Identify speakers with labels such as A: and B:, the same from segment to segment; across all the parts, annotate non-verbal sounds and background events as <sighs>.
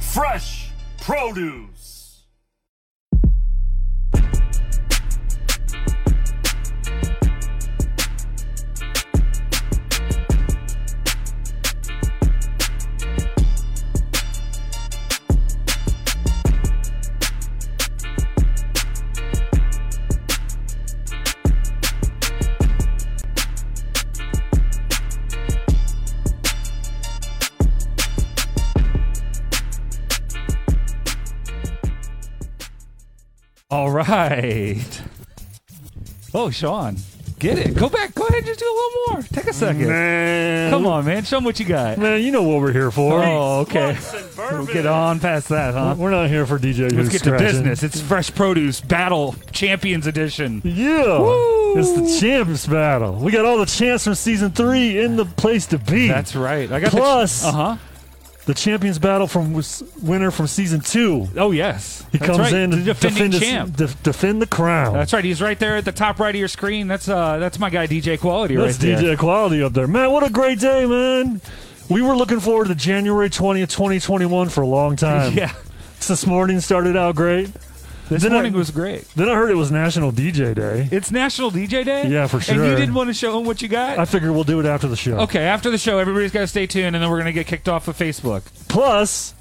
A: Fresh produce.
B: All right. Oh, Sean, get it. Go back. Go ahead. Just do a little more. Take a second.
C: Man.
B: Come on, man. Show them what you got.
C: Man, you know what we're here for.
B: Oh, okay.
A: Sluts and
B: We'll
A: bourbon.
B: get on past that, huh?
C: We're not here for DJ
B: Let's
C: who's
B: get to
C: scratching.
B: business. It's Fresh Produce Battle Champions Edition.
C: Yeah.
B: Woo.
C: It's the champs battle. We got all the champs from season three in the place to be.
B: That's right. I got
C: Plus-
B: Uh huh.
C: the champions battle from was- winner from season two.
B: Oh yes.
C: He
B: That's
C: comes
B: right.
C: in to
B: the defending
C: defend, his-
B: champ.
C: def- defend the crown.
B: That's right. He's right there at the top right of your screen. That's uh, that's my guy DJ Quality
C: That's
B: right there.
C: DJ Quality up there. Man, what a great day, man. We were looking forward to January 20th, 2021 for a long time.
B: <laughs> Yeah.
C: This morning started out great.
B: This
C: Then I-
B: morning was great.
C: Then I heard it was National DJ Day.
B: It's National DJ Day.
C: Yeah, for
B: And you
C: sure.
B: didn't want to show him what you got.
C: I figure we'll do it after the show.
B: okay, after the show, everybody's got to stay tuned, and then we're gonna get kicked off of Facebook.
C: Plus,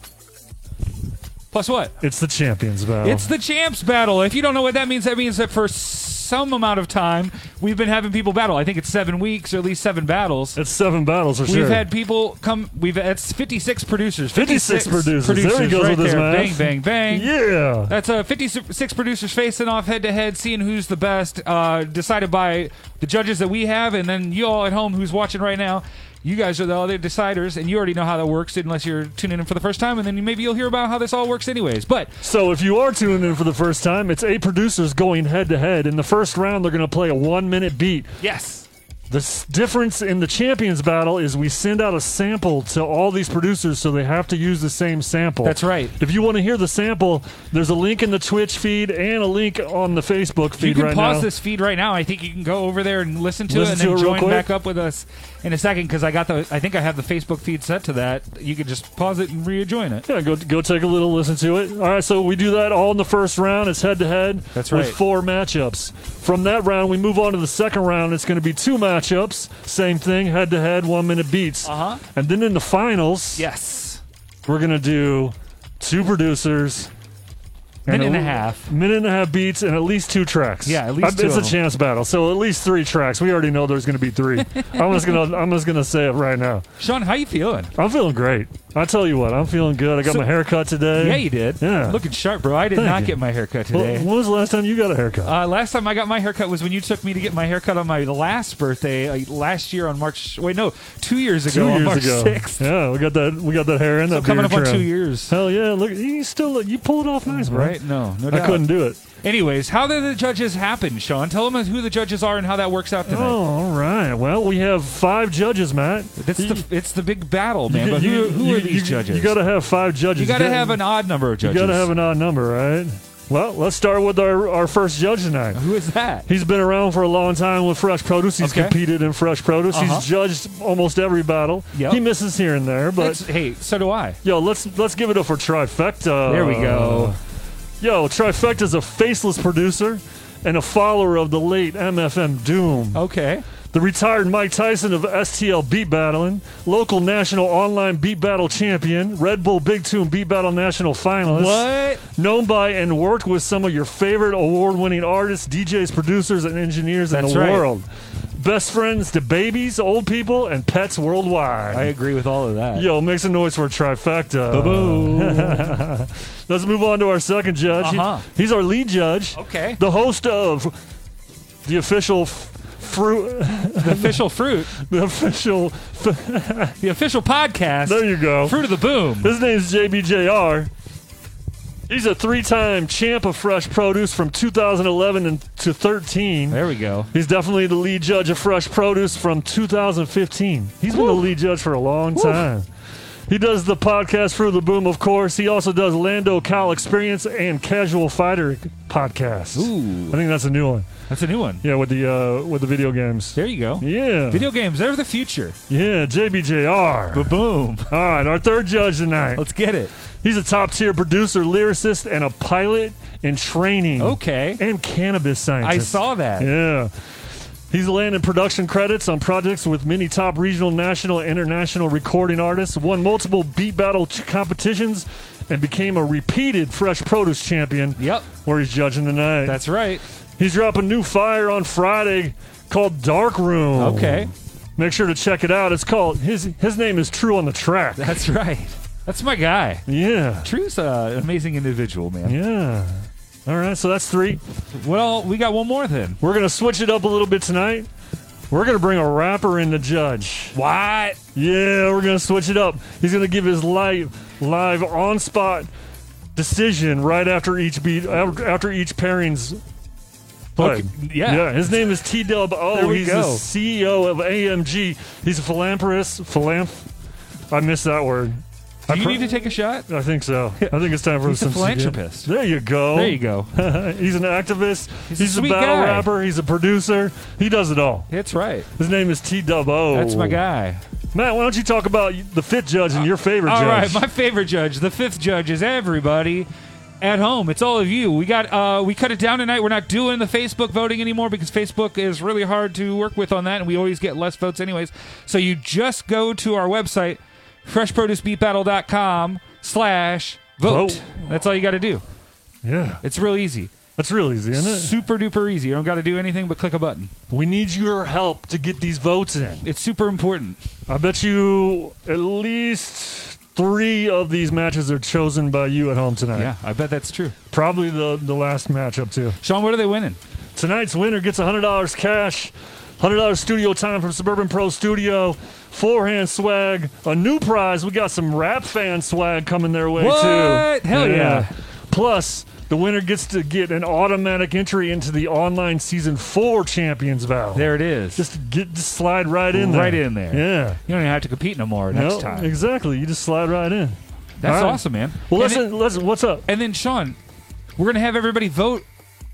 B: Plus what?
C: it's the champions battle.
B: It's the champs battle. If you don't know what that means, that means that for some amount of time we've been having people battle. I think it's seven weeks or at least seven battles.
C: It's seven battles for
B: We've
C: sure.
B: had people come. We've it's fifty six producers.
C: 56 producers. There he goes
B: right
C: with his
B: there.
C: math.
B: Bang, bang, bang.
C: yeah.
B: That's uh, 56 producers facing off head to head, seeing who's the best, uh, decided by the judges that we have, and then you all at home who's watching right now. You guys are the other deciders, and you already know how that works unless you're tuning in for the first time, and then you- maybe you'll hear about how this all works, anyways. But
C: So if you are tuning in for the first time, it's eight producers going head to head. In the first round, they're going to play a one minute beat.
B: yes,
C: The s- difference in the champions battle is we send out a sample to all these producers, so they have to use the same sample.
B: That's right.
C: If you want to hear the sample, there's a link in the Twitch feed and a link on the Facebook feed
B: you can
C: right
B: pause
C: now.
B: this feed right now. I think you can go over there and listen to
C: Listen
B: it,
C: to it
B: and then
C: real
B: join
C: quick.
B: back up with us in a second because I got the. I think I have the Facebook feed set to that. You can just pause it and rejoin it.
C: Yeah, go go take a little listen to it. All right, so we do that all in the first round. It's head to head.
B: That's right.
C: With four matchups. From that round, we move on to the second round. It's going to be two matchups. Same thing, head to head, one minute beats.
B: Uh-huh.
C: And then in the finals,
B: Yes,
C: we're going to do two producers.
B: minute and a
C: l-
B: half.
C: Minute and a half beats and at least two tracks.
B: Yeah, at least
C: Uh,
B: two
C: It's a
B: of them.
C: chance battle, so at least three tracks. We already know there's going to be
B: <laughs>
C: three. I'm just gonna I'm just gonna say it right now.
B: Sean, how you feeling?
C: I'm feeling great. I tell you what, I'm feeling good. I got
B: So-
C: my hair cut today.
B: Yeah, you did.
C: Yeah.
B: Looking sharp, bro. I did
C: Thank
B: not
C: you.
B: get my haircut
C: Well,
B: today.
C: when was the last time you got a haircut?
B: uh, last time I got my haircut was when you took me to get my haircut on my last birthday, like last year on March. Wait, no, two years ago.
C: Two
B: on
C: years
B: March
C: ago.
B: 6th.
C: Yeah, we got that. We got that hair in
B: So
C: that
B: coming up
C: beard
B: on
C: trim.
B: two years.
C: Hell yeah! Look, you still look, you pull it off nice, bro.
B: Right? No, no
C: I
B: doubt.
C: couldn't do it.
B: Anyways, how did the judges happen, Sean? Tell them who the judges are and how that works out
C: Oh,
B: tonight.
C: all right. Well, we have five judges, Matt.
B: That's
C: You-
B: the it's the big battle, Oh, man.
C: you-
B: but who,
C: you-
B: who
C: you-
B: are these
C: you-
B: judges?
C: You got to have five judges.
B: You gotta have an odd number of
C: You
B: judges.
C: got to have an odd number, right? Well, let's start with our our first judge tonight.
B: who is that?
C: He's been around for a long time with Fresh Produce. He's
B: Okay.
C: competed in Fresh Produce.
B: Uh-huh.
C: He's judged almost every battle.
B: Yep.
C: He misses here and there, but
B: That's- hey, so do I.
C: Yo, let's uh, let's give it up for Trifecta.
B: There we go.
C: Yo, Trifecta is a faceless producer and a follower of the late MFM Doom,
B: Okay.
C: the retired Mike Tyson of STL Beat Battling, local national online beat battle champion, Red Bull Big Tune Beat Battle national finalist.
B: What?
C: Known by and worked with some of your favorite award-winning artists, DJs, producers, and engineers in
B: That's
C: the
B: right.
C: world. Best friends to babies, old people, and pets worldwide.
B: I agree with all of that.
C: Yo, make some noise for Trifecta. <laughs> Let's move on to our second judge. He-
B: Uh-huh.
C: he's our lead judge.
B: Okay.
C: The host of the official f- fruit,
B: The official fruit,
C: <laughs> the official. F- <laughs>
B: the official podcast.
C: there you go.
B: Fruit of the boom.
C: His name's JBJR. He's a three-time champ of fresh produce from 2011 and to 13.
B: There we go.
C: He's definitely the lead judge of fresh produce from 2015. He's been the lead judge for a long time. He does the podcast Through the Boom, of course. He also does Lando Cal Experience and Casual Fighter podcast.
B: Ooh.
C: I think that's a new one.
B: That's a new one.
C: Yeah, with the uh, with the video games.
B: There you go.
C: Yeah.
B: Video games, they're the future.
C: yeah, JBJR.
B: Boom.
C: All right, our third judge tonight.
B: Let's get it.
C: He's a top tier producer, lyricist, and a pilot in training.
B: Okay.
C: And cannabis scientist.
B: I saw that.
C: Yeah. He's landed production credits on projects with many top regional, national, and international recording artists, won multiple beat battle ch- competitions, and became a repeated Fresh Produce champion.
B: Yep.
C: Where he's judging tonight.
B: That's right.
C: he's dropping new fire on Friday called Dark Room.
B: Okay.
C: Make sure to check it out. It's called his his name is True on the Track.
B: That's right. That's my guy.
C: Yeah.
B: True's uh, an amazing individual, man.
C: Yeah. All right, so that's three.
B: Well, we got one more then.
C: We're gonna switch it up a little bit tonight. We're gonna bring a rapper in to judge.
B: What?
C: Yeah, we're gonna switch it up. He's gonna give his live, live on spot decision right after each beat, af- after each pairing's. played.
B: Okay, yeah.
C: yeah. His name is T Dub
B: There
C: O.
B: we
C: He's
B: go.
C: the CEO of AMG. He's a philanthropist. Philanth. I missed that word. I,
B: Do you
C: pro-
B: need to take a shot?
C: I think so. I think it's time for
B: He's
C: some
B: a
C: CDM.
B: philanthropist.
C: There you go.
B: There you go.
C: <laughs> he's an activist. He's,
B: a
C: a,
B: sweet
C: battle
B: guy.
C: rapper. He's a producer. He does it all.
B: That's right.
C: His name is T Dub O.
B: That's my guy.
C: Matt, why don't you talk about the fifth judge and your favorite
B: All right,
C: judge?
B: my favorite judge, the fifth judge, is everybody at home. It's all of you. We got uh, we cut it down tonight. We're not doing the Facebook voting anymore because Facebook is really hard to work with on that, and we always get less votes anyways. So you just go to our website, freshproducebeatbattle.com slash vote.
C: Vote.
B: That's all you got to do.
C: yeah,
B: It's real easy,
C: that's real easy, isn't it?
B: super duper easy. You don't got to do anything but click a button.
C: We need your help to get these votes in.
B: It's super important.
C: I bet you at least three of these matches are chosen by you at home tonight.
B: Yeah, I bet that's true.
C: Probably the, the last matchup, too.
B: Sean, what are they winning?
C: Tonight's winner gets $100 cash, $100 studio time from Suburban Pro Studio, forehand swag, a new prize. We got some rap fan swag coming their way,
B: What?
C: too.
B: Hell yeah.
C: Plus, the winner gets to get an automatic entry into the online season four champions vow.
B: There it is.
C: Just get just slide right in there.
B: Right in there.
C: Yeah.
B: you don't even have to compete no more next
C: Yep,
B: time.
C: Exactly. You just slide right in.
B: That's
C: All right.
B: awesome, man.
C: Well,
B: And it-
C: listen, listen, what's up?
B: And then Sean, we're gonna have everybody vote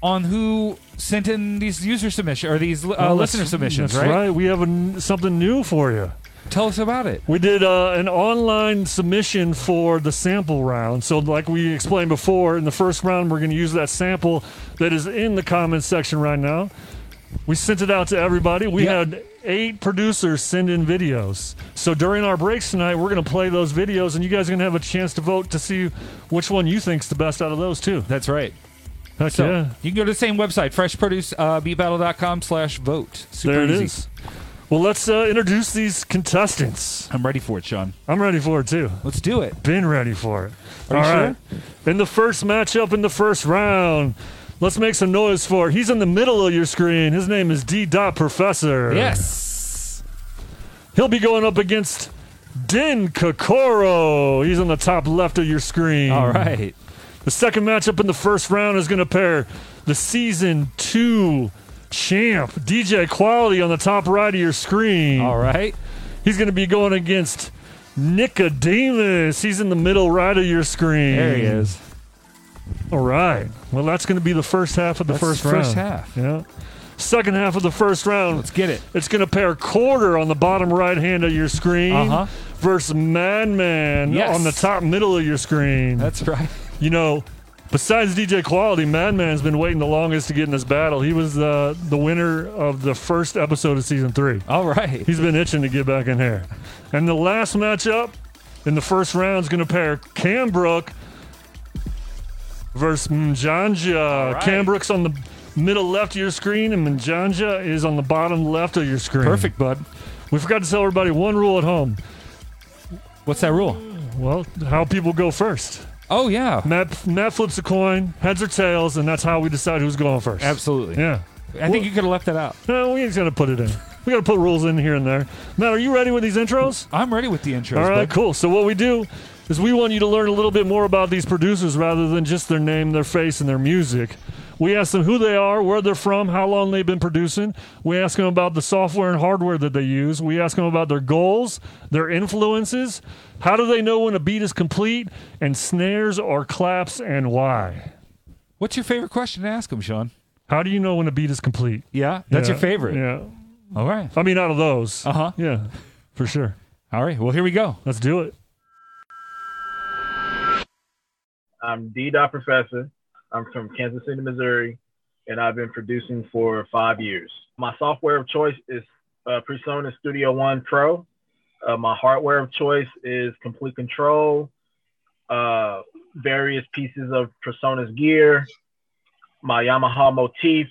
B: on who sent in these user submission or these uh,
C: Well,
B: listener
C: that's-
B: submissions,
C: that's
B: right?
C: We have a n something new for you.
B: Tell us about it.
C: We did uh, an online submission for the sample round. So, like we explained before, in the first round, we're going to use that sample that is in the comments section right now. We sent it out to everybody. We
B: Yeah.
C: had eight producers send in videos. So, during our breaks tonight, we're going to play those videos, and you guys are going to have a chance to vote to see which one you think's the best out of those two.
B: That's right.
C: Heck
B: So
C: yeah.
B: you can go to the same website, freshproducebeatbattle.com slash vote. Super
C: There it
B: easy.
C: is. Well, let's uh, introduce these contestants.
B: I'm ready for it, Sean.
C: I'm ready for it, too.
B: Let's do it.
C: been ready for it.
B: Are you
C: All right. In the first matchup in the first round, let's make some noise for. He's in the middle of your screen. His name is D Dot Professor.
B: Yes.
C: He'll be going up against Din Kokoro. He's on the top left of your screen.
B: All right.
C: The second matchup in the first round is going to pair the season two champ DJ Quality on the top right of your screen.
B: All right.
C: He's going to be going against Nicodemus. He's in the middle right of your screen.
B: There he is.
C: All right. Well, that's going to be the first half of the
B: That's
C: first
B: the
C: round.
B: first half.
C: Yeah. Second half of the first round.
B: Let's get it.
C: It's going to pair quarter on the bottom right hand of your screen
B: Uh-huh.
C: versus Madman
B: Yes.
C: on the top middle of your screen.
B: That's right.
C: you know, besides DJ Quality, Madman's been waiting the longest to get in this battle. He was uh, the winner of the first episode of season three.
B: All right.
C: He's been itching to get back in here. And the last matchup in the first round is going to pair Cam Brook versus Mjanja.
B: right.
C: Cam Brook's on the middle left of your screen, and Mjanja is on the bottom left of your screen.
B: Perfect, bud.
C: We forgot to tell everybody one rule at home.
B: What's that rule?
C: Well, how people go first.
B: Oh yeah.
C: Matt, Matt flips a coin, heads or tails, and that's how we decide who's going first.
B: Absolutely.
C: Yeah.
B: I think you could have left that out.
C: No, we ain't going to put it in. We got to put rules in here and there. Matt, are you ready with these intros?
B: I'm ready with the intros.
C: All right,
B: bud.
C: cool. So what we do is we want you to learn a little bit more about these producers rather than just their name, their face, and their music. We ask them who they are, where they're from, how long they've been producing. We ask them about the software and hardware that they use. We ask them about their goals, their influences. How do they know when a beat is complete, and snares or claps, and why?
B: What's your favorite question to ask them, Sean?
C: How do you know when a beat is complete?
B: Yeah, that's
C: Yeah,
B: your favorite.
C: Yeah.
B: All right,
C: I mean, out of those.
B: Uh-huh.
C: Yeah, for sure.
B: all right. Well, here we go.
C: Let's do it.
D: I'm D. Dot Professor. I'm from Kansas City, Missouri, and I've been producing for five years. My software of choice is uh, Presona Studio One Pro. Uh, my hardware of choice is Complete Control, uh, various pieces of Persona's gear, my Yamaha motif,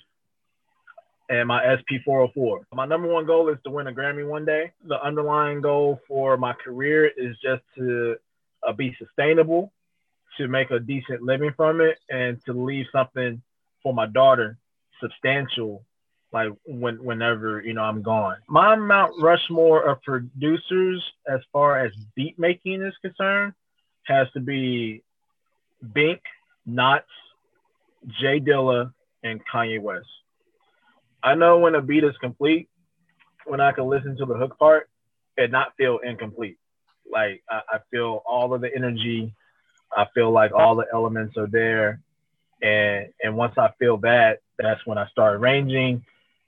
D: and my SP404. My number one goal is to win a Grammy one day. The underlying goal for my career is just to uh, be sustainable to make a decent living from it and to leave something for my daughter substantial like when whenever you know I'm gone. My Mount Rushmore of producers as far as beat making is concerned has to be Bink, Knotts, Jay Dilla, and Kanye West. I know when a beat is complete, when I can listen to the hook part and not feel incomplete. Like I, I feel all of the energy I feel like all the elements are there. And and once I feel that, that's when I start arranging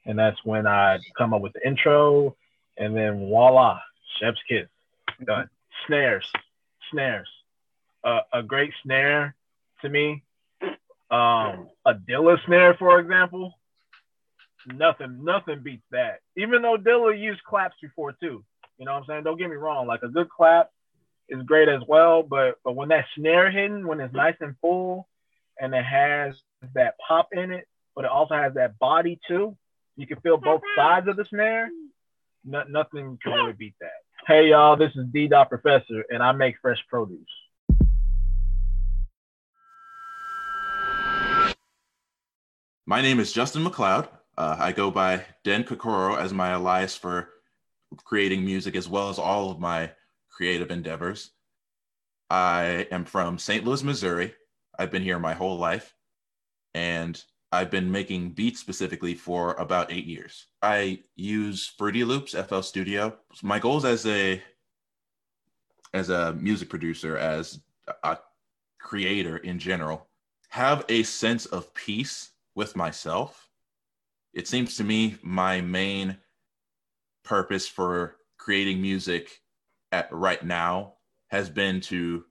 D: and that's when I come up with the intro and then voila, Chef's Kiss. Done. Snares. Snares. Uh, a great snare to me. Um, a Dilla snare, for example. Nothing, nothing beats that. Even though Dilla used claps before too. You know what I'm saying? Don't get me wrong. Like a good clap is great as well. But but when that snare hidden, when it's nice and full, and it has that pop in it, but it also has that body too. You can feel both sides of the snare. No, nothing can really beat that. Hey y'all, this is D Dot Professor, and I make fresh produce.
E: My name is Justin McLeod. Uh, I go by Den Kokoro as my alias for creating music as well as all of my creative endeavors. I am from St. Louis, Missouri. I've been here my whole life and I've been making beats specifically for about eight years. I use Fruity Loops FL Studio. My goals as a as a music producer, as a creator in general, have a sense of peace with myself. It seems to me my main purpose for creating music at right now has been to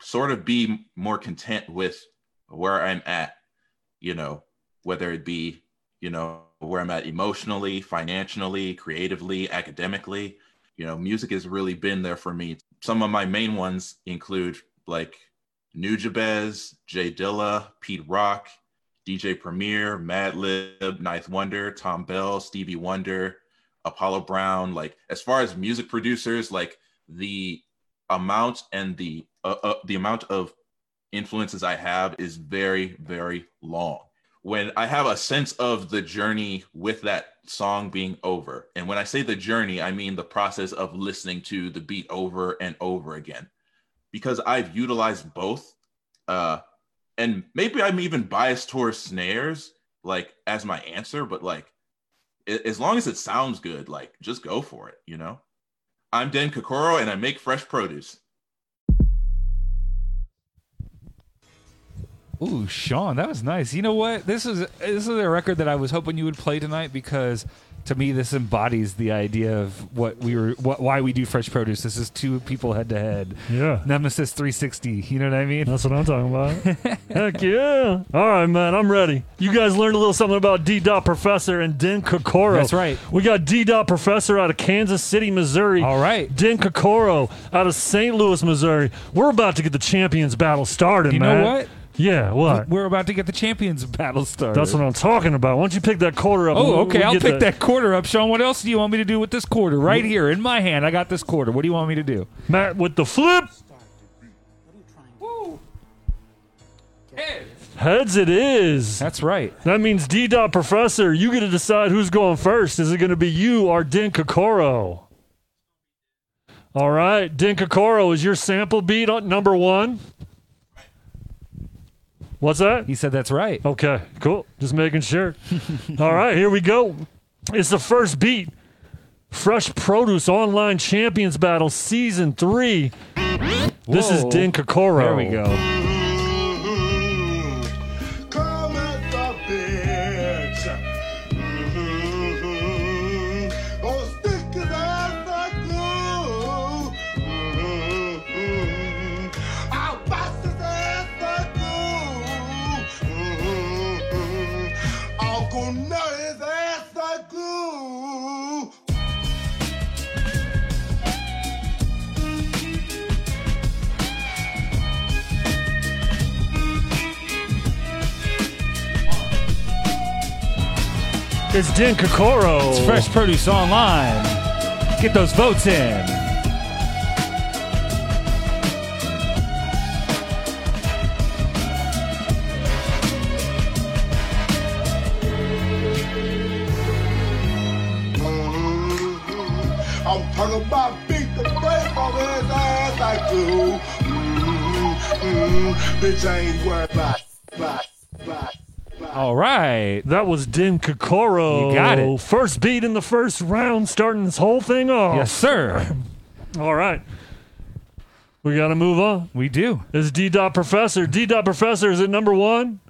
E: sort of be more content with where I'm at, you know, whether it be, you know, where I'm at emotionally, financially, creatively, academically. You know, music has really been there for me. Some of my main ones include like New Jabez, Jay Dilla, Pete Rock, DJ Premier, Madlib, Ninth Wonder, Tom Bell, Stevie Wonder, Apollo Brown. Like as far as music producers, like the amount and the uh, uh, the amount of influences I have is very very long. When I have a sense of the journey with that song being over, and when I say the journey, I mean the process of listening to the beat over and over again because I've utilized both. Uh, and maybe I'm even biased towards snares, like as my answer, but like a- as long as it sounds good, like just go for it, you know? I'm Den Kokoro and I make fresh produce.
B: Ooh, Sean, that was nice. You know what? This is this is a record that I was hoping you would play tonight because to me this embodies the idea of what we were what, why we do fresh produce. This is two people head to head.
C: Yeah.
B: Nemesis 360, you know what I mean?
C: That's what I'm talking
B: <laughs>
C: about. Heck yeah. All right, man, I'm ready. You guys learned a little something about D. Dot Professor and Den Kokoro.
B: That's right.
C: We got D. Dot Professor out of Kansas City, Missouri.
B: All right.
C: Den Kokoro out of St. Louis, Missouri. We're about to get the champions battle started,
B: You know
C: man.
B: what?
C: Yeah, what?
B: We're about to get the champions <laughs> battle started.
C: That's what I'm talking about. Why don't you pick that quarter up?
B: Oh, okay. I'll
C: get
B: pick that quarter up, Sean. What else do you want me to do with this quarter? Right here in my hand, I got this quarter. What do you want me to do?
C: Matt with the flip. Heads it is.
B: That's right.
C: That means D Dot Professor, you get to decide who's going first. Is it going to be you or Din Kokoro? All right, Din Kokoro, is your sample beat on number one? What's that?
B: He said that's right.
C: Okay, cool. Just making
B: <laughs>
C: sure. All right, here we go. It's the first beat. Fresh Produce Online Champions Battle Season 3. This is
B: Whoa.
C: Din Kokoro.
B: There we go.
F: Come at the bits. Mm-hmm. Oh, stick it out the glue. Mm-hmm. I'll bust it at the glue. Mm-hmm. I'll go nuts at the glue.
C: It's Din Kokoro.
B: Fresh Produce Online. Get those votes in.
F: Mhm. I'm talking about beat the crap on his ass like do. Bitch, I ain't worried about about- about- about-
B: All right.
C: That was Din Kokoro.
B: You got it.
C: First beat in the first round, starting this whole thing off.
B: Yes, sir.
C: <laughs> All right. We got to move on.
B: We do.
C: It's D Dot Professor. D Dot Professor is at number one.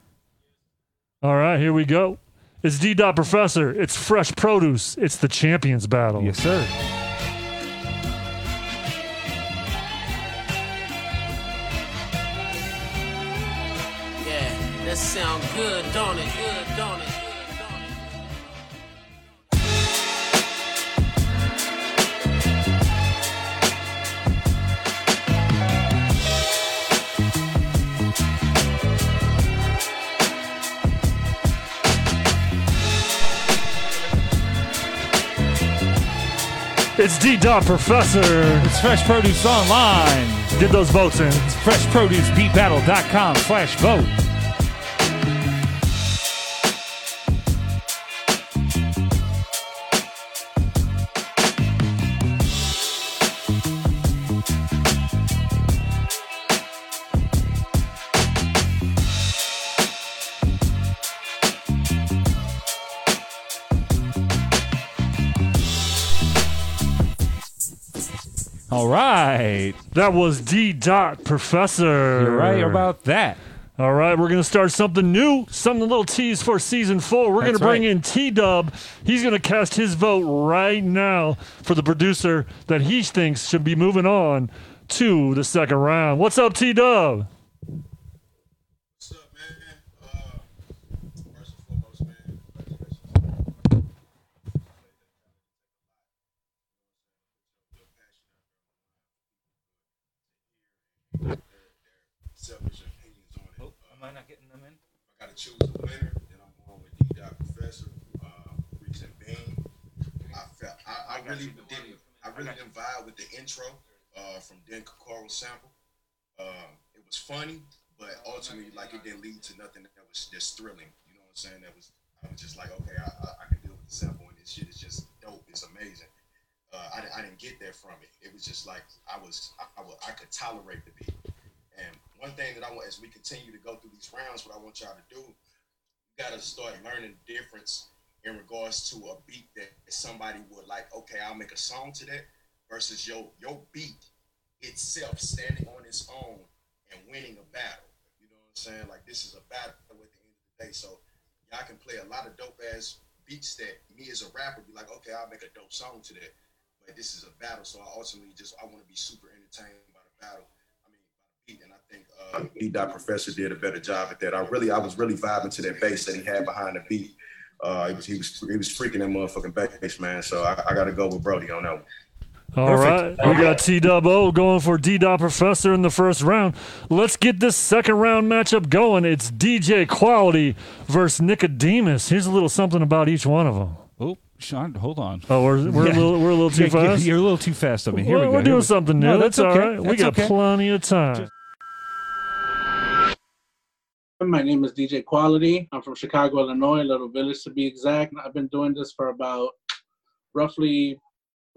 C: All right, here we go. It's D Dot Professor. It's fresh produce. It's the champions battle.
B: Yes, sir.
G: Yeah, that sound good, don't it? Good, don't it? Good, don't it?
C: It's D Dot Professor.
B: It's Fresh Produce Online.
C: Get those votes in.
B: It's freshproducebeatbattle.com slash vote. All right.
C: That was D Dot Professor.
B: You're right about that.
C: All right, we're going to start something new, something a little tease for season four. We're going
B: That's
C: to bring
B: right.
C: in T Dub. He's going to cast his vote right now for the producer that he thinks should be moving on to the second round. What's up, T Dub?
H: What's up, man? Uh, first and foremost, man, congratulations. Selfish opinions on it.
I: Am I not getting them in?
H: I gotta choose a winner, then I'm going with D Dot Professor. Uh, reason being, I felt I, I really didn't I really didn't vibe with the intro uh, from Dan Kokoro sample. Um, it was funny, but ultimately, like it didn't lead to nothing that was just thrilling. You know what I'm saying? That was I was just like, okay, I, I, I can deal with the sample, and this shit is just dope. It's amazing. Uh, I, di- I didn't get that from it. It was just like I was I, I, wa- I could tolerate the beat. And one thing that I want, as we continue to go through these rounds, what I want y'all to do, you got to start learning the difference in regards to a beat that somebody would like. Okay, I'll make a song to that versus your your beat itself standing on its own and winning a battle. You know what I'm saying? Like this is a battle at the end of the day. So y'all can play a lot of dope ass beats that me as a rapper be like, okay, I'll make a dope song to that. But this is a battle, so I ultimately just I want to be super entertained by the battle. I mean, beat, and I think uh, D Dot Professor did a better job at that. I really, I was really vibing to that bass that he had behind the beat. Uh, he was, he was, he was freaking that motherfucking bass, man. So I, I got to go with Brody on that one.
C: All right, we got T Dub O going for D Dot Professor in the first round. Let's get this second round matchup going. It's DJ Quality versus Nicodemus. Here's a little something about each one of them.
B: Oh, Sean, hold on.
C: Oh, we're, we're, a, little, we're a little too
B: Yeah, yeah,
C: fast.
B: <laughs> You're a little too fast on me. Here
C: we're,
B: we go.
C: we're
B: Here
C: doing
B: we-
C: something new.
B: No,
C: that's,
B: that's okay.
C: all right. we
B: That's
C: got
B: okay.
C: plenty of time.
J: My name is DJ Quality. I'm from Chicago, Illinois, Little Village to be exact. I've been doing this for about roughly,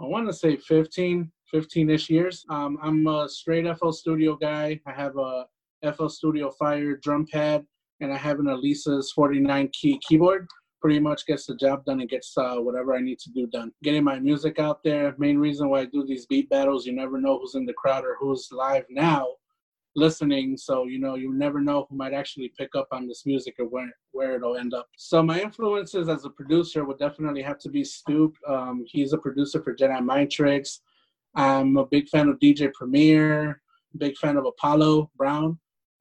J: I want to say 15, 15 ish years. Um, I'm a straight FL Studio guy. I have a FL Studio Fire drum pad and I have an Elisa's 49 key keyboard. Pretty much gets the job done and gets uh, whatever I need to do done. Getting my music out there. Main reason why I do these beat battles, you never know who's in the crowd or who's live now listening. So, you know, you never know who might actually pick up on this music or where, where it'll end up. So, my influences as a producer would definitely have to be Stoop. Um, he's a producer for Jedi Mind Tricks. I'm a big fan of DJ Premier, big fan of Apollo Brown.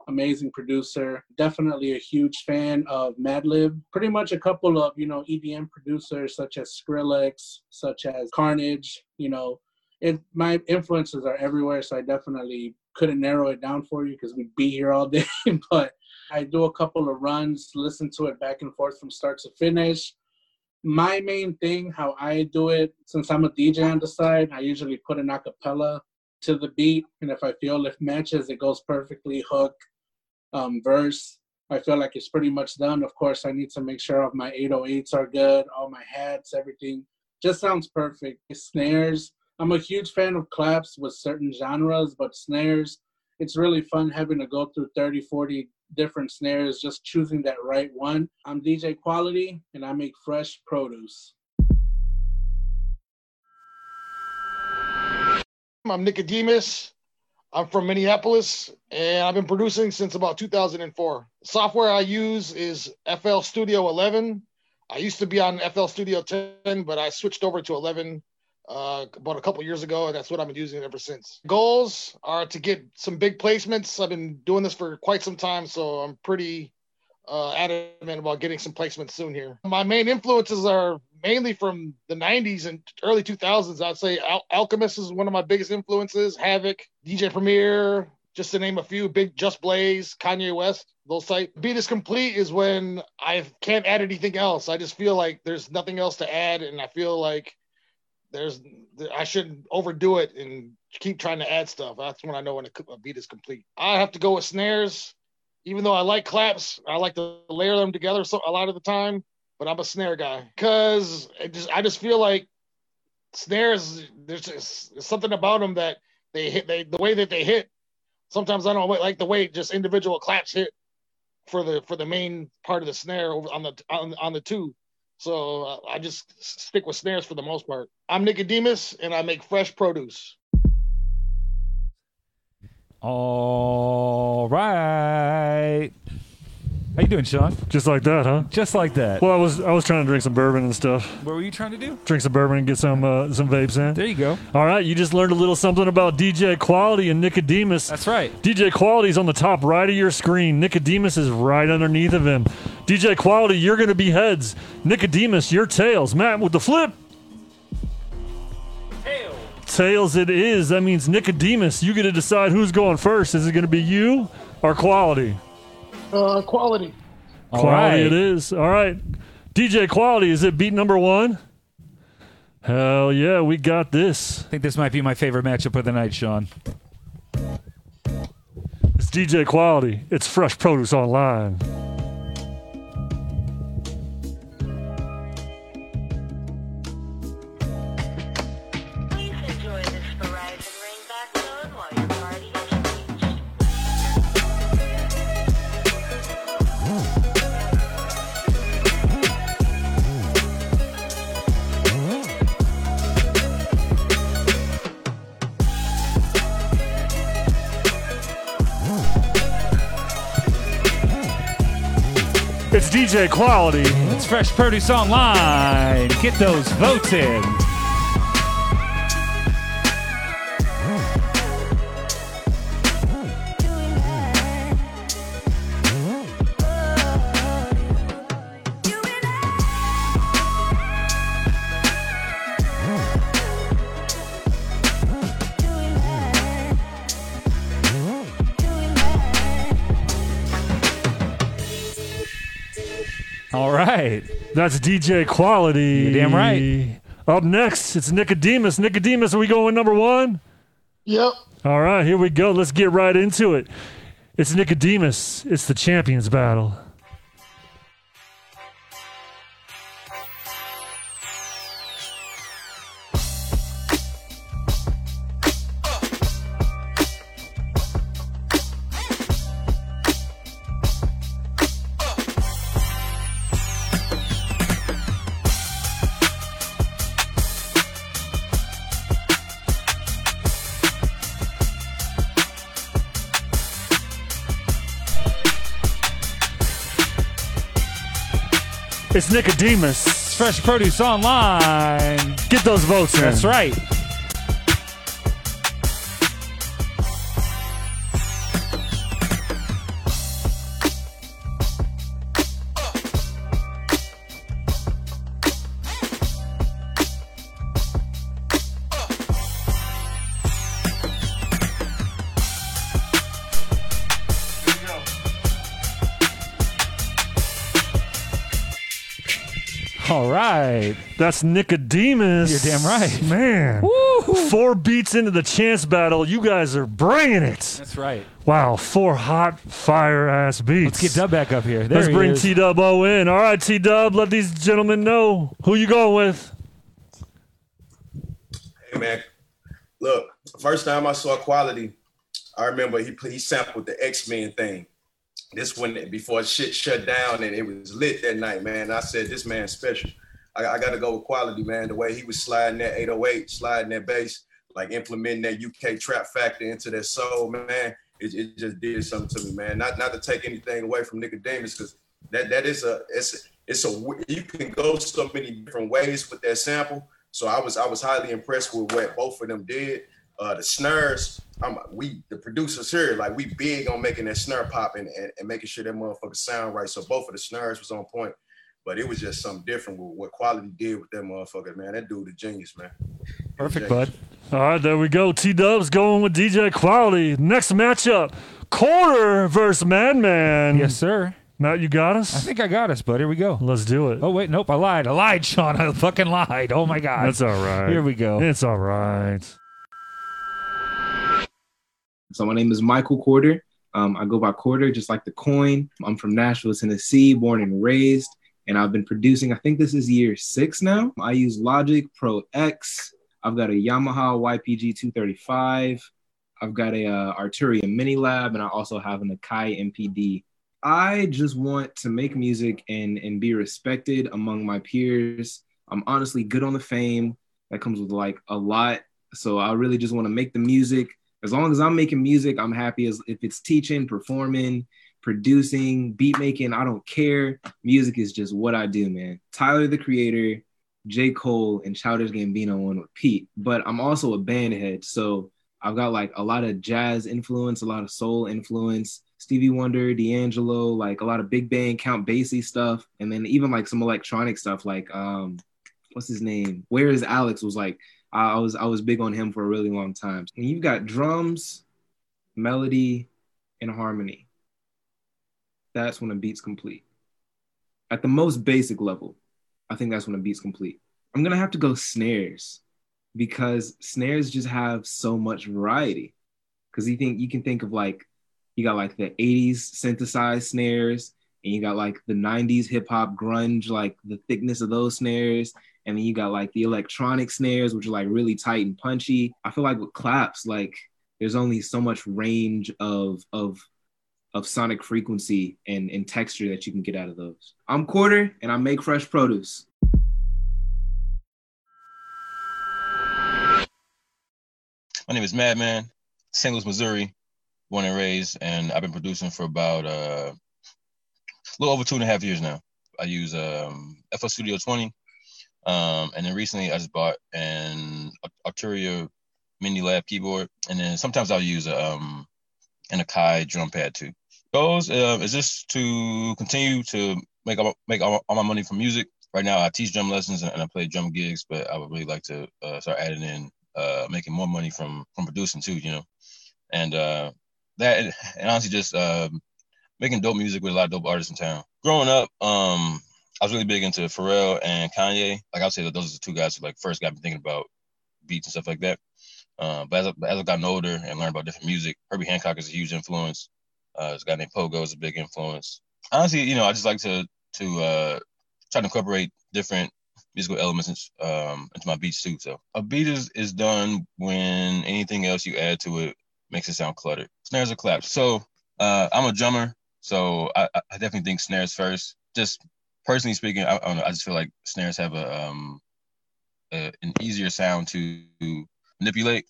J: Amazing producer, definitely a huge fan of Madlib. Pretty much a couple of you know EDM producers such as Skrillex, such as Carnage. You know, it, my influences are everywhere, so I definitely couldn't narrow it down for you because we'd be here all day. <laughs> but I do a couple of runs, listen to it back and forth from start to finish. My main thing, how I do it, since I'm a DJ on the side, I usually put an acapella to the beat, and if I feel if matches, it goes perfectly hook, um, verse. I feel like it's pretty much done. Of course, I need to make sure all my 808s are good, all my hats, everything just sounds perfect. Snares, I'm a huge fan of claps with certain genres, but snares, it's really fun having to go through 30, 40 different snares, just choosing that right one. I'm DJ Quality and I make fresh produce.
K: I'm Nicodemus. I'm from Minneapolis and I've been producing since about 2004. The software I use is FL Studio 11. I used to be on FL Studio 10, but I switched over to 11 uh, about a couple years ago, and that's what I've been using ever since. Goals are to get some big placements. I've been doing this for quite some time, so I'm pretty uh, adamant about getting some placements soon here. My main influences are mainly from the 90s and early 2000s. I'd say Al- Alchemist is one of my biggest influences, Havoc, DJ Premier. Just to name a few, Big Just Blaze, Kanye West, those type. Beat is complete is when I can't add anything else. I just feel like there's nothing else to add, and I feel like there's I shouldn't overdo it and keep trying to add stuff. That's when I know when a beat is complete. I have to go with snares, even though I like claps. I like to layer them together so a lot of the time, but I'm a snare guy because just I just feel like snares. There's just there's something about them that they hit. They the way that they hit. Sometimes I don't like the way just individual claps hit for the for the main part of the snare over on the on, on the two. So uh, I just stick with snares for the most part. I'm Nicodemus and I make fresh produce.
B: All right. How you doing, Sean?
C: Just like that, huh?
B: Just like that.
C: Well, I was I was trying to drink some bourbon and stuff.
B: What were you trying to do?
C: Drink some bourbon and get some uh, some vapes in.
B: There you go.
C: All right, you just learned a little something about DJ Quality and Nicodemus.
B: That's right.
C: DJ Quality's on the top right of your screen. Nicodemus is right underneath of him. DJ Quality, you're going to be heads. Nicodemus, your tails. Matt with the flip.
B: Tails.
C: Tails it is. That means Nicodemus, you get to decide who's going first. Is it going to be you or Quality?
K: Uh, quality.
B: All
C: Quality
B: right.
C: it is. All right. DJ Quality, is it beat number one? Hell yeah, we got this.
B: I think this might be my favorite matchup of the night, Sean.
C: It's DJ Quality. It's Fresh Produce Online.
F: Please enjoy this Verizon ringback tone while your party is reached.
C: It's DJ Quality.
B: It's Fresh Produce Online. Get those votes in. All right.
C: That's DJ Quality.
B: You're damn right.
C: Up next, it's Nicodemus. Nicodemus, are we going number one?
K: Yep.
C: All right, here we go. Let's get right into it. It's Nicodemus. It's the champions battle. It's Nicodemus.
B: Fresh Produce Online.
C: Get those votes in.
B: That's right. All right.
C: That's Nicodemus.
B: You're damn right.
C: Man.
B: Woo!
C: Four beats into the chance battle. You guys are bringing it.
B: That's right.
C: Wow, four hot fire ass beats.
B: Let's get Dub back up here. There
C: Let's
B: he
C: bring
B: is.
C: T Dub O in. All right, T Dub, let these gentlemen know who you going with.
H: Hey man, look. First time I saw quality, I remember he he sampled the X Men thing. This one before shit shut down and it was lit that night, man. I said this man's special. I, I got to go with quality, man. The way he was sliding that 808, sliding that bass, like implementing that UK trap factor into that soul, man. It, it just did something to me, man. Not not to take anything away from Nicodemus, because that that is a it's it's a w- you can go so many different ways with that sample. So I was I was highly impressed with what both of them did. Uh, the snares, I'm we the producers here like we big on making that snare pop and, and, and making sure that motherfucker sound right. So both of the snares was on point, but it was just something different with what quality did with that motherfucker, man. That dude a genius, man.
B: Perfect,
H: bud.
C: All right, there we go. T Dub's going with DJ Quality. Next matchup Corner versus Madman.
B: Yes, sir.
C: Matt, you got us?
B: I think I got us, bud. Here we go.
C: Let's do it.
B: Oh, wait. Nope. I lied. I lied, Sean. I fucking lied. Oh, my God.
C: That's all right.
B: Here we go.
C: It's all right.
L: So my name is Michael Quarter. Um, I go by Quarter, just like the coin. I'm from Nashville, Tennessee, born and raised, and I've been producing. I think this is year six now. I use Logic Pro X. I've got a Yamaha YPG 235. I've got a uh, Arturia Mini Lab, and I also have an Akai MPD. I just want to make music and and be respected among my peers. I'm honestly good on the fame that comes with like a lot. So I really just want to make the music as long as I'm making music, I'm happy as if it's teaching, performing, producing, beat making, I don't care. Music is just what I do, man. Tyler the creator, J. Cole, and Childish Gambino on repeat. But I'm also a band head. So I've got like a lot of jazz influence, a lot of soul influence, Stevie Wonder, D'Angelo, like a lot of big band, Count Basie stuff, and then even like some electronic stuff like um what's his name? Where is Alex was like I I was I was big on him for a really long time. When you've got drums, melody, and harmony, that's when a beat's complete. At the most basic level, I think that's when a beat's complete. I'm gonna have to go snares because snares just have so much variety. Because you think you can think of like you got like the 80s synthesized snares, and you got like the 90s hip hop grunge, like the thickness of those snares. And then you got like the electronic snares, which are like really tight and punchy. I feel like with claps, like there's only so much range of of of sonic frequency and, and texture that you can get out of those. I'm quarter and I make fresh produce.
M: My name is Madman, St. Louis, Missouri, born and raised, and I've been producing for about uh, a little over two and a half years now. I use um, FL Studio 20, um, and then recently I just bought an Arturia Mini Lab keyboard, and then sometimes I'll use a, um, an Akai drum pad too. Goals uh, is just to continue to make all, make all, all my money from music. Right now I teach drum lessons and, and I play drum gigs, but I would really like to uh, start adding in uh, making more money from from producing too, you know, and uh, that and honestly just um, making dope music with a lot of dope artists in town. Growing up, um, I was really big into Pharrell and Kanye. Like I'll say that those are the two guys who like first got me thinking about beats and stuff like that. Uh, but as I, but as I've gotten older and learned about different music, Herbie Hancock is a huge influence. Uh, this guy named Pogo is a big influence. Honestly, you know, I just like to to uh, try to incorporate different musical elements um, into my beats too. So a beat is, is done when anything else you add to it makes it sound cluttered. Snares or claps. So uh, I'm a drummer, so I, I I definitely think snares first. Just personally speaking, I, I don't know. I just feel like snares have a um a, an easier sound to manipulate.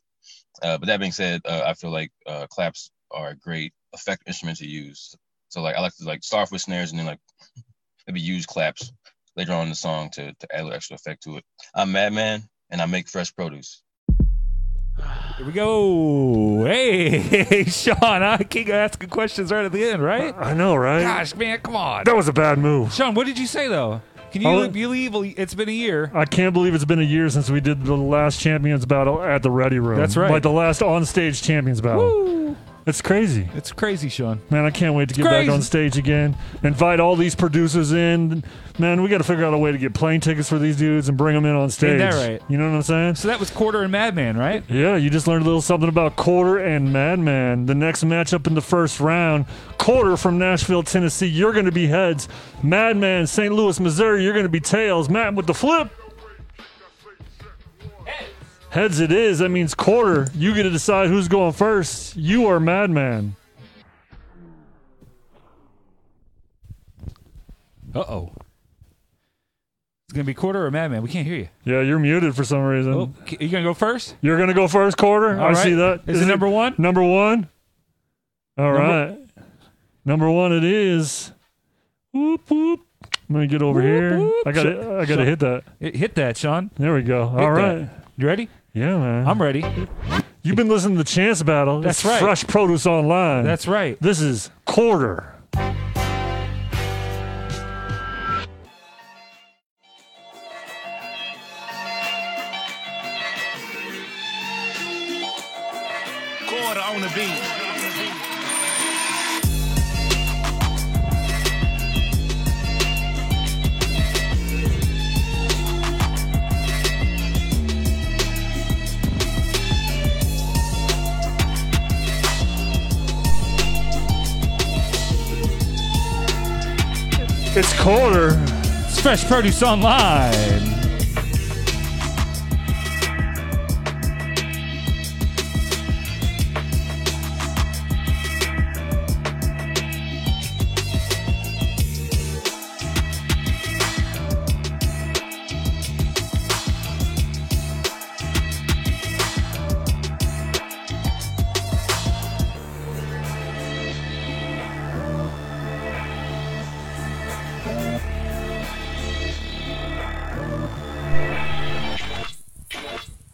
M: Uh, but that being said, uh, I feel like uh, claps are a great effect instrument to use. So like I like to like start off with snares and then like maybe use claps later on in the song to, to add a little extra effect to it. I'm Madman and I make fresh produce.
B: Here we go. Hey, <laughs> Sean, I keep asking questions right at the end, right?
C: I know, right?
B: Gosh, man, come on.
C: That was a bad move.
B: Sean, what did you say, though? Can you
C: Oh.
B: believe it's been a year?
C: I can't believe it's been a year since we did the last champions battle at the Ready Room.
B: That's right.
C: Like the last on stage champions battle. It's crazy.
B: It's crazy, Sean.
C: Man, I can't wait to get
B: crazy.
C: back on stage again. Invite all these producers in. Man, we got to figure out a way to get plane tickets for these dudes and bring them in on stage.
B: Ain't that right?
C: You know what I'm saying?
B: So that was Quarter and Madman, right?
C: Yeah, you just learned a little something about Quarter and Madman. The next matchup in the first round, Quarter from Nashville, Tennessee, you're going to be heads. Madman, St. Louis, Missouri, you're going to be tails. Matt with the flip. Heads it is. That means Quarter. You get to decide who's going first. You are Madman.
B: Uh oh. It's going to be Quarter or Madman. We can't hear you.
C: Yeah, you're muted for some reason.
B: Oh, c- are you going to go first?
C: You're going to go first, Quarter. I
B: All right.
C: see that.
B: Is it number one?
C: Number one. All
B: Number-
C: right. number- one it is. Whoop, whoop. Let me get over here. I got to I got to hit that.
B: Hit that, Sean.
C: There we go.
B: Hit
C: All right.
B: that. You ready?
C: Yeah, man.
B: I'm ready.
C: You've been listening to the Chance Battle.
B: That's
C: It's
B: right.
C: Fresh Produce Online.
B: That's right.
C: This is Quarter.
A: Quarter on the beat.
C: It's Quarter.
B: It's Fresh Produce Online.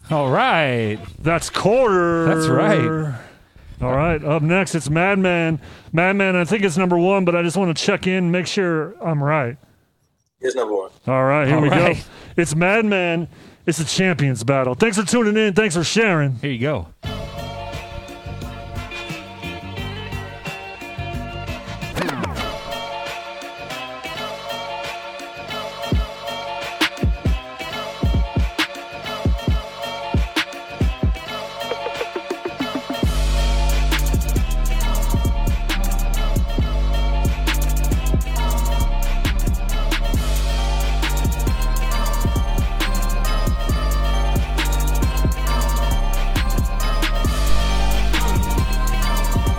B: All right.
C: That's Quarter.
B: That's right.
C: All right. Up next, it's Madman. Madman, I think it's number one, but I just want to check in, make sure I'm right.
H: Here's number one.
C: All right, here
H: All
C: we
H: right.
C: go. It's Madman. It's a champions battle. Thanks for tuning in. Thanks for sharing.
B: Here you go.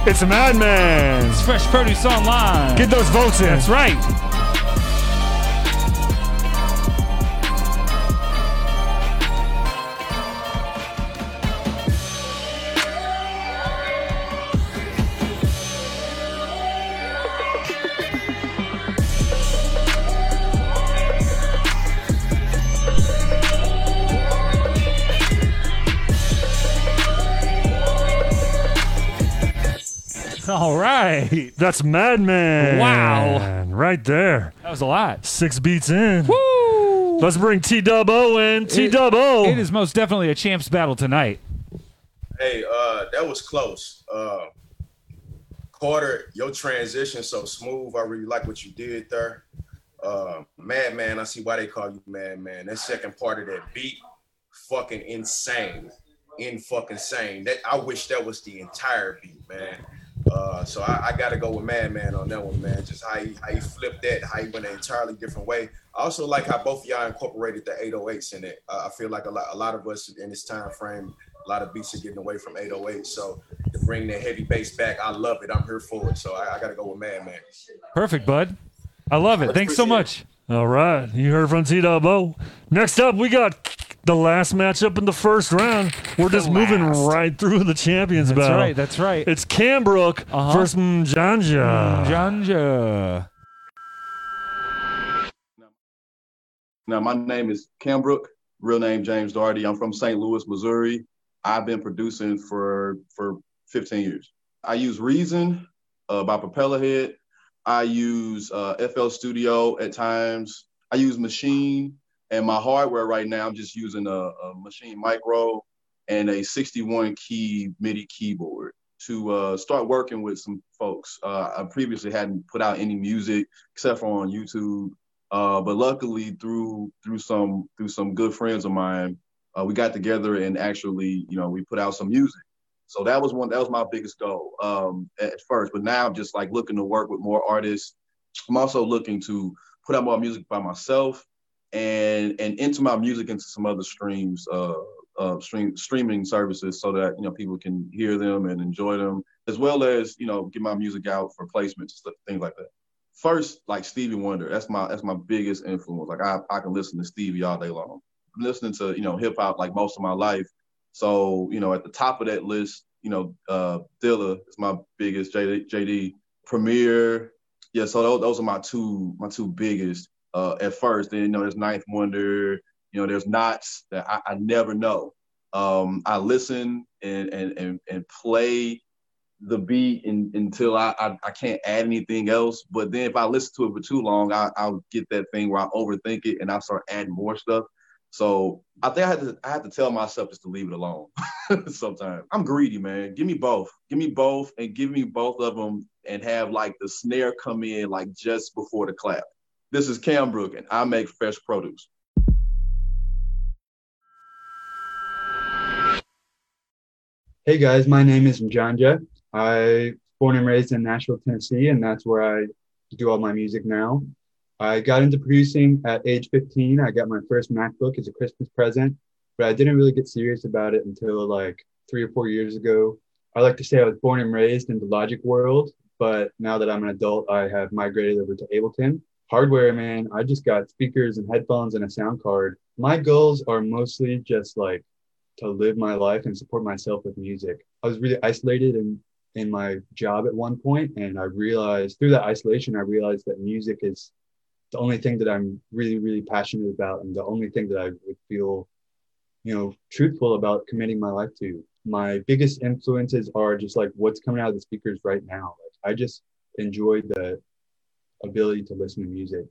C: It's Madman.
B: It's Fresh Produce Online.
C: Get those votes in.
B: That's right. All right.
C: That's Madman.
B: Wow.
C: Right there.
B: That was a lot.
C: Six beats in. Woo! Let's bring T Dub O in. T Dub O.
B: It is most definitely a champs battle tonight.
H: Hey, uh, that was close. Uh, Carter, your transition so smooth. I really like what you did there. Uh, Madman, I see why they call you Madman. That second part of that beat, fucking insane, in fucking sane. That I wish that was the entire beat, man. Uh, so I, I gotta go with Madman on that one, man. Just how he how he flipped that, how he went an entirely different way. I also like how both of y'all incorporated the 808s in it. Uh, I feel like a lot a lot of us in this time frame, a lot of beats are getting away from 808. So to bring that heavy bass back, I love it. I'm here for it. So I, I gotta go with Madman.
B: Perfect, bud. I love it. Thanks so much.
C: All right, you heard from T Dubbo. Next up, we got the last matchup in the first round. We're just moving right through the champions
B: That's
C: battle.
B: right, that's right. Uh-huh.
C: It's Cambrook versus Mjanja.
B: Janja.
N: Now, my name is Cam Brook, real name James Doherty. I'm from St. Louis, Missouri. I've been producing for for 15 years. I use Reason uh, by Propellerhead. I use uh, FL Studio at times. I use Machine and my hardware right now. I'm just using a, a Machine Micro and a 61 key MIDI keyboard to uh, start working with some folks. Uh, I previously hadn't put out any music except for on YouTube, uh, but luckily through through some through some good friends of mine, uh, we got together and actually you know we put out some music. So that was one that was my biggest goal um, at first, but now I'm just like looking to work with more artists. I'm also looking to put out more music by myself and and into my music into some other streams uh, uh stream streaming services so that you know people can hear them and enjoy them as well as you know get my music out for placements stuff, things like that first like stevie wonder that's my that's my biggest influence like i, I can listen to stevie all day long i'm listening to you know hip-hop like most of my life so you know at the top of that list you know uh dilla is my biggest jd, JD premier yeah so those, those are my two my two biggest uh, at first. Then you know, there's Ninth Wonder. You know, there's knots that I, I never know. Um, I listen and and and, and play the beat in, until I, I I can't add anything else. But then if I listen to it for too long, I, I'll get that thing where I overthink it and I start adding more stuff. So I think I had to I had to tell myself just to leave it alone. <laughs> Sometimes I'm greedy, man. Give me both. Give me both, and give me both of them, and have like the snare come in like just before the clap. This is Cam Brook, and I make fresh produce.
O: Hey guys, my name is Njanja. I born and raised in Nashville, Tennessee, and that's where I do all my music now. I got into producing at age 15. I got my first MacBook as a Christmas present, but I didn't really get serious about it until like three or four years ago. I like to say I was born and raised in the Logic world, but now that I'm an adult, I have migrated over to Ableton hardware, man. I just got speakers and headphones and a sound card. My goals are mostly just like to live my life and support myself with music. I was really isolated in in my job at one point, and I realized through that isolation, I realized that music is the only thing that I'm really, really passionate about, and the only thing that I would feel, you know, truthful about committing my life to. My biggest influences are just like what's coming out of the speakers right now. Like I just enjoy the ability to listen to music.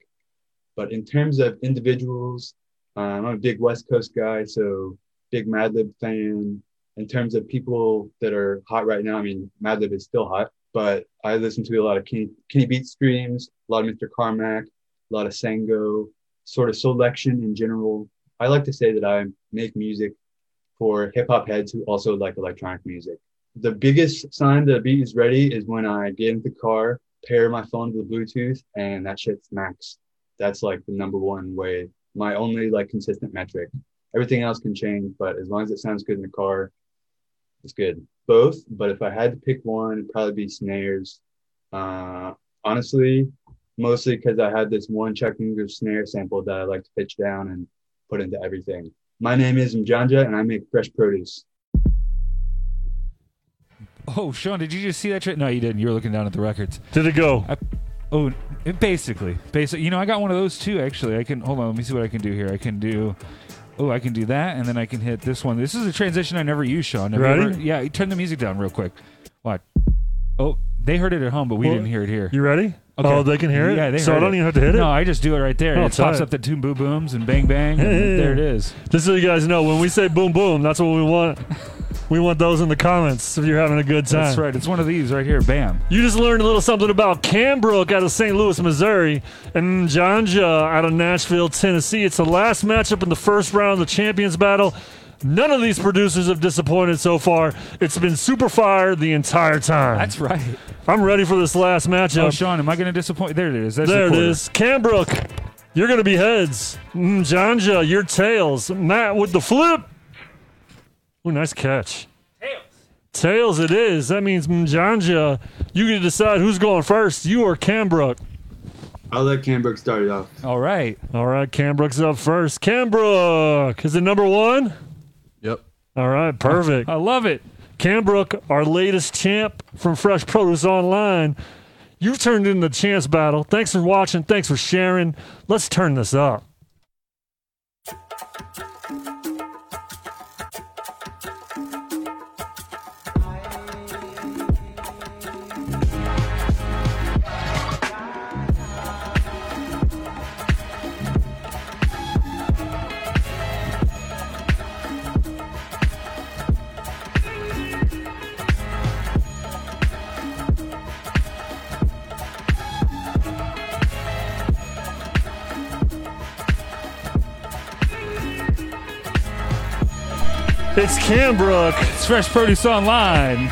O: But in terms of individuals, um, I'm a big West Coast guy, so big Madlib fan. In terms of people that are hot right now, I mean, Madlib is still hot, but I listen to a lot of Kenny, Kenny Beat streams, a lot of Mr. Carmack, a lot of Sango, sort of selection in general. I like to say that I make music for hip hop heads who also like electronic music. The biggest sign that a beat is ready is when I get in the car pair my phone to the Bluetooth and that shit's max. That's like the number one way, my only like consistent metric. Everything else can change, but as long as it sounds good in the car, it's good. Both, but if I had to pick one, it'd probably be snares. Uh, honestly, mostly because I had this one checking groove snare sample that I like to pitch down and put into everything. My name is Mjanja and I make fresh produce.
B: Oh, Sean, did you just see that? Tra- no, you didn't. You were looking down at the records.
C: Did it go?
B: I, oh, it basically, basically. You know, I got one of those too. Actually, I can hold on. Let me see what I can do here. I can do. Oh, I can do that, and then I can hit this one. This is a transition I never use, Sean. Have you
C: Ready?
B: ever- yeah, turn the music down real quick. What? Oh, they heard it at home, but we
C: Well,
B: didn't hear it here.
C: you ready? Oh, they can hear it?
B: Yeah, they
C: So I
B: heard
C: don't even have to hit it?
B: No, I just do it right there.
C: Oh,
B: it pops
C: tight.
B: up the two boom booms and bang bang. and there it is.
C: Just so you guys know, when we say boom boom, that's what we want. We want those in the comments if you're having a good time.
B: That's right. It's one of these right here. Bam.
C: You just learned a little something about Cambrook out of St. Louis, Missouri, and Janja out of Nashville, Tennessee. It's the last matchup in the first round of the Champions Battle. None of these producers have disappointed so far. It's been super fire the entire time.
B: That's right.
C: I'm ready for this last matchup.
B: Oh, Sean, am I going to disappoint? There it is. That's the
C: there it
B: quarter.
C: is. Cambrook, you're going to be heads. Mm, Janja, your tails. Matt with the flip. Ooh, nice catch. Tails. Tails it is. That means Mjanja, you get to decide who's going first. You or Cambrook.
O: I'll let Cambrook start it off.
B: All right.
C: All right, Cambrook's up first. Cambrook, is it number one?
P: Yep.
C: All right, perfect.
B: I love it.
C: Cambrook, our latest champ from Fresh Produce Online. You've turned in the chance battle. Thanks for watching. Thanks for sharing. Let's turn this up. It's Cambrook. It's
B: Fresh Produce Online.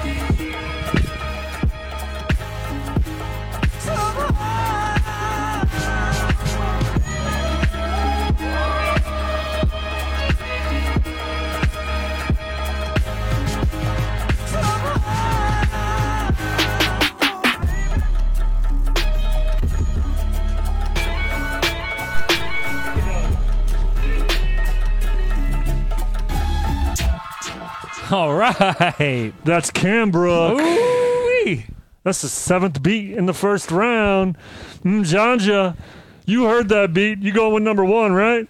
B: <laughs> All right.
C: That's Cambrook.
B: Ooh-wee.
C: That's the seventh beat in the first round. Mjanja, you heard that beat. You going with number one, right?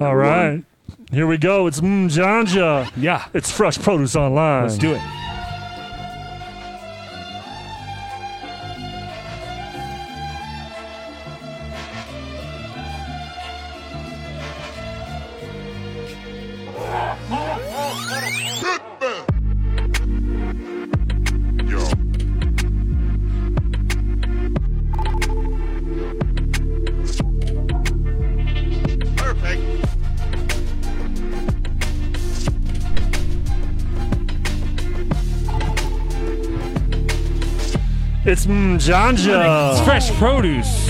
C: All
B: Number
C: right.
B: one.
C: Here we go. It's Mjanja.
B: Yeah.
C: It's Fresh Produce Online.
B: Let's do it.
C: It's mm, Mjanja.
B: It's fresh produce.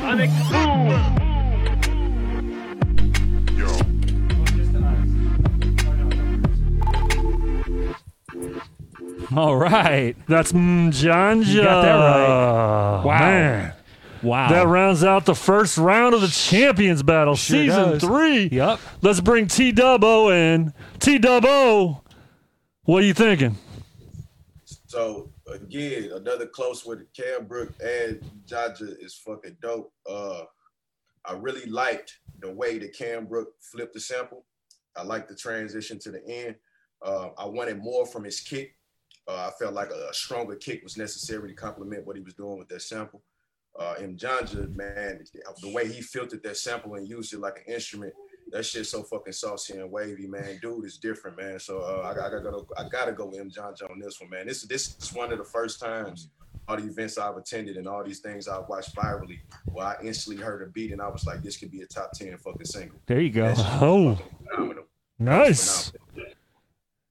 F: Sonic Boom!
B: All right.
C: That's Mjanja.
B: You got that right. Wow.
C: Man.
B: Wow.
C: That rounds out the first round of the Champions Battle,
B: Sure
C: Season
B: does.
C: 3.
B: Yep.
C: Let's bring T Dubbo in. T Dubbo, what are you thinking?
H: So again, another close with Cam Brook and Jaja is fucking dope. Uh, I really liked the way that Cam Brook flipped the sample. I liked the transition to the end. Uh, I wanted more from his kick. Uh, I felt like a, stronger kick was necessary to complement what he was doing with that sample. Uh, and Jaja, man, the way he filtered that sample and used it like an instrument, that shit's so fucking saucy and wavy, man. Dude is different, man. So uh, I, I gotta go. I gotta go with M. John on this one, man. This this is one of the first times all the events I've attended and all these things I've watched virally where I instantly heard a beat and I was like, this could be a top ten fucking single.
B: There you go.
C: Oh,
H: Phenomenal.
C: nice.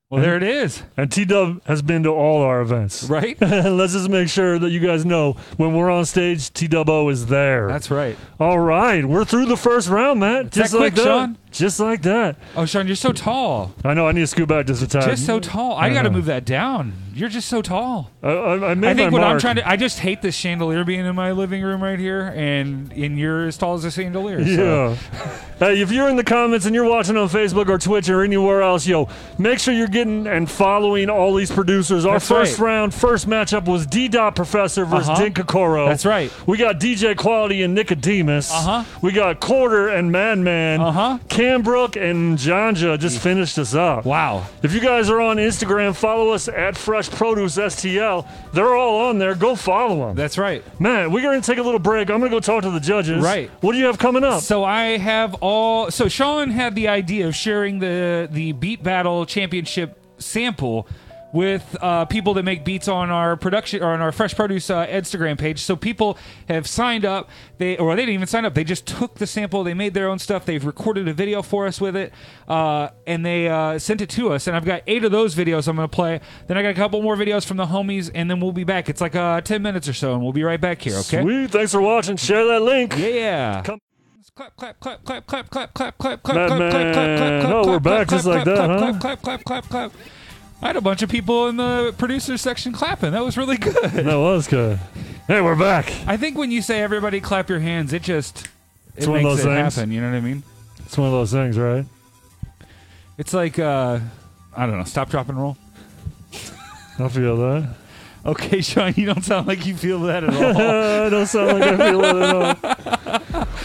B: Well, there it is.
C: And T Dub has been to all our events.
B: Right?
C: <laughs> Let's just make sure that you guys know when we're on stage, T Dubbo is there.
B: That's right.
C: All right. We're through the first round, Matt.
B: that
C: Just like that.
B: quick, Sean?
C: Just like that.
B: Oh, Sean, you're so tall.
C: I know. I need to scoot back just a time.
B: Just so tall. I
C: I
B: got to
C: know.
B: move that down. You're just so tall.
C: I, I, I, made
B: I think
C: my
B: what I'm
C: mark.
B: trying to, I just hate this chandelier being in my living room right here, and in you're as tall as a chandelier.
C: Yeah.
B: So.
C: Hey, if you're in the comments and you're watching on Facebook or Twitch or anywhere else, yo, make sure you're getting and following all these producers. Our
B: That's
C: first
B: right.
C: round, first matchup was D Dot Professor versus
B: Uh-huh.
C: Din Kokoro.
B: That's right.
C: We got DJ Quality and Nicodemus.
B: Uh-huh.
C: We got Quarter and Madman. Uh huh. Cambrook and Janja just finished us up.
B: Wow.
C: If you guys are on Instagram, follow us at Fresh Produce STL. They're all on there. Go follow them.
B: That's right.
C: Man, we're gonna take a little break. I'm gonna go talk to the judges.
B: Right.
C: What do you have coming up?
B: So I have all. So Sean had the idea of sharing the the beat battle championship sample with uh, people that make beats on our production or on our fresh produce uh, Instagram page. So people have signed up. They or they didn't even sign up. They just took the sample. They made their own stuff. They've recorded a video for us with it, uh, and they uh, sent it to us. And I've got eight of those videos. I'm going to play. Then I got a couple more videos from the homies, and then we'll be back. It's like uh, ten minutes or so, and we'll be right back here. Okay.
C: Sweet. Thanks for watching. Share that link.
B: Yeah.
C: Come.
B: Clap, clap, clap, clap, clap, clap, clap, clap,
C: Matt
B: clap, clap, clap, clap,
C: Man.
B: clap, clap,
C: Oh,
B: clap,
C: we're back
B: clap,
C: just
B: clap,
C: like
B: clap,
C: that,
B: clap,
C: huh?
B: Clap, clap, clap, clap, clap. I had a bunch of people in the producer section clapping. That was really good.
C: That was good. Hey, we're back.
B: I think when you say everybody clap your hands, it just
C: It's
B: it
C: one of
B: makes
C: those
B: it
C: things.
B: happen. You know what I mean?
C: It's one of those things, right?
B: It's like uh, I don't know. Stop, drop, and roll.
C: I feel that.
B: Okay, <laughs> Sean, you don't sound like you feel that at
C: <laughs>
B: all.
C: I don't sound like I feel it at all. <laughs>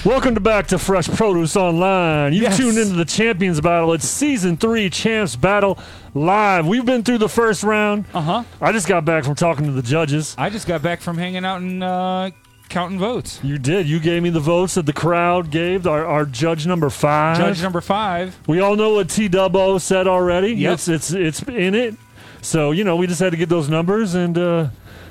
C: Welcome to back to Fresh Produce Online. You've
B: Yes.
C: tuned into the Champions Battle. It's season three Champs Battle live. We've been through the first round. Uh
B: huh.
C: I just got back from talking to the judges.
B: I just got back from hanging out in uh, counting votes.
C: You did. You gave me the votes that the crowd gave. Our, our judge number five.
B: Judge number five.
C: We all know what T Dubbo said already.
B: Yep.
C: It's it's it's in it. So you know we just had to get those numbers and uh,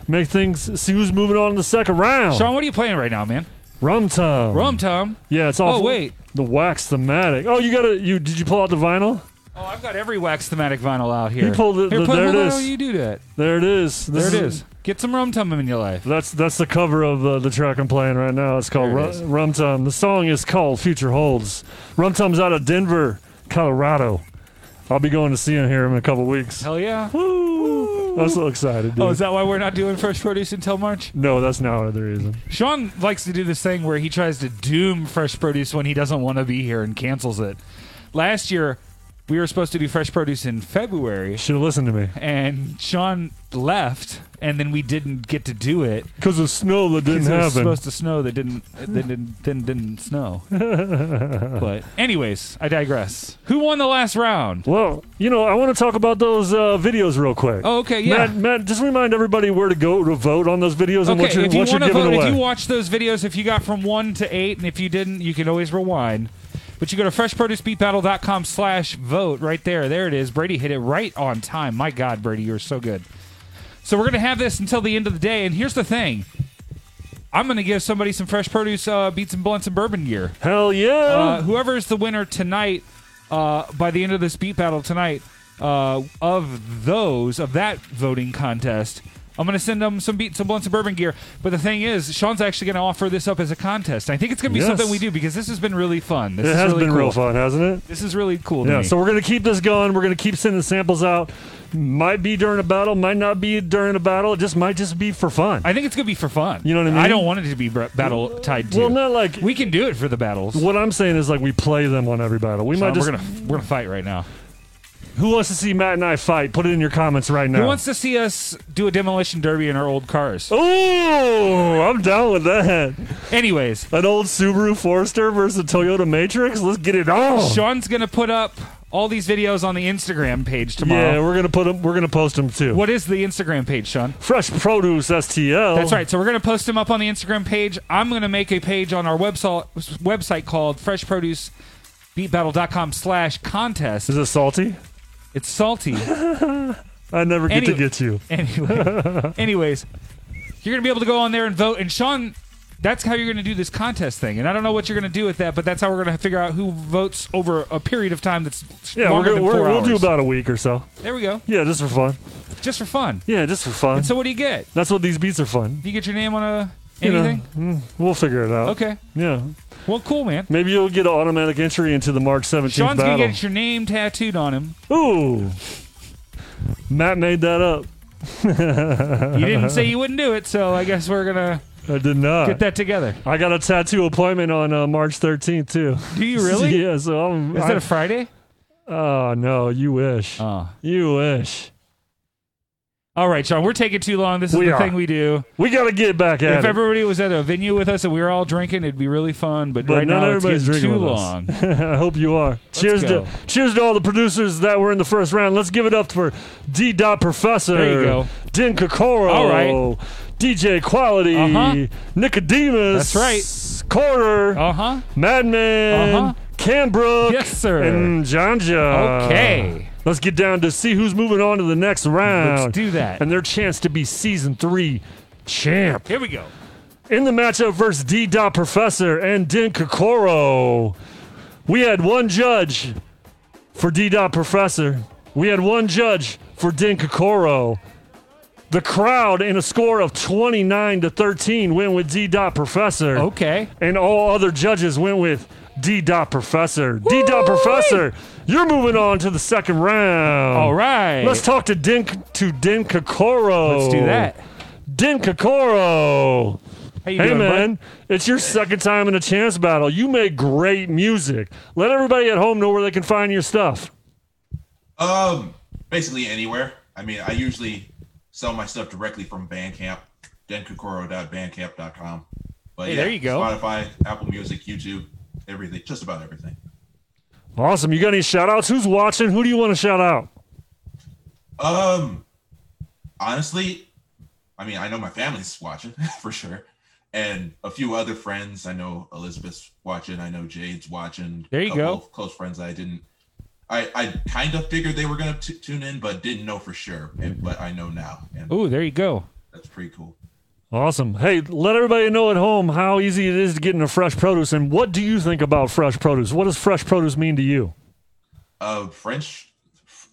C: make things see who's moving on in the second round.
B: Sean, what are you playing right now, man?
C: Rum Tum.
B: Rum Tum.
C: Yeah, it's all.
B: Oh, wait.
C: The wax thematic. Oh, you got to You did you pull out the vinyl?
B: Oh, I've got every wax thematic vinyl out here.
C: He pulled it-
B: Here,
C: the-
B: put-
C: there it
B: why
C: is.
B: don't You do that.
C: There it is.
B: There it is. Get some rum tum in your life.
C: That's that's the cover of uh, the track I'm playing right now. It's called
B: There it
C: Ru-
B: is.
C: Rum Tum. The song is called Future Holds. Rum Tum's out of Denver, Colorado. I'll be going to see him here in a couple weeks.
B: Hell yeah.
C: I'm so excited. Dude.
B: Oh, is that why we're not doing fresh produce until March?
C: no, that's not the reason.
B: Sean likes to do this thing where he tries to doom fresh produce when he doesn't want to be here and cancels it. Last year, we were supposed to do fresh produce in February,
C: Should have listened to me.
B: and Sean left, and then we didn't get to do it.
C: Because of snow that didn't
B: 'Cause it was
C: happen.
B: supposed to snow that didn't
C: <laughs>
B: that didn't, didn't, didn't snow. but anyways, I digress. Who won the last round?
C: Well, you know, I want to talk about those uh, videos real quick.
B: Oh, okay, yeah.
C: Matt, Matt, just remind everybody where to go to vote on those videos and what you're,
B: if you
C: what you're
B: wanna
C: giving
B: vote,
C: away.
B: if you watch those videos, if you got from one to eight, and if you didn't, you can always rewind. But you go to freshproducebeatbattle.com slash vote right there. There it is. Brady hit it right on time. My God, Brady, you're so good. So we're going to have this until the end of the day. And here's the thing. I'm going to give somebody some fresh produce uh, beats and blunts and bourbon gear.
C: Hell yeah!
B: Uh, whoever is the winner tonight, uh, by the end of this beat battle tonight, uh, of those of that voting contest, I'm going to send them some beats and blunts and bourbon gear. But the thing is, Sean's actually going to offer this up as a contest. I think it's going to be
C: Yes.
B: something we do because this has been really fun. This
C: it
B: is
C: has
B: really
C: been
B: cool.
C: real fun, hasn't it?
B: This is really cool. to
C: Yeah,
B: me.
C: so we're gonna keep this going. We're gonna keep sending samples out. Might be during a battle, might not be during a battle. It just might just be for fun.
B: I think it's going to be for fun.
C: You know what I mean?
B: I don't want it to be br- battle tied to.
C: Well, not like
B: we can do it for the battles.
C: What I'm saying is like we play them on every battle. We
B: Sean,
C: might just.
B: we're gonna we're gonna fight right now.
C: Who wants to see Matt and I fight? Put it in your comments right now.
B: Who wants to see us do a demolition derby in our old cars?
C: Oh, I'm down with that.
B: Anyways,
C: an old Subaru Forester versus a Toyota Matrix. Let's get it on.
B: Sean's gonna put up all these videos on the Instagram page tomorrow.
C: Yeah, we're gonna put them. We're gonna post them too.
B: What is the Instagram page, Sean?
C: Fresh Produce STL.
B: That's right. So we're going to post them up on the Instagram page. I'm going to make a page on our website website called freshproducebeatbattle.com slash contest.
C: Is it salty?
B: It's salty.
C: <laughs> I never get to
B: Any-
C: get you. <laughs>
B: Anyway, anyways, you're gonna be able to go on there and vote. And Sean, that's how you're gonna do this contest thing. And I don't know what you're gonna do with that, but that's how we're gonna figure out who votes over a period of time that's
C: Yeah, we're
B: longer
C: gonna,
B: than
C: we're,
B: 4
C: we'll do
B: hours.
C: about a week or so.
B: There we go.
C: Yeah, just for fun.
B: Just for fun.
C: Yeah, just for fun.
B: And so, what do you get?
C: That's what these beats are fun.
B: You get your name on a
C: You know,
B: anything?
C: mm, we'll figure it out.
B: Okay.
C: Yeah.
B: Well, cool, man.
C: Maybe you'll get an automatic entry into the March 17th
B: Sean's
C: battle.
B: gonna get your name tattooed on him.
C: Ooh. Matt made that up. you
B: You
C: <laughs>
B: didn't say you wouldn't do it, so I guess we're gonna
C: I did not.
B: get that together.
C: I got a tattoo appointment on uh, March 13th too.
B: Do you
C: <laughs>
B: really?
C: yeah. So I'm.
B: Is
C: I-
B: that a Friday? Oh.
C: Oh no, you wish. You wish.
B: All right, Sean, we're taking too long. This is
C: We
B: the
C: are.
B: thing we do.
C: We gotta get back at
B: if
C: it.
B: everybody was at a venue with us and we were all drinking, it'd be really fun. But,
C: but
B: right
C: not
B: now, it's
C: everybody's
B: getting
C: drinking
B: too
C: with
B: long.
C: us. <laughs> I hope you are. cheers
B: go.
C: to cheers to all the producers that were in the first round. Let's give it up for D. Dot Professor.
B: There you go.
C: Din Kokoro.
B: All right.
C: DJ Quality.
B: Uh-huh.
C: Nicodemus.
B: That's right.
C: Quarter.
B: Uh huh.
C: Madman.
B: Uh-huh.
C: Cam Brooks.
B: Yes, sir.
C: And Janja.
B: Okay.
C: Let's get down to see who's moving on to the next round.
B: Let's do that.
C: And their chance to be season three champ.
B: Here we go.
C: In the matchup versus D. Dot Professor and Din Kokoro, we had one judge for D. Dot Professor. We had one judge for Din Kokoro. The crowd in a score of 29 to 13 went with D. Dot Professor.
B: Okay.
C: And all other judges went with D. Dot Professor. D. Dot Professor, you're moving on to the second round.
B: All right.
C: Let's talk to Din to Din Kokoro.
B: Let's do that.
C: Din Kokoro.
B: How you
C: hey
B: doing, bud?
C: man, it's your second time in a chance battle. You make great music. Let everybody at home know where they can find your stuff.
E: Um, basically anywhere. I mean, I usually sell my stuff directly from Bandcamp, denkokoro.bandcamp.com. But
B: Hey,
E: yeah,
B: there you go.
E: Spotify, Apple Music, YouTube, everything, just about everything.
C: Awesome. You got any shout outs? Who's watching? Who do you want to shout out?
E: Uh, Um, honestly, I mean, I know my family's watching <laughs> for sure. and a few other friends. I know Elizabeth's watching. I know Jade's watching.
B: There you
E: Couple
B: go.
E: of Close friends. I didn't. I, I kind of figured they were gonna t- tune in, but didn't know for sure. And, but I know now, and
B: Ooh, there you go.
E: that's pretty cool.
C: Awesome. Hey, let everybody know at home how easy it is to get into fresh produce and what do you think about fresh produce? What does fresh produce mean to you?
E: Uh, French,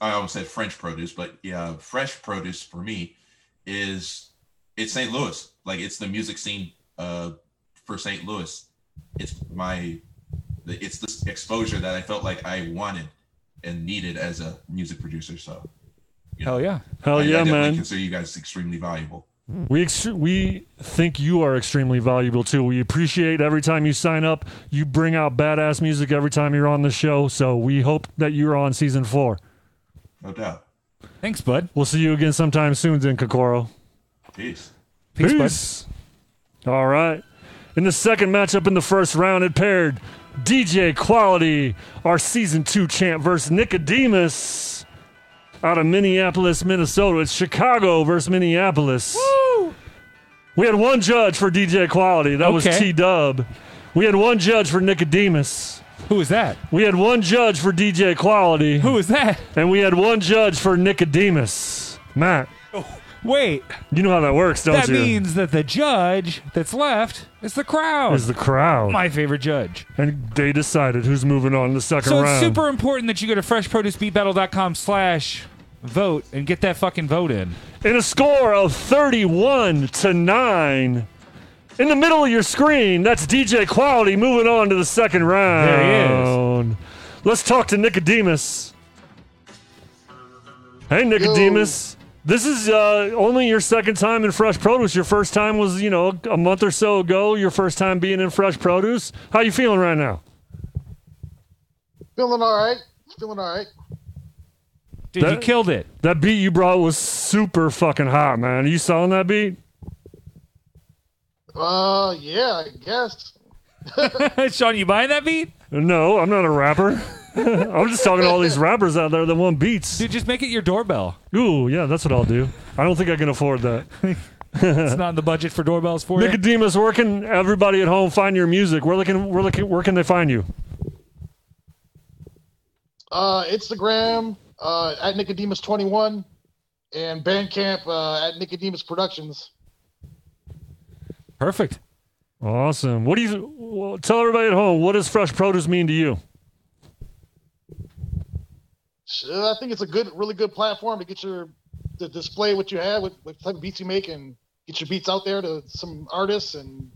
E: I almost said French produce, but yeah, fresh produce for me is it's St. Louis. Like it's the music scene uh, for St. Louis. It's my, it's this exposure that I felt like I wanted and needed as a music producer. So
B: Hell yeah.
C: Hell
E: I, I
C: yeah,
E: definitely
C: man.
E: Consider you guys extremely valuable.
C: We ex- we think you are extremely valuable too. We appreciate every time you sign up. You bring out badass music every time you're on the show. So we hope that you're on season four.
E: No doubt.
B: Thanks, bud.
C: We'll see you again sometime soon, then Kokoro.
E: Peace.
B: Peace, bud.
C: All right. In the second matchup in the first round, it paired DJ Quality, our season two champ, versus Nicodemus out of Minneapolis, Minnesota. It's Chicago versus Minneapolis. Woo! We had one judge for DJ Quality. That was
B: Okay.
C: T Dub. We had one judge for Nicodemus.
B: Who was that?
C: We had one judge for DJ Quality. Who
B: was that?
C: And we had one judge for Nicodemus. Matt.
B: Oh, Wait.
C: You know how that works, don't
B: That
C: you?
B: means that the judge that's left is the crowd.
C: is the crowd.
B: My favorite judge.
C: And they decided who's moving on to the second
B: so
C: round.
B: it's super important that you go to freshproducebeatbattle.com slash vote and get that fucking vote in.
C: In a score of 31 to 9. In the middle of your screen, that's DJ Quality moving on to the second round.
B: There
C: he is. Let's talk to Nicodemus. Hey, Nicodemus. This is uh, only your second time in fresh produce. Your first time was, you know, a month or so ago. Your first time being in fresh produce. How you feeling right now?
K: Feeling all right. Feeling all right.
B: Dude, you killed it.
C: That beat you brought was super fucking hot, man. Are you selling that beat?
K: Uh, yeah, I
B: <laughs>
K: guess.
B: Sean, you buying that beat?
C: No, I'm not a rapper. <laughs> I'm just talking to all these rappers out there that want beats. Dude,
B: just make it your doorbell.
C: Ooh, yeah, that's what I'll do. I don't think I can afford that.
B: <laughs> It's not in the budget for doorbells for you.
C: Nicodemus, where can everybody at home find your music? Where looking, where looking, where can they find you?
K: Uh, Instagram uh, at Nicodemus twenty one, and Bandcamp uh, at Nicodemus Productions.
B: Perfect.
C: Awesome. What do you well, tell everybody at home? What does fresh produce mean to you?
K: Shit, I think it's a good, really good platform to get your to display what you have, what, what type of beats you make, and get your beats out there to some artists. And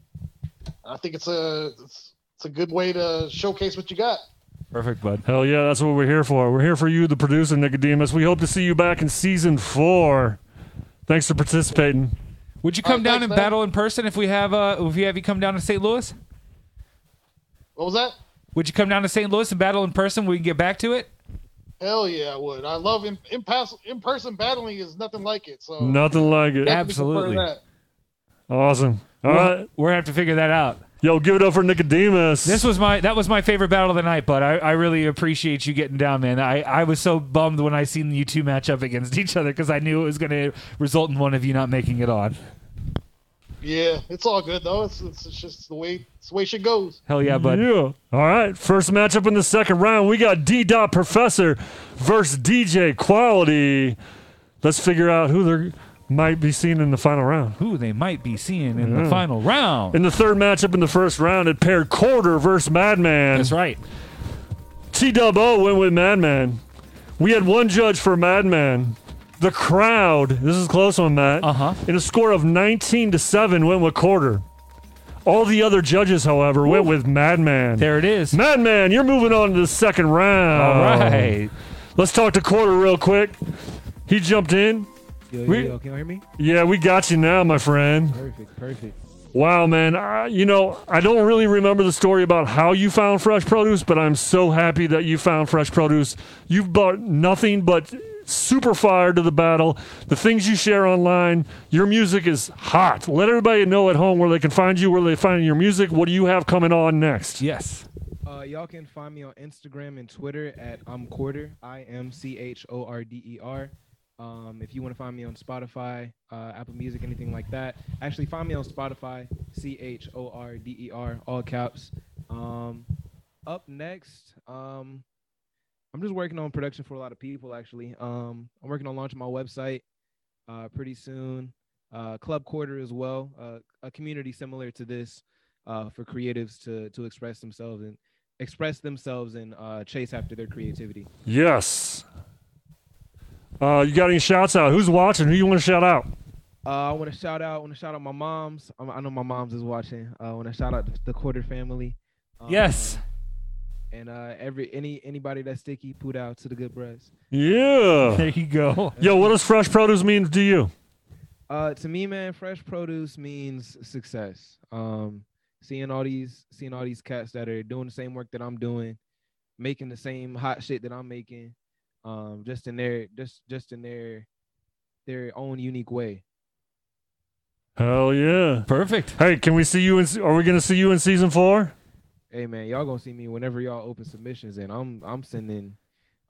K: I think it's a it's, it's a good way to showcase what you got.
B: Perfect, bud.
C: Hell yeah, that's what we're here for. We're here for you, the producer, Nicodemus. We hope to see you back in season four. Thanks for participating.
B: Would you come down and battle in person if we have uh if we have you come down to St. Louis?
K: What was that?
B: Would you come down to St. Louis and battle in person? We can get back to it.
K: Hell yeah, I would. I love in in, pass, in person battling is nothing like it. So
C: Nothing like it.
K: definitely prefer that.
C: Awesome. All
B: we're,
C: right.
B: we're gonna have to figure that out.
C: Yo, give it up for Nicodemus.
B: This was my that was my favorite battle of the night, but I, I really appreciate you getting down, man. I, I was so bummed when I seen you two match up against <laughs> each other because I knew it was gonna result in one of you not making it on.
K: Yeah, it's all good though. It's, it's, it's just the way it's the way shit goes.
B: Hell yeah, bud.
C: All right. First matchup in the second round, we got D Dot Professor versus DJ Quality. Let's figure out who they might be seeing in the final round.
B: Who they might be seeing in
C: Yeah.
B: the final round.
C: Mm-hmm. In the third matchup in the first round, it paired Quarter versus Madman. That's
B: right.
C: T Dub O went with Madman. We had one judge for Madman. The crowd, this is a close one, Matt. Uh
B: Uh-huh.
C: huh. In a score of 19 to 7, went with Quarter. All the other judges, however, went with Madman. There
B: it is.
C: Madman, you're moving on to the second round.
B: All right.
C: Let's talk to Quarter real quick. He jumped in. We-
Q: can you hear me?
C: yeah, we got you now, my friend.
Q: Perfect, perfect.
C: Wow, man. I, you know, I don't really remember the story about how you found fresh produce, but I'm so happy that you found fresh produce. You've brought nothing but super fire to the battle. The things you share online, your music is hot. Let everybody know at home where they can find you, where they find your music. What do you have coming on next?
B: Yes.
Q: Uh, y'all can find me on Instagram and Twitter at um quarter i m c h o r d e r,
L: Um, if you want to find me on Spotify, uh, Apple Music, anything like that, actually find me on Spotify, C H O R D E R, all caps. Um, up next, um, I'm just working on production for a lot of people, actually. Um, I'm working on launching my website uh, pretty soon. Uh, Club Quarter as well, uh, a community similar to this uh, for creatives to, to express themselves and express themselves and uh, chase after their creativity.
C: Yes. Uh, you got any shouts out? Who's watching? Who you want to shout out?
L: Uh, I want to shout out. I want to shout out my moms. Um, I know my moms is watching. Uh, I want to shout out the, the Quarter family. Um,
B: Yes.
L: And uh, every any anybody that's sticky, put out to the good bros.
C: Yeah.
B: There you go.
C: Yo, what does fresh produce mean to you?
L: Uh, to me, man, fresh produce means success. Um, seeing all these seeing all these cats that are doing the same work that I'm doing, making the same hot shit that I'm making, um, just in their just just in their their own unique way.
C: Hell yeah.
B: Perfect.
C: Hey, can we see you in? Are we gonna see you in season four?
L: Hey man, y'all gonna see me whenever y'all open submissions, and I'm I'm sending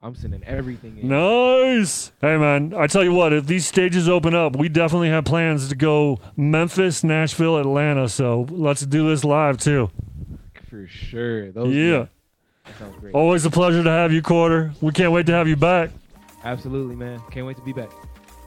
L: I'm sending everything in.
C: Nice. Hey man, I tell you what, if these stages open up, we definitely have plans to go Memphis, Nashville, Atlanta. So let's do this live too.
L: For sure. Those
C: yeah.
L: That sounds great.
C: Always a pleasure to have you, Quarter. We can't wait to have you back.
L: Absolutely, man. Can't wait to be back.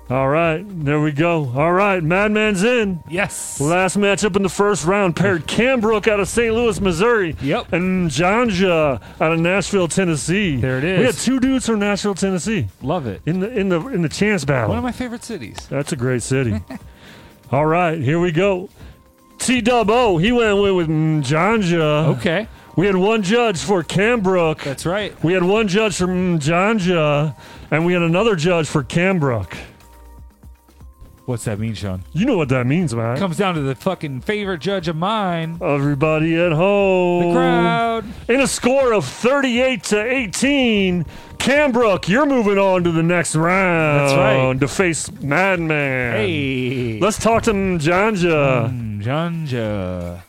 C: All right, there we go. All right, Madman's in.
B: Yes.
C: Last matchup in the first round
B: <laughs>
C: paired Cambrook out of St. Louis, Missouri.
B: Yep.
C: And Janja out of Nashville, Tennessee. There
B: it
C: We
B: is.
C: had two dudes from Nashville, Tennessee.
B: Love it.
C: In the in the in the chance battle.
B: One of my favorite cities.
C: That's a great city. <laughs> All right, here we go. T Dub O, he went away with Janja.
B: Okay.
C: We had one judge for Cambrook.
B: That's right.
C: We had one judge for Janja, and we had another judge for Cambrook.
B: What's that mean, Sean?
C: You know what that means, man.
B: Comes down to the fucking favorite judge of mine.
C: Everybody at home.
B: The crowd.
C: In a score of 38 to 18, Cambrook, you're moving on to the next round.
B: That's right.
C: To face Madman.
B: Hey. Hmm,
C: Let's talk to Janja.
B: Janja.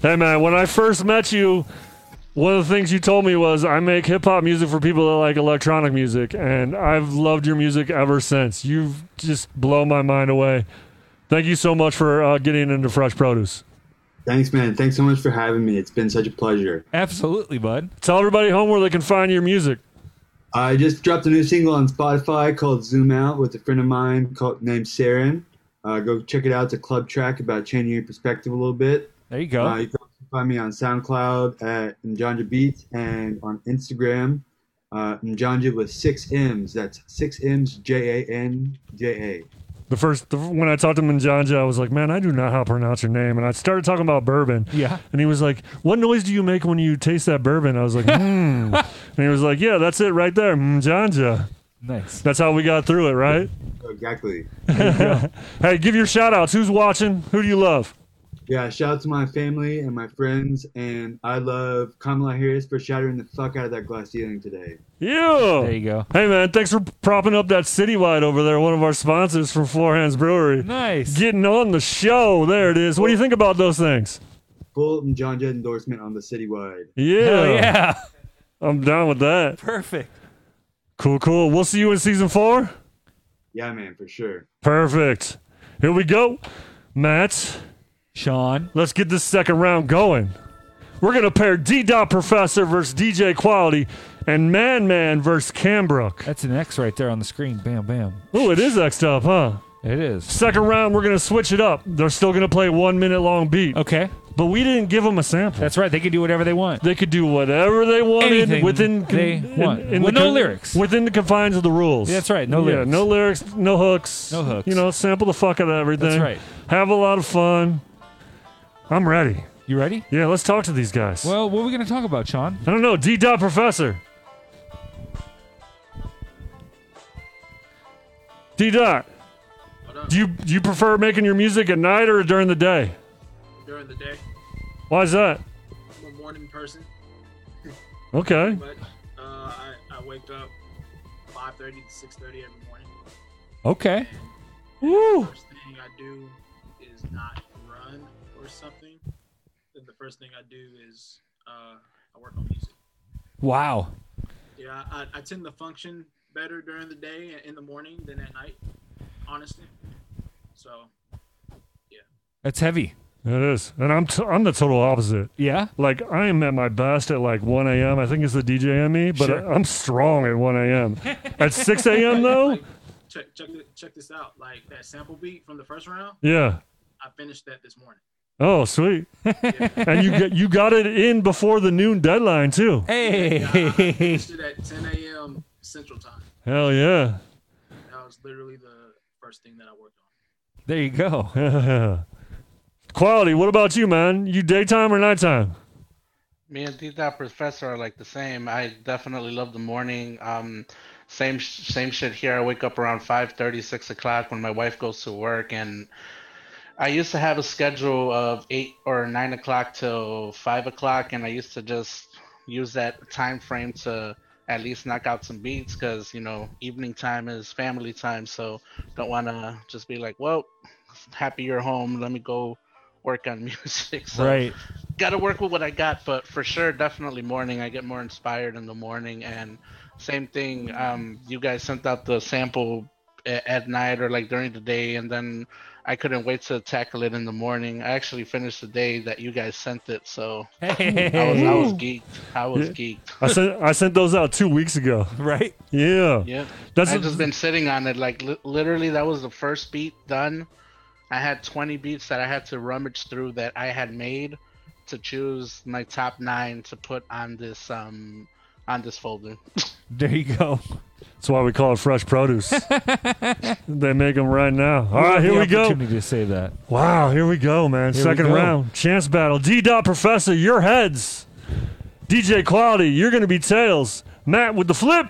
C: Hey, man, when I first met you, one of the things you told me was I make hip hop music for people that like electronic music, and I've loved your music ever since. You've just blown my mind away. Thank you so much for uh, getting into Fresh Produce.
O: Thanks, man. Thanks so much for having me. It's been such a pleasure.
B: Absolutely, bud.
C: Tell everybody home where they can find your music.
O: I just dropped a new single on Spotify called Zoom Out with a friend of mine called, named Saren. Uh, go check it out. It's a club track about changing your perspective a little bit.
B: There you go.
O: Uh, you can also find me on SoundCloud at Njanja Beats and on Instagram, uh, Njanja with six M's. That's six M's, J A N J A.
C: The first the, when I talked to Manjanja, I was like, "Man, I do not know how to pronounce your name." And I started talking about bourbon.
B: Yeah.
C: And he was like, "What noise do you make when you taste that bourbon?" I was
B: <laughs>
C: like, "Hmm." and he was like, "Yeah, that's it right there, Manjanja."
B: Nice.
C: That's how we got through it, right? <laughs>
O: Exactly.
C: hey, give your shout outs. Who's watching? Who do you love?
O: Yeah, shout out to my family and my friends. And I love Kamala Harris for shattering the fuck out of that glass ceiling today.
C: Yeah.
B: There you go.
C: Hey man, thanks for propping up that citywide over there. One of our sponsors from Floor Hands Brewery.
B: Nice.
C: Getting on the show. There it is. What do you think about those things?
O: Full John Jett endorsement on the citywide.
C: Yeah.
B: Hell yeah. <laughs>
C: I'm down with that.
B: Perfect.
C: Cool, cool. We'll see you in season four.
O: Yeah, man, for sure.
C: Perfect. Here we go. Matt.
B: Sean.
C: Let's get this second round going. We're going to pair D Dot Professor versus DJ Quality and Man Man versus Cambrook.
B: That's an X right there on the screen. Bam, bam.
C: Oh, it is X'd up, huh?
B: It is.
C: Second round, we're going to switch it up. They're still going to play one minute long beat.
B: Okay.
C: But we didn't give them a sample.
B: That's right. They can do whatever they want.
C: They could do whatever they wanted
B: Anything
C: within
B: they want. With no lyrics.
C: within the confines of the rules.
B: That's right, no
C: Yeah,
B: lyrics.
C: no lyrics, no hooks,
B: No hooks.
C: You know, sample the fuck out of everything.
B: That's right.
C: Have a lot of fun. I'm ready.
B: You ready?
C: Yeah, let's talk to these guys.
B: Well, what are we going to talk about, Sean?
C: I don't know, D dot professor. D dot. Do you do you prefer making your music at night or during the day?
Q: during the day.
C: Why is that?
Q: I'm a morning person.
C: Okay.
Q: But uh, I, I wake up 5:30 to 6:30 every morning.
B: Okay.
C: Woo.
Q: First thing I do is not run or something. Then the first thing I do is uh, I work on music.
B: Wow.
Q: Yeah, I, I tend to function better during the day and in the morning than at night, honestly. So
B: That's heavy.
C: It is, and I'm t- I'm the total opposite.
B: Yeah,
C: like I am at my best at like 1 a.m. I think it's the DJ in me, but
Q: Sure.
C: I, am strong at 1 a.m. at 6 a.m.
B: <laughs>
C: though,
Q: <laughs> Like, check check th- check this out. Like that sample beat from the first round.
C: Yeah.
Q: I finished that this morning.
C: oh sweet, and you get you got it in before the noon deadline too.
Q: Yeah, I finished it at 10 a.m. Central Time.
C: hell yeah,
Q: That was literally the first thing that I worked on.
B: there you
C: <laughs>
B: go.
C: Quality. What about you, man? You daytime or nighttime?
R: Me and Dita Professor are like the same. I definitely love the morning. Um, same sh- same shit here. I wake up around 5:30, 6 o'clock when my wife goes to work, and I used to have a schedule of eight or nine o'clock till five o'clock, and I used to just use that time frame to at least knock out some beats because you know evening time is family time, so don't want to just be like, well, happy you're home. Let me go work on <laughs> music. So
B: Right.
R: got to work with what I got, but for sure, definitely morning. I get more inspired in the morning, and same thing. Um, you guys sent out the sample a- at night or like during the day, and then I couldn't wait to tackle it in the morning. I actually finished the day that you guys sent it, so I was I was
C: Hey.
R: geeked. I was
C: Yeah.
R: geeked.
C: I sent I sent those out two weeks ago.
B: <laughs> Right.
C: Yeah.
R: Yeah,
C: That's
R: I've just been sitting on it. Like li- literally, that was the first beat done. I had 20 beats that I had to rummage through that I had made to choose my top nine to put on this um on this folder. <laughs>
B: There you go.
C: That's why we call it fresh
B: <laughs>
C: produce. they make them right now. All right, here we go.
B: Opportunity to say that.
C: Wow, here we go, man.
B: Here we
C: Second
B: go.
C: round, chance battle. D Dot Professor, your heads. DJ Quality, you're going to be tails. Matt with the flip.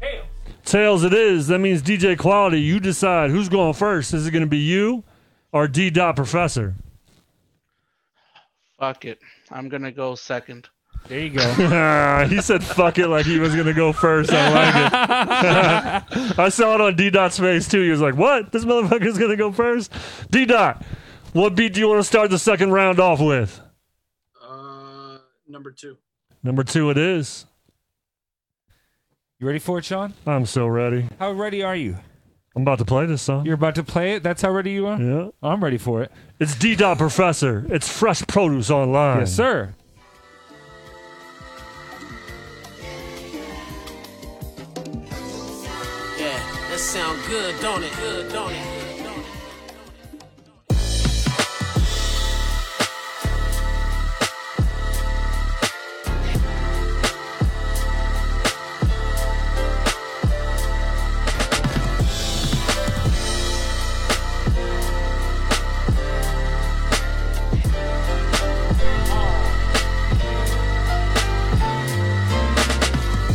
C: Tails. Tails it is. That means DJ Quality, you decide who's going first. Is it going to be you or D Dot Professor?
R: Fuck it, I'm gonna go second.
B: There you
C: <laughs> he said fuck it like he was going to go first. I like it. <laughs> I saw it on D Dot's face too. He was like, what? This motherfucker's going to go first? D Dot, what beat do you want to start the second round off with?
Q: Uh, number two.
C: Number two, it is.
B: You ready for it, Sean?
C: I'm so ready.
B: How ready are you?
C: I'm about to play this song.
B: You're about to play it. That's how ready you are. Oh,
C: Yeah,
B: I'm ready for it.
C: It's D Dot Professor. It's Fresh Produce Online.
B: Yes, sir.
G: Yeah, that sound good, don't it? Good, don't it?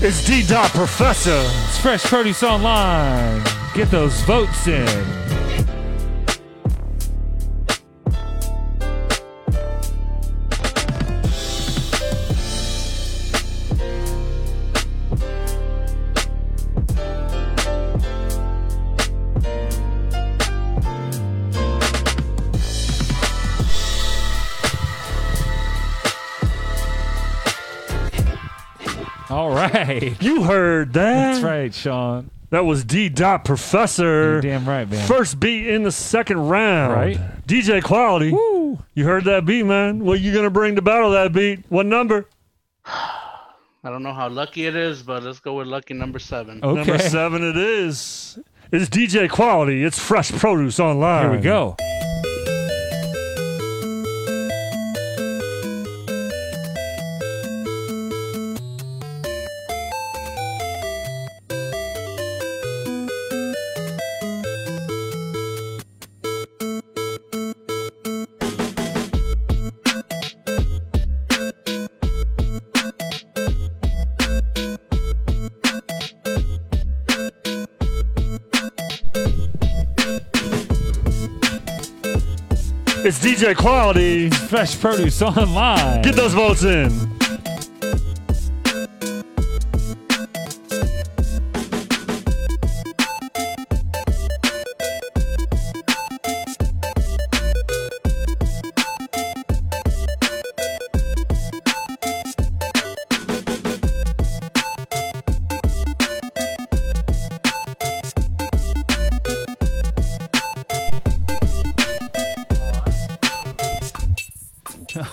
C: It's D Dot Professor. It's
B: Fresh Produce Online. Get those votes in. All right.
C: <laughs> You heard that.
B: That's right, Sean.
C: That was D Dot Professor.
B: You're damn right, man. <laughs>
C: First beat in the second round.
B: Right.
C: DJ Quality. Woo. You heard that beat, man. What you gonna bring to battle that beat? What number?
R: I don't know how lucky it is, but let's go with lucky number seven.
C: Number seven it is. It's DJ Quality. It's Fresh Produce Online.
B: Here we go.
C: It's DJ Quality.
B: Fresh Produce Online.
C: Get those votes in.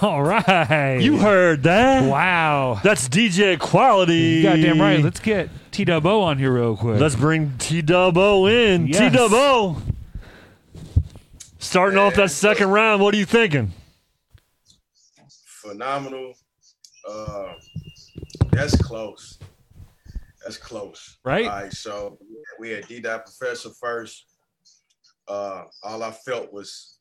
B: All right.
C: You heard that?
B: Wow.
C: That's DJ quality.
B: Goddamn right. Let's get T Dub O on here real quick.
C: Let's bring T Dub O in.
B: Yes.
C: T Dub O. Starting off that second round, what are you thinking?
H: Phenomenal. Uh, that's close. That's close.
B: Right.
H: All right. So we had D Dot Professor first. Uh, all I felt was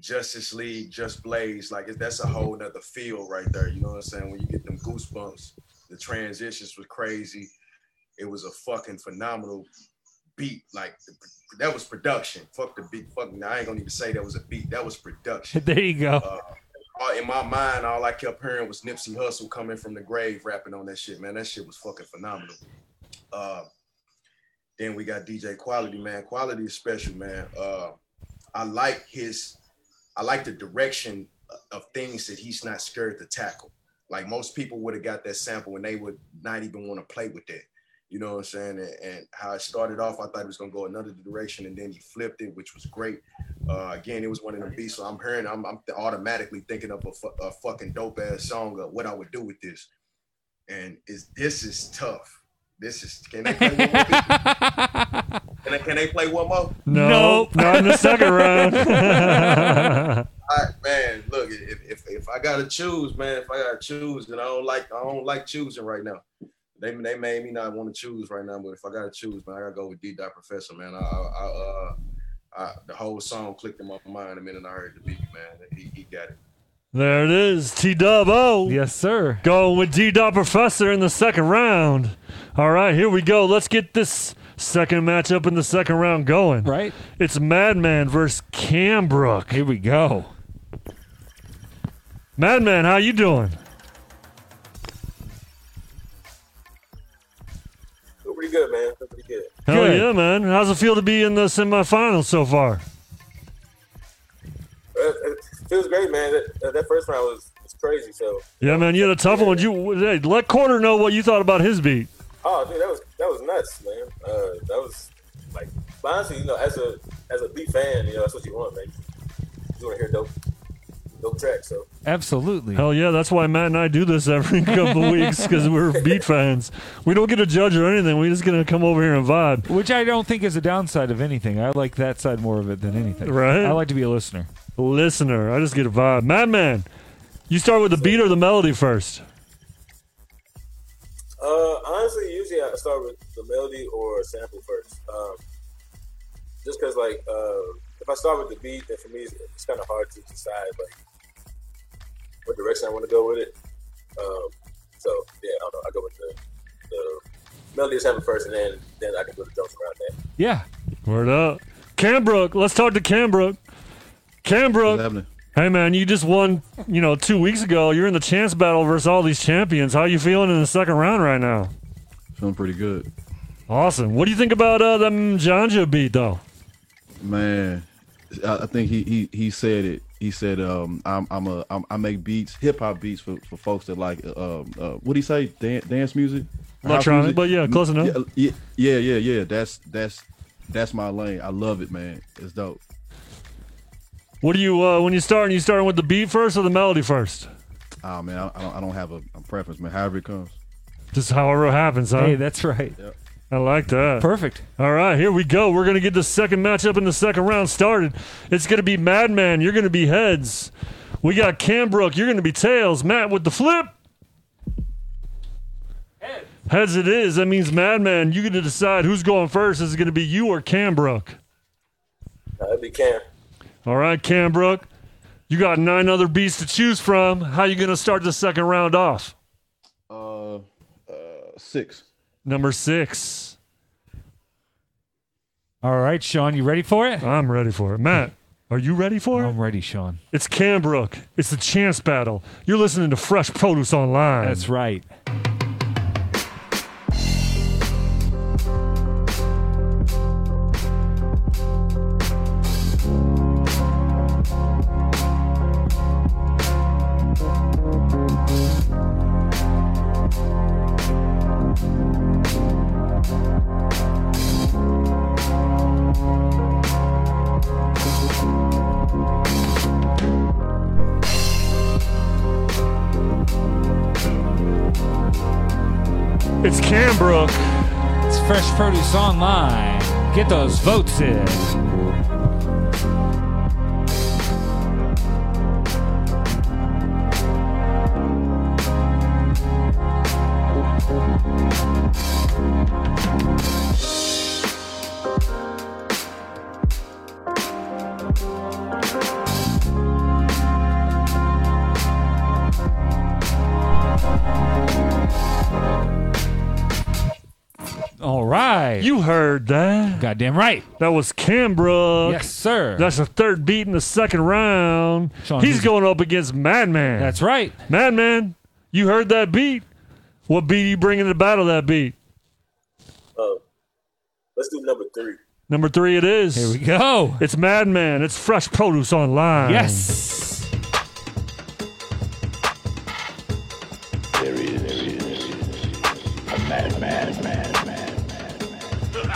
H: Justice League, Just Blaze. Like that's a whole nother feel right there. You know what I'm saying? When you get them goosebumps, the transitions were crazy. It was a fucking phenomenal beat. Like that was production. Fuck the beat. Fuck. I ain't gonna even say that was a beat. That was production.
B: <laughs> There you go.
H: Uh, all- in my mind, all I kept hearing was Nipsey Hussle coming from the grave rapping on that shit, man. That shit was fucking phenomenal. Uh, then we got DJ Quality, man. Quality is special, man. Uh, I like his, I like the direction of things that he's not scared to tackle. Like most people would have got that sample and they would not even want to play with that. You know what I'm saying? And, and how it started off, I thought it was gonna go another direction, and then he flipped it, which was great. Uh, again, it was one of them beats, so I'm hearing, I'm, I'm automatically thinking of a, fu- a fucking dope ass song of what I would do with this. And is this is tough? This is can they play one more? beat? can, they, can they play one more?
C: Nope. Not in the second round.
H: All right, man. Look, if, if if I gotta choose, man, if I gotta choose, then I don't like I don't like choosing right now. They they made me not want to choose right now, but if I gotta choose, man, I gotta go with D Dot Professor, man. I I, I, uh, I the whole song clicked in my mind the minute I heard the beat, man. He, he got it.
C: There it is, T Dub O.
B: Yes, sir.
C: Going with D Dub Professor in the second round. All right, here we go. Let's get this second matchup in the second round going.
B: Right.
C: It's Madman versus Cambrook.
B: Here we go.
C: Madman, how you doing?
S: Feel pretty good, man. Feel pretty good.
C: Hell yeah, man. How's it feel to be in the semifinals so far?
S: It, it feels uh, great, man. That, that first round was, was crazy. So,
C: Yeah, man, you had a tough one. You hey, let Corner know what you thought about his beat.
S: oh, dude, that was that was nuts, man. Uh, that was like, but honestly, you know, as a as a B fan, you know, that's what you want, man. You want to hear dope, dope tracks. So,
B: Absolutely.
C: Hell yeah, that's why Matt and I do this every <laughs> couple of weeks because we're beat fans. We don't get to judge or anything. We're just gonna come over here and vibe.
B: Which I don't think is a downside of anything. I like that side more of it than anything.
C: Right.
B: I like to be a listener.
C: Listener, I just get a vibe. Madman, you start with the beat or the melody first?
S: uh, honestly, usually I start with the melody or a sample first, um, just because like uh, if I start with the beat, then for me it's, it's kind of hard to decide like what direction I want to go with it. Um, so yeah, I don't know. I go with the, the melody or sample first, and then then I can go to jumps around that.
B: Yeah.
C: Word up. Cambrook, let's talk to Cambrook. Cambrook. Hey man, you just won, you know, two weeks ago. You're in the chance battle versus all these champions. How you feeling in the second round right now?
N: Feeling pretty good.
C: Awesome. What do you think about uh, them Janja beat though?
N: Man, I, I think he, he he said it. He said, um, I'm I'm a I'm, I make beats, hip hop beats for, for folks that like uh, um uh, what do he say? Dan- dance music, House
C: Electronic, but yeah, close enough.
N: Yeah, yeah, yeah, yeah. That's that's that's my lane. I love it, man. It's dope.
C: What do you uh, when you starting? You starting with the beat first or the melody first?
N: Ah, man, I, I don't I don't have a, a preference, man. However it comes.
C: Just however it happens, huh?
N: Hey,
B: that's right.
C: I like that.
B: Perfect.
C: All right, here we go. We're gonna get the second matchup in the second round started. It's gonna be Madman. You're gonna be heads. We got Cambrook. You're gonna be tails. Matt with the flip. Heads it is. That means Madman. You get to decide who's going first. Is it gonna be you or Cambrook?
S: Uh, That'd be Cam.
C: All right, Cambrook. You got nine other beats to choose from. How you gonna start the second round off?
N: Uh, uh, six.
C: Number six.
B: All right, Sean, you ready for it?
C: I'm ready for it. Matt, are you ready for it?
B: I'm ready, Sean.
C: It's Cambrook. It's the chance battle. You're listening to Fresh Produce Online.
B: That's right.
C: It's Canberra.
B: It's Fresh Produce Online. Get those votes in. All right.
C: You heard that.
B: Goddamn right.
C: That was Canberra.
B: Yes, sir.
C: That's the third beat in the second round. He's
B: who's-
C: going up against Madman.
B: That's right.
C: Madman, you heard that beat. What beat you bringing to battle that beat?
S: Um, let's do number three.
C: Number three it is.
B: Here we go.
C: It's Madman. It's Fresh Produce Online.
B: Yes.
T: There he is, there he is, there he is. A mad, mad, mad, mad, mad,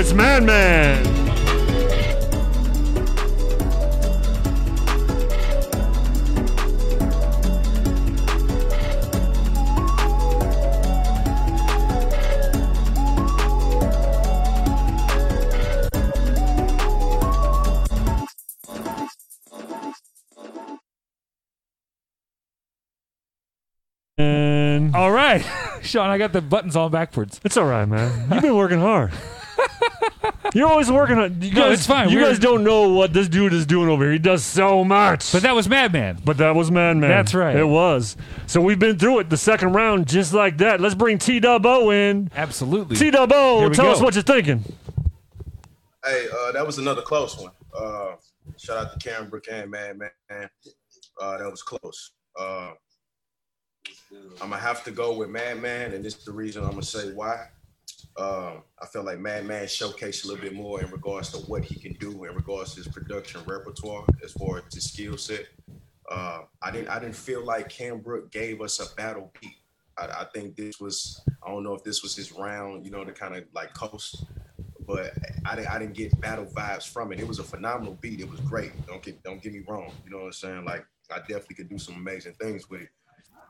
C: It's Madman. And
B: All right. <laughs> Sean, I got the buttons all backwards.
C: It's all right, man. You've been working
B: <laughs>
C: hard. You're always working on. You
B: No,
C: guys,
B: it's fine.
C: You
B: We're-
C: guys don't know what this dude is doing over here. He does so much.
B: But that was Madman.
C: But that was Madman.
B: That's right.
C: It was. So we've been through it the second round just like that. Let's bring T Dub O in.
B: Absolutely.
C: T Dub O,
H: Here we
C: tell us
H: go.
C: what you're thinking.
H: Hey, uh, that was another close one. Uh, shout out to Karen Brook and Man Man. Uh, that was close. Uh, I'm gonna have to go with Madman, and this is the reason I'm gonna say why. Um, I feel like Madman showcased a little bit more in regards to what he can do in regards to his production repertoire as far as his skill set. Uh, I didn't I didn't feel like Cam Brook gave us a battle beat. I, I think this was I don't know if this was his round, you know, to kind of like coast, but I didn't I didn't get battle vibes from it. It was a phenomenal beat. It was great. Don't get don't get me wrong. You know what I'm saying? Like I definitely could do some amazing things with it.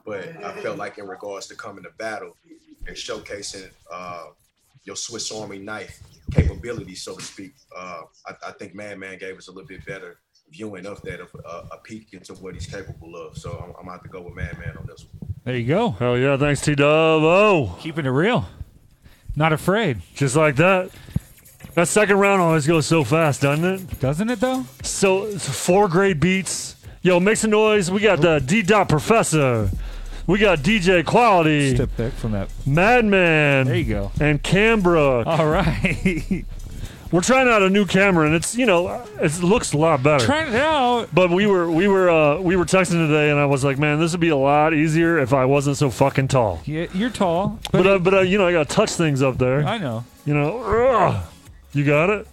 H: But I felt like in regards to coming to battle and showcasing uh, your Swiss Army knife capability, so to speak, uh, I, I think Madman gave us a little bit better viewing of that, of uh, a peek into what he's capable of. So I'm, I'm gonna have to go with Madman on this one.
B: There you go.
C: Hell yeah. Thanks, T Dub O.
B: Keeping it real. Not afraid.
C: Just like that. That second round always goes so fast, doesn't it?
B: Doesn't it though?
C: So it's four great beats. Yo, make some noise. We got the D Dot Professor. We got DJ Quality.
B: Step back from that.
C: Madman. There
B: you go.
C: And Canberra.
B: All right. <laughs>
C: We're trying out a new camera, and it's you know it's- it looks a lot better.
B: Trying it out.
C: But we were we were uh, we were texting today, and I was like, man, this would be a lot easier if I wasn't so fucking tall.
B: Yeah, you're tall.
C: But uh, but uh, you know I gotta touch things up there.
B: I know.
C: You know, ugh. you got it.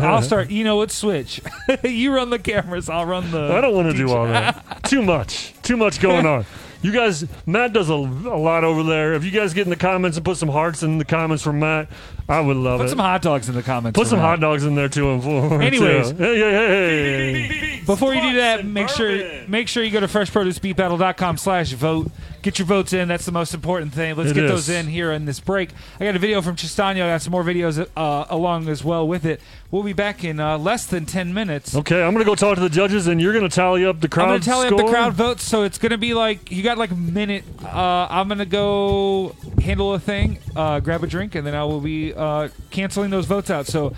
C: <laughs>
B: I'll start. You know what? Switch. <laughs> you run the cameras. I'll run the.
C: I don't want to do
B: DJ.
C: all that. Too much. Too much going on. You guys, Matt does a, a lot over there. If you guys get in the comments and put some hearts in the comments for Matt, I would love
B: <laughs> Put
C: it.
B: some hot dogs in the comments.
C: Put some
B: around.
C: hot dogs in there too. And <laughs> for
B: Anyways.
C: too. hey, hey, hey, hey.
B: <laughs> Before you do that, make sure make sure you go to freshproducebeatbattle.com slash vote. Get your votes in. That's the most important thing. Let's
C: It
B: get
C: is.
B: those in here in this break. I got a video from Chistano. I got some more videos uh, along as well with it. We'll be back in uh, less than 10 minutes.
C: Okay, I'm gonna go talk to the judges, and you're gonna tally up the crowd
B: I'm going to tally
C: score.
B: up the crowd votes, so it's going to be like you got like a minute. Uh, I'm going to go handle a thing, uh, grab a drink, and then I will be uh, canceling those votes out. So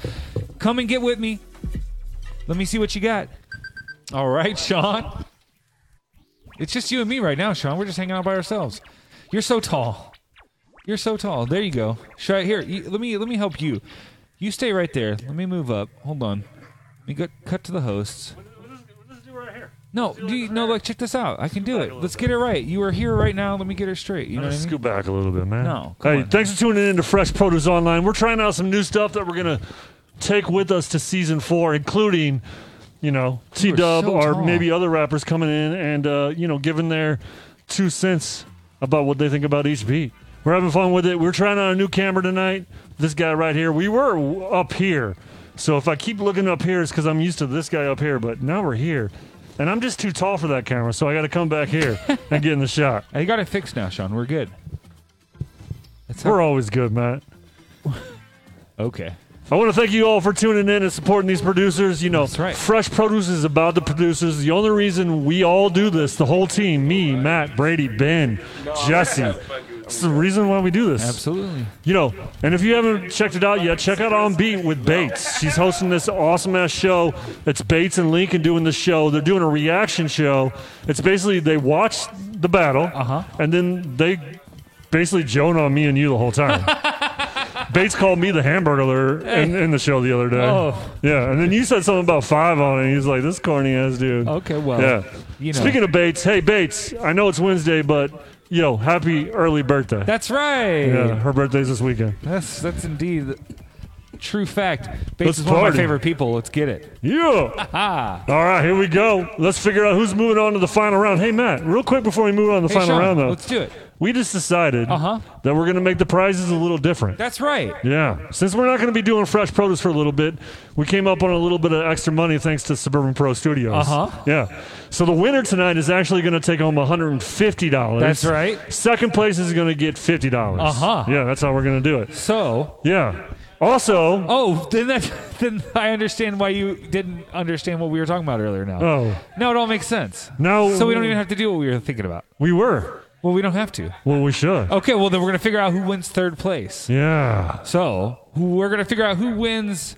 B: come and get with me. Let me see what you got. All right, <laughs> Sean. It's just you and me right now, Sean. We're just hanging out by ourselves. You're so tall. You're so tall. There you go. Should I, here, you, let me let me help you. You stay right there. Let me move up. Hold on. Let me go, cut to the hosts.
C: Let's do right here.
B: No, do you, no, look, check this out. I can do it. Let's get it right. You are here right now. Let me get her straight. You know what I mean?
C: Scoot back a little bit, man.
B: No,
C: Hey, thanks for tuning in to Fresh Produce Online. We're trying out some new stuff that we're gonna take with us to season four, including, you know, T
B: You were
C: Dub
B: so
C: or
B: tall.
C: maybe other rappers coming in and uh, you know giving their two cents about what they think about each beat. We're having fun with it. We're trying out a new camera tonight. This guy right here. We were w- up here, so if I keep looking up here, it's because I'm used to this guy up here. But now we're here. And I'm just too tall for that camera, so I got to come back
B: <laughs>
C: here and get in the shot.
B: I got it fixed now, Sean. We're good.
C: We're always good, Matt.
B: <laughs> Okay.
C: I want to thank you all for tuning in and supporting these producers. You know, Fresh Produce is about the producers. The only reason we all do this, the whole team, me, Matt, Brady, Ben, Jesse. It's the reason why we do this.
B: Absolutely.
C: You know, and if you haven't checked it out yet, check out On Beat with Bates. She's hosting this awesome ass show. It's Bates and Lincoln doing the show. They're doing a reaction show. It's basically they watch the battle, uh-huh. and then they basically joan on me and you the whole
B: <laughs>
C: time. Bates called me the hamburger in, in the show the other day.
B: Oh.
C: Yeah, and then you said something about five on it. He's like, this corny ass dude.
B: Okay, well,
C: yeah.
B: you know.
C: Speaking of Bates, hey Bates, I know it's Wednesday, but yo, happy early birthday.
B: That's right.
C: Yeah, her birthday's this weekend.
B: That's that's indeed the true fact. Bates
C: Let's
B: is one of
C: party.
B: my favorite people. Let's get it.
C: Yeah.
B: <laughs> Ah.
C: All right, here we go. Let's figure out who's moving on to the final round. Hey, Matt, real quick before we move on to the
B: Hey,
C: final
B: Sean,
C: round, though.
B: let's do it. Uh-huh.
C: We just decided that we're going to make the prizes a little different.
B: That's right.
C: Yeah. Since we're not going to be doing fresh produce for a little bit, we came up on a little bit of extra money thanks to Suburban Pro Studios.
B: Uh-huh.
C: Yeah. So the winner tonight is actually going to take home $150.
B: That's right.
C: Second place is going to get $50.
B: Uh-huh.
C: Yeah, that's how we're going to do it.
B: So.
C: Yeah. Also.
B: Oh, then that <laughs> then I understand why you didn't understand what we were talking about earlier. Now.
C: Oh.
B: No, it all makes sense.
C: No.
B: So we don't even have to do what we were thinking about.
C: We were.
B: Well, we don't have to.
C: Well, we should.
B: Okay, well then we're gonna figure out who wins third place.
C: Yeah.
B: So who- we're gonna figure out who wins.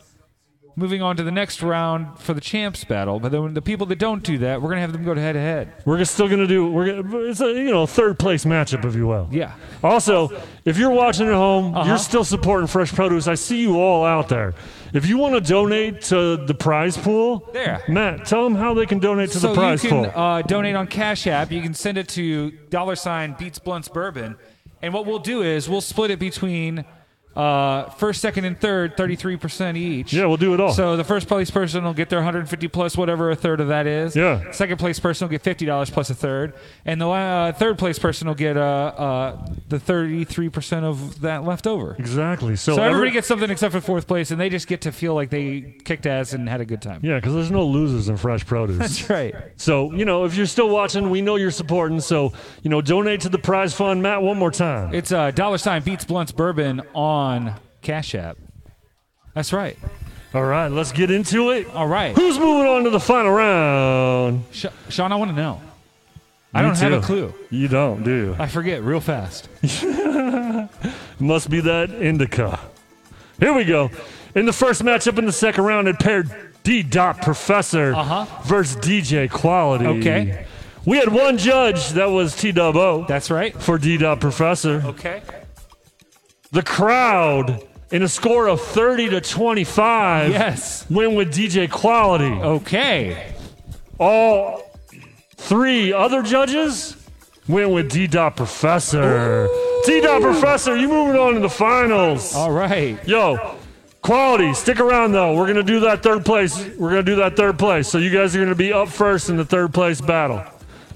B: Moving on to the next round for the champs battle, but then the people that don't do that, we're gonna have them go head to head.
C: We're still gonna do. We're gonna, it's a you know third place matchup, if you will.
B: Yeah.
C: Also, if you're watching at home,
B: Uh-huh.
C: you're still supporting Fresh Produce. I see you all out there. If you want to donate to the prize pool,
B: There.
C: Matt, tell them how they can donate to
B: so
C: the prize
B: you can
C: pool.
B: uh, donate on Cash App. You can send it to dollar sign Beats Blunts Bourbon, and what we'll do is we'll split it between uh, first, second, and third, thirty-three percent each.
C: Yeah, we'll do it all.
B: So the first place person will get their one hundred and fifty plus whatever a third of that is.
C: Yeah.
B: Second place person will get fifty dollars plus a third, and the la- uh, third place person will get uh, uh, the thirty-three percent of that left over.
C: Exactly. So,
B: So,
C: every-
B: everybody gets something except for fourth place, and they just get to feel like they kicked ass and had a good time.
C: Yeah, because there's no losers in fresh produce.
B: That's right.
C: So, you know, if you're still watching, we know you're supporting. So, you know, donate to the prize fund. Matt, one more time.
B: It's uh, dollar sign beats blunts bourbon on Cash App. That's right.
C: All right, let's get into it.
B: All right.
C: Who's moving on to the final round?
B: Sh- Sean, I want to know. I don't have a clue.
C: You don't, do you?
B: I forget real fast.
C: <laughs> Must be that indica. Here we go. In the first matchup in the second round, it paired D Dot Professor
B: Uh-huh.
C: versus DJ Quality.
B: Okay.
C: We had one judge that was T Dub O.
B: That's right.
C: For D Dot Professor.
B: Okay.
C: The crowd in a score of 30 to 25.
B: Yes.
C: Win with DJ Quality.
B: Okay.
C: All three other judges went with D Dot Professor. D Dot Professor, you moving on to the finals. All
B: right.
C: Yo, quality, stick around though. We're gonna do that third place. We're gonna do that third place. So you guys are gonna be up first in the third place battle.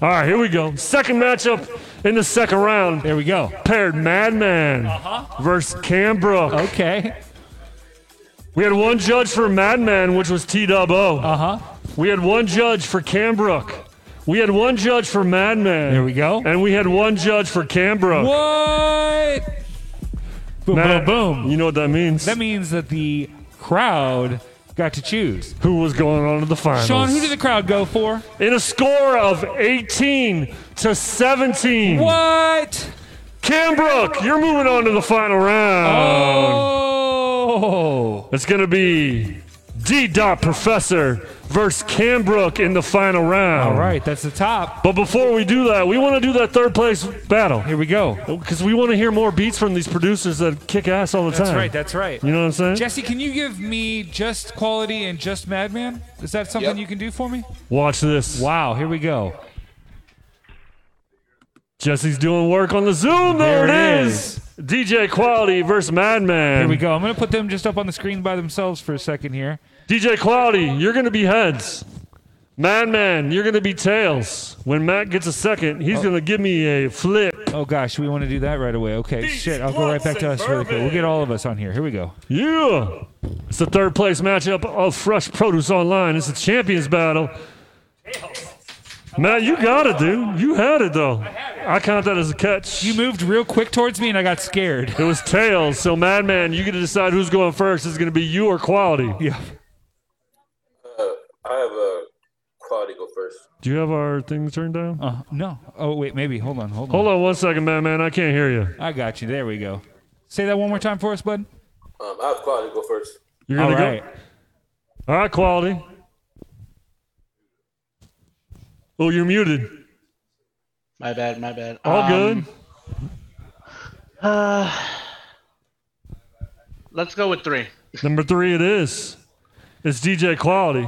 C: All right, here we go. Second matchup in the second round.
B: There we go. Uh-huh.
C: Paired Madman versus Cam Brook.
B: Okay.
C: We had one judge for Madman, which was T Dub O.
B: Uh huh.
C: We had one judge for Cambrook. We had one judge for Madman. There we
B: go.
C: And we had one judge for Cambrook.
B: What? Boom,
C: Matt,
B: boom, boom.
C: You know what that means?
B: That means that the crowd got to choose.
C: Who was going on to the finals?
B: Sean, who did the crowd go for?
C: In a score of 18 to 17.
B: What?
C: Cambrook, you're moving on to the final round.
B: Oh.
C: It's going to be D Dot Professor versus Cambrook in the final round.
B: All right, that's the top.
C: But before we do that, we want to do that third place battle. Here
B: we go.
C: Because we want to hear more beats from these producers that kick ass all the
B: That's
C: time.
B: right. That's right.
C: You know what I'm saying?
B: Jesse, can you give me just quality and just Madman? Is that something you can do for me?
C: Watch this.
B: Wow, here we go.
C: Jesse's doing work on the Zoom. There, it is. DJ Quality versus Madman.
B: Here we go. I'm going to put them just up on the screen by themselves for a second here.
C: DJ Quality, you're going to be heads. Madman, you're going to be tails. When Matt gets a second, he's going to give me a flip.
B: Oh gosh, we want to do that right away. Okay, shit. I'll go right back to us really quick. We'll get all of us on here. Here we go.
C: Yeah. It's the third place matchup of Fresh Produce Online. It's a champions battle. Matt, you got it, dude. You had it, though. I count that as a catch. You
B: moved real quick towards me, and I got scared.
C: It was tails. So, Madman, you get to decide who's going first. Is it going to be you or Quality?
B: Yeah.
S: Uh, I have a quality go first.
C: Do you have our things turned down?
B: Uh, no. Oh wait, maybe. Hold on. Hold on.
C: Hold on one second, Madman. I can't hear you.
B: I got you. There we go. Say that one more time for us, bud.
S: Um, I have quality go first.
C: You're gonna
B: All
C: go.
B: right.
C: All right, quality. Oh, you're muted.
R: My bad, my bad.
C: All
R: Um,
C: good.
R: Uh, let's go with three.
C: <sighs> Number three, it is. It's DJ Quality.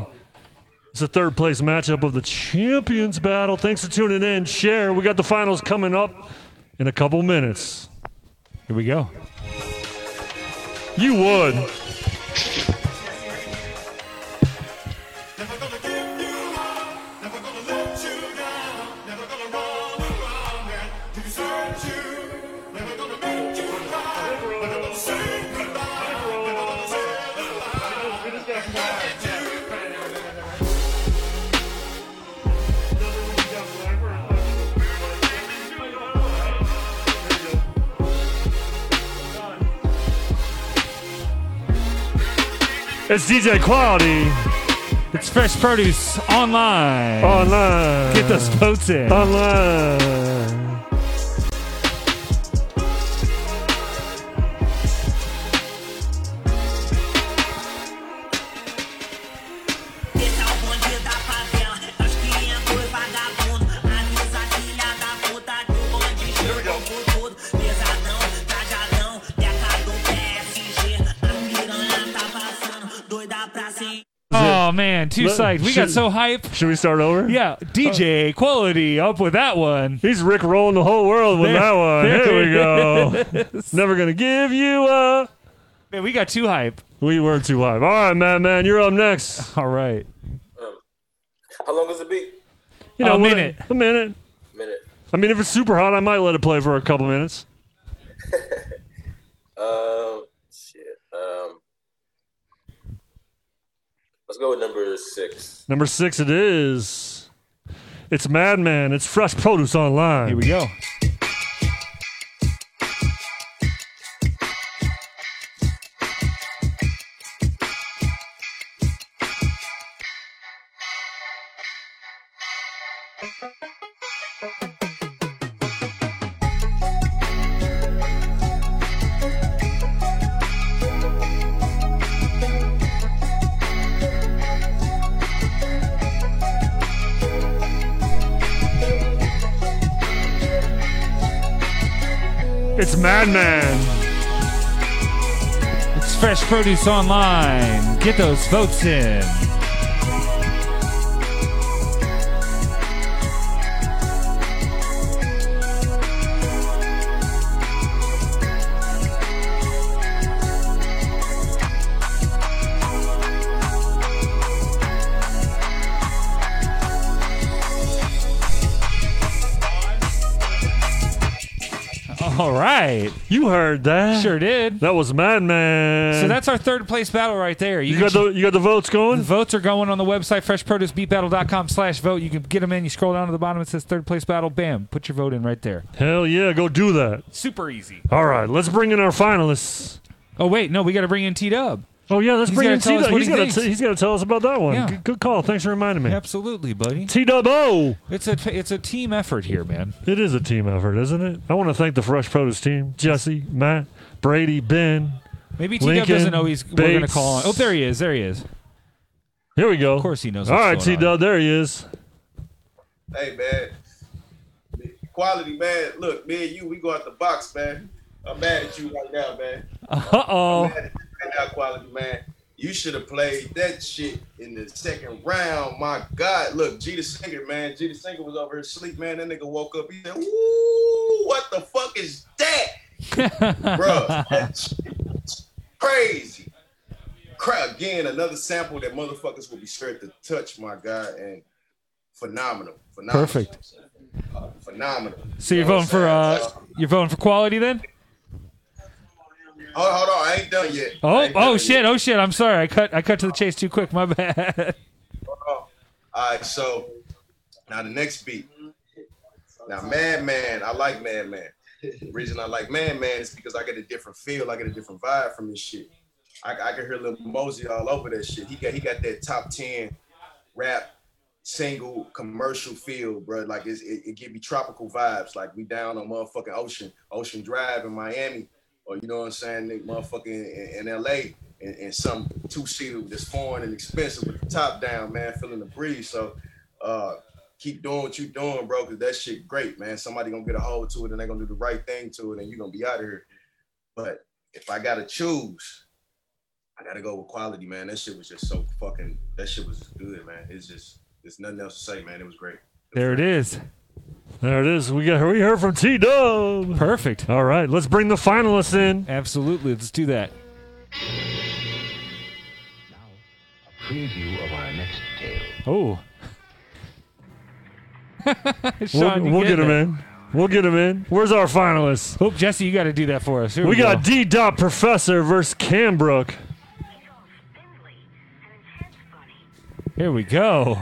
C: It's the third place matchup of the champions battle. Thanks for tuning in. Share. We got the finals coming up in a couple minutes.
B: Here we go.
C: You would. It's DJ Quality.
B: It's Fresh Produce online.
C: Online.
B: Get those votes in.
C: Online.
B: Oh man, too
C: Let-
B: psyched. We got
C: should-
B: so hype.
C: Should we start over?
B: Yeah, DJ Quality up with that one.
C: He's Rick rolling the whole world with
B: There-
C: that one.
B: there
C: uh, Here we
B: <laughs> it
C: go. Never gonna give you up.
B: Man, we got too hype.
C: We were too hype. All right, man, man, you're up next.
B: All right.
S: Um, How long is the beat?
C: You
B: A
C: know, what?
B: minute.
C: A minute.
S: Minute.
C: I mean, if it's super hot, I might let it play for a couple minutes.
S: Um, shit. Um, let's go with number six.
C: Number six, it is. It's Madman. It's Fresh Produce Online. Here
B: we go.
C: It's Madman.
B: It's Fresh Produce online. Get those votes in. All right.
C: You heard that?
B: Sure did.
C: That was Madman.
B: So that's our third place battle right there.
C: You got the you got the votes going.
B: votes are going on the website freshproducebeatbattle.com slash vote. You can get them in. You scroll down to the bottom. It says third place battle. Bam. Put your vote in right there.
C: Hell yeah, go do that.
B: Super easy.
C: All right, let's bring in our finalists.
B: Oh wait, no, we got to bring in T Dub.
C: Oh yeah, let's
B: He's
C: bring
B: gotta
C: in
B: tell
C: T
B: us
C: Dub.
B: what
C: He's
B: he
C: got
B: thinks.
C: to he's got to tell us about that one.
B: Yeah.
C: Good, good call. Thanks for reminding me.
B: Absolutely, buddy.
C: T Dub O.
B: It's a it's a team effort here, man.
C: It is a team effort, isn't it? I want to thank the Fresh Produce team: Jesse, Matt, Brady, Ben.
B: Maybe T Dub
C: Lincoln,
B: doesn't know he's we're gonna
C: Bates.
B: call on. Oh, there he is. There he is.
C: Here we go. Of
B: course he knows
C: All right,
B: what's going
C: T
B: on.
C: Dub, there he is.
H: Hey man, quality man. Look, me and you, we go out the box, man. I'm mad at you right now, man.
C: Uh oh.
H: Right now, quality man. You should have played that shit in the second round. My God, look, Jeter Singer, man. Jeter Singer was over here asleep, man. That nigga woke up. He said, "Ooh, what the fuck is that?" Bruh, crazy. Cra- again, another sample that motherfuckers will be scared to touch, my God, and phenomenal, phenomenal,
B: Perfect.
H: phenomenal.
B: So you're voting for uh, you're voting for quality then?
H: Hold, hold on, I ain't done yet. I
B: Oh
H: ain't done
B: oh
H: yet.
B: shit oh shit I'm sorry I cut I cut to the chase too quick my bad. <laughs>
H: All right, so now the next beat. Now, Madman, I like Madman. The reason I like Madman is because I get a different feel, I get a different vibe from this shit. I, I can hear Lil Mosey all over that shit. He got he got that top ten rap single commercial feel, bro. Like it's, it, it give me tropical vibes. Like we down on motherfucking Ocean Ocean Drive in Miami, or you know what I'm saying, nigga, motherfucking in, in L.A. And, and some two seater that's foreign and expensive with the top down, man, feeling the breeze. So uh, keep doing what you doing, bro, because that shit great, man. Somebody gonna get a hold to it and they gonna do the right thing to it, and you gonna be out of here. But if I gotta choose, I gotta go with quality, man. That shit was just so fucking. That shit was good, man. It's just there's nothing else to say, man. It was great.
C: There it is. There it is. We got we heard from T Dub.
B: Perfect.
C: All right, let's bring the finalists in.
B: Absolutely, let's do that.
M: Preview of our next tale.
B: Oh.
C: We'll,
B: <laughs> Sean, you
C: we'll get
B: getting
C: him
B: it.
C: in. We'll get him in. Where's our finalists?
B: Hope Oh, Jesse, you got to do that for us. Here
C: we,
B: we
C: got
B: go.
C: D Dot Professor versus Cambrook.
B: Here we go.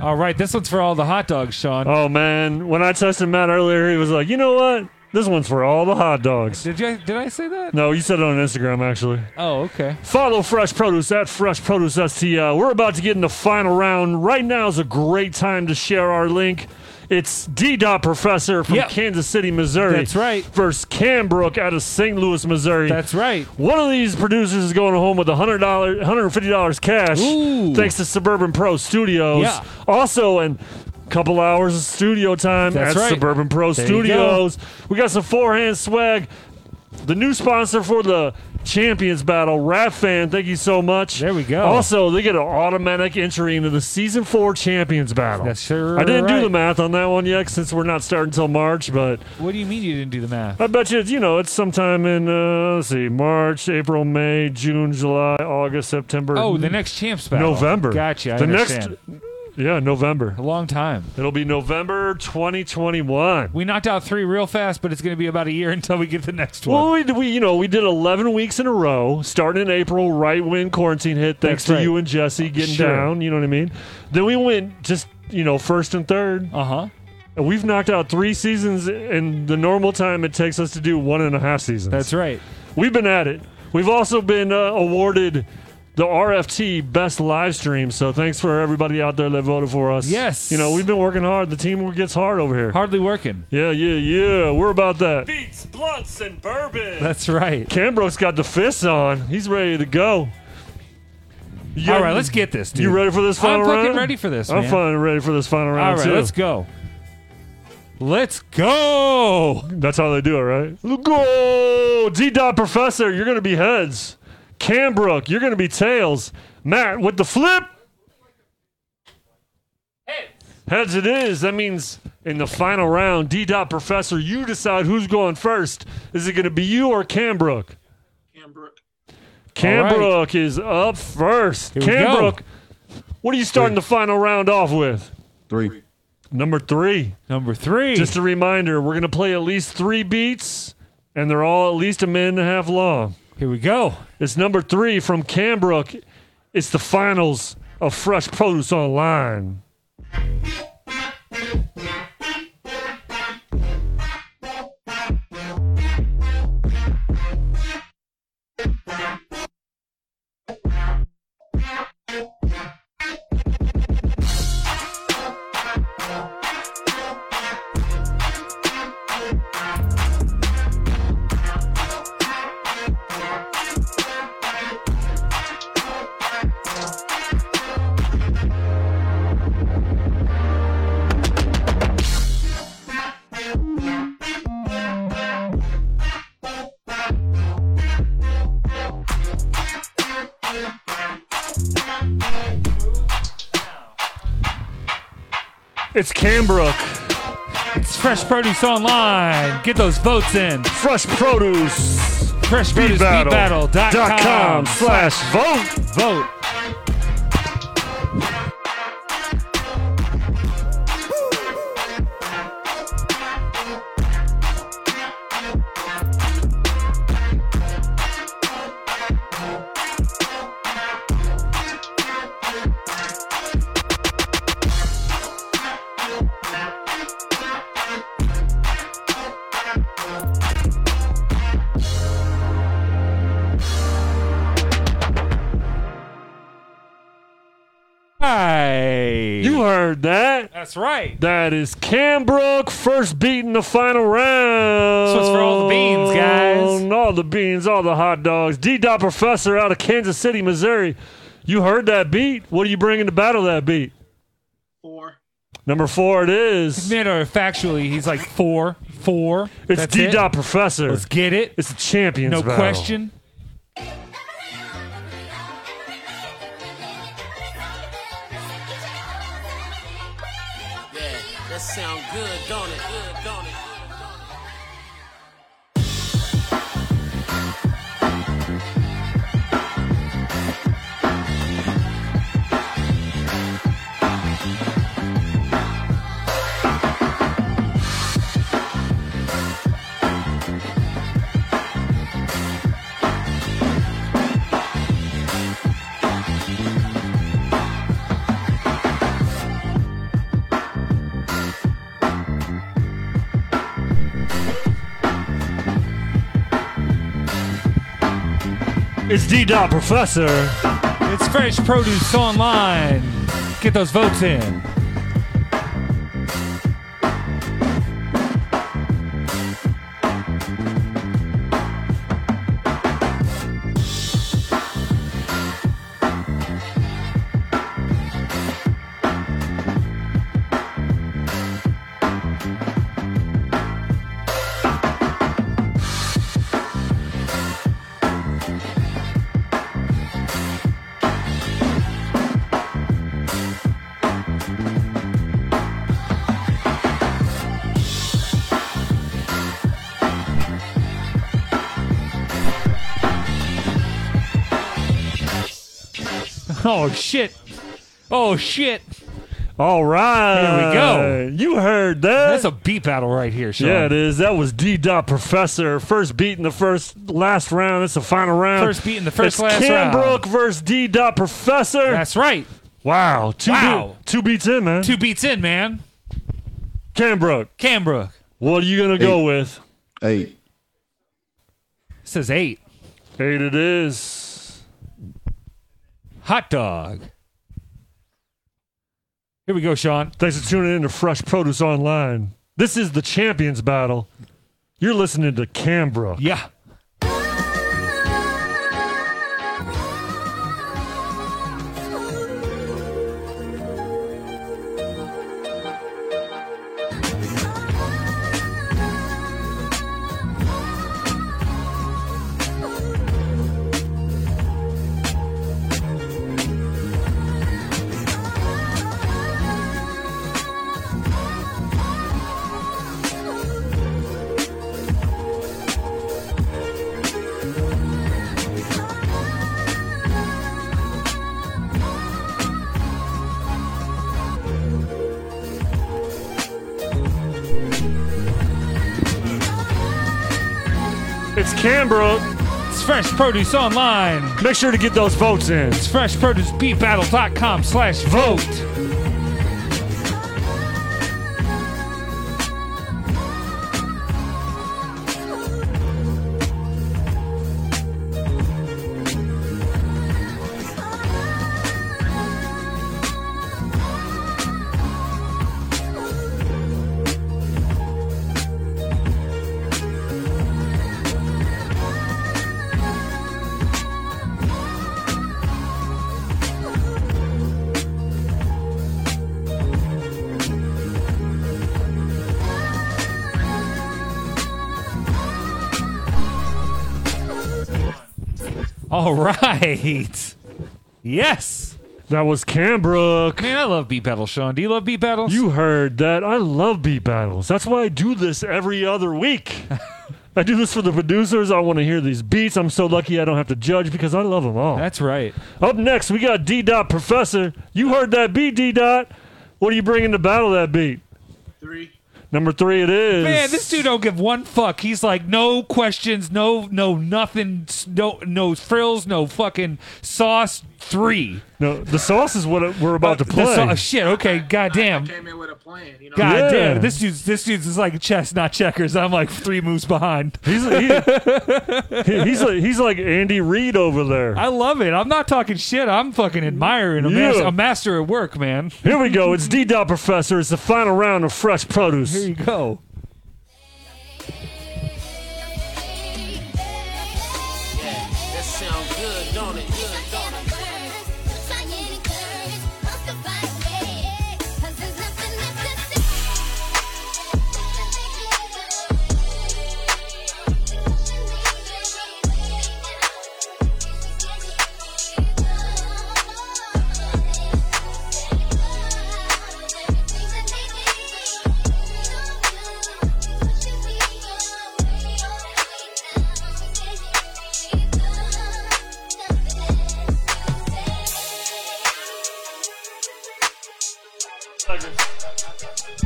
B: All right, this one's for all the hot dogs, Sean.
C: Oh man, when I texted Matt earlier, he was like, "You know what? This one's for all the hot dogs."
B: Did you? Did I say that?
C: No, you said it on Instagram actually.
B: Oh, okay.
C: Follow Fresh Produce at Fresh Produce STL. We're about to get in the final round. Right now is a great time to share our link. It's D. Dot Professor from
B: Yep.
C: Kansas City, Missouri.
B: That's right.
C: Versus Cambrook out of St. Louis, Missouri.
B: That's right.
C: One of these producers is going home with $100, $150 cash.
B: Ooh.
C: Thanks to Suburban Pro Studios.
B: Yeah.
C: Also, and a couple hours of studio time
B: That's
C: at
B: right.
C: Suburban Pro
B: There you go.
C: Studios. We got some forehand swag. The new sponsor for the Champions Battle, Rap Fan. Thank you so much. There we go. Also, they get an automatic entry into the Season Four Champions Battle. That's
B: sure.
C: I didn't do
B: right.
C: the math on that one yet, since we're not starting till March. But
B: What do you mean you didn't do the math?
C: I bet you, it's, you know, it's sometime in uh, let's see, March, April, May, June, July, August, September.
B: Oh, the next champs battle.
C: November.
B: Gotcha. I
C: the
B: understand.
C: next. Yeah, November.
B: A long time.
C: It'll be November 2021.
B: We knocked out three real fast, but it's going to be about a year <laughs> until we get the next one.
C: Well, we, we you know we did 11 weeks in a row, starting in April, right when quarantine hit. Thanks
B: That's
C: to
B: right.
C: you and Jesse getting
B: Sure.
C: down. You know what I mean? Then we went just you know first and third.
B: Uh huh.
C: And we've knocked out three seasons in the normal time it takes us to do one and a half seasons. That's
B: right.
C: We've been at it. We've also been uh, awarded the RFT Best Live Stream. So thanks for everybody out there that voted for us.
B: Yes.
C: You know we've been working hard. The team gets hard over here.
B: Hardly working.
C: Yeah, yeah, yeah. We're about that.
B: Beats, blunts, and bourbon. That's right.
C: Cambrook's got the fists on. He's ready to go. You
B: All
C: got-
B: right, let's get this, dude.
C: You ready for this final
B: I'm
C: round?
B: fucking ready for this,
C: I'm
B: man.
C: fucking ready for this final round.
B: All right,
C: too.
B: let's go. Let's go.
C: That's how they do it, right? Go. D Dot Professor, you're going to be heads. Cambrook, you're going to be tails. Matt with the flip. Heads it is. That means in the final round, D Dot Professor, you decide who's going first. Is it going to be you or Cambrook? Cambrook. Cambrook is up first.
N: Here we
C: Cambrook, what are you starting the final round off with?
N: Three.
C: Number three.
B: Number three.
C: Just a reminder, we're going to play at least three beats, and they're all at least a minute and a half long.
B: Here we go.
C: It's number three from Cambrook. It's the finals of Fresh Produce Online.
F: Thank you.
C: It's Cambrook.
B: It's Fresh Produce Online. Get those votes in.
C: Fresh Produce.
B: Fresh Produce
C: Beat Battle
B: Beat
C: dot com slash vote.
B: Vote. Hi.
C: You heard that.
B: That's right.
C: That is Cambrook first beat in the final round.
B: So it's for all the beans, guys.
C: All the beans, all the hot dogs. D Dot Professor out of Kansas City, Missouri. You heard that beat. What are you bringing to battle that beat?
Q: Four.
C: Number four it is.
B: Matter factually, he's like four, four.
C: It's
B: That's
C: D Dot
B: it.
C: Professor.
B: Let's get it.
C: It's the champions.
B: No
C: battle.
B: question.
G: Yeah, that sound good, don't it? Good, don't it?
C: It's D Dot Professor.
B: It's Fresh Produce Online. Get those votes in. <laughs> Oh shit. Oh shit.
C: All right.
B: Here
C: we go. You heard that.
B: That's a beat battle right here, Sean.
C: Yeah, it is. That was D Dot Professor. First beat in the first last round. That's the final round.
B: First beat in the first
C: it's
B: last
C: Cam
B: round.
C: Brooke versus D Dot Professor.
B: That's right.
C: Wow. Two
B: Wow.
C: beat- two beats in, man.
B: Two beats in, man.
C: Cam Brooke.
B: Cambrook
C: What are you gonna go with?
N: Eight.
B: says eight.
C: Eight it is.
B: Hot dog. Here we go, Sean.
C: Thanks for tuning in to Fresh Produce Online. This is the Champions Battle. You're listening to Cam Brooke.
B: Yeah.
C: It's Cam Brooke.
B: It's Fresh Produce Online.
C: Make sure to get those votes in.
B: It's freshproducebeatbattle.com slash vote. All right. Yes.
C: That was Cambrook.
B: Man, I love beat battles, Sean. Do you love beat battles?
C: You heard that. I love beat battles. That's why I do this every other
B: <laughs>
C: week. I do this for the producers. I want to hear these beats. I'm so lucky I don't have to judge because I love them all.
B: That's right.
C: Up next, we got D Dot Professor. You heard that beat, D Dot. What are you bringing to battle that beat?
Q: Three.
C: Number three, it is.
B: Man, this dude don't give one fuck. He's like no questions, no no nothing, no no frills, no fucking sauce. Three.
C: No, the sauce is what it- we're about to play.
B: Uh, The sau- shit. Okay. Goddamn.
Q: Came in with a plan. You know?
C: Yeah.
B: God damn, this dude's this dude's is like chess, not checkers. I'm like three moves behind.
C: He's He- he's like, he's like Andy Reid over there.
B: <laughs> I love it. I'm not talking shit. I'm fucking admiring a, mas-
C: Yeah.
B: a master at work, man.
C: Here we go. It's D Dot Professor. It's the final round of fresh produce.
B: Here you go.
G: Yeah, that sound good, don't it? Good, don't it?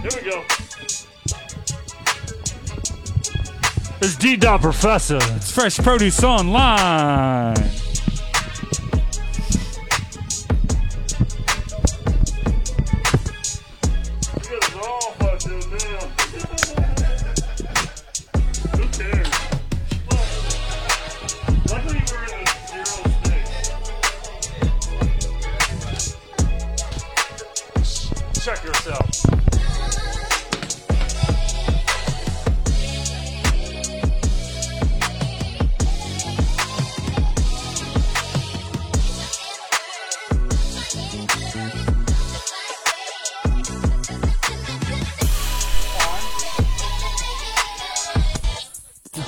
C: Here we go. It's D Dot Professor.
B: It's Fresh Produce Online.
C: Check yourself.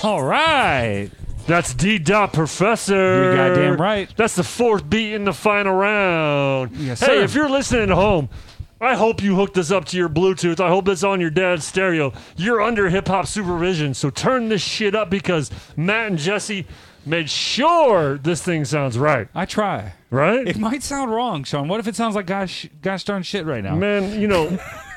B: All right.
C: That's D Dot Professor.
B: You're goddamn right.
C: That's the fourth beat in the final round.
B: Yes,
C: hey,
B: sir.
C: if you're listening at home, I hope you hooked this up to your Bluetooth. I hope it's on your dad's stereo. You're under hip hop supervision, so turn this shit up because Matt and Jesse made sure this thing sounds right.
B: I try.
C: Right?
B: It might sound wrong, Sean. What if it sounds like gosh, gosh darn shit right now?
C: Man, you
B: <laughs>
C: know,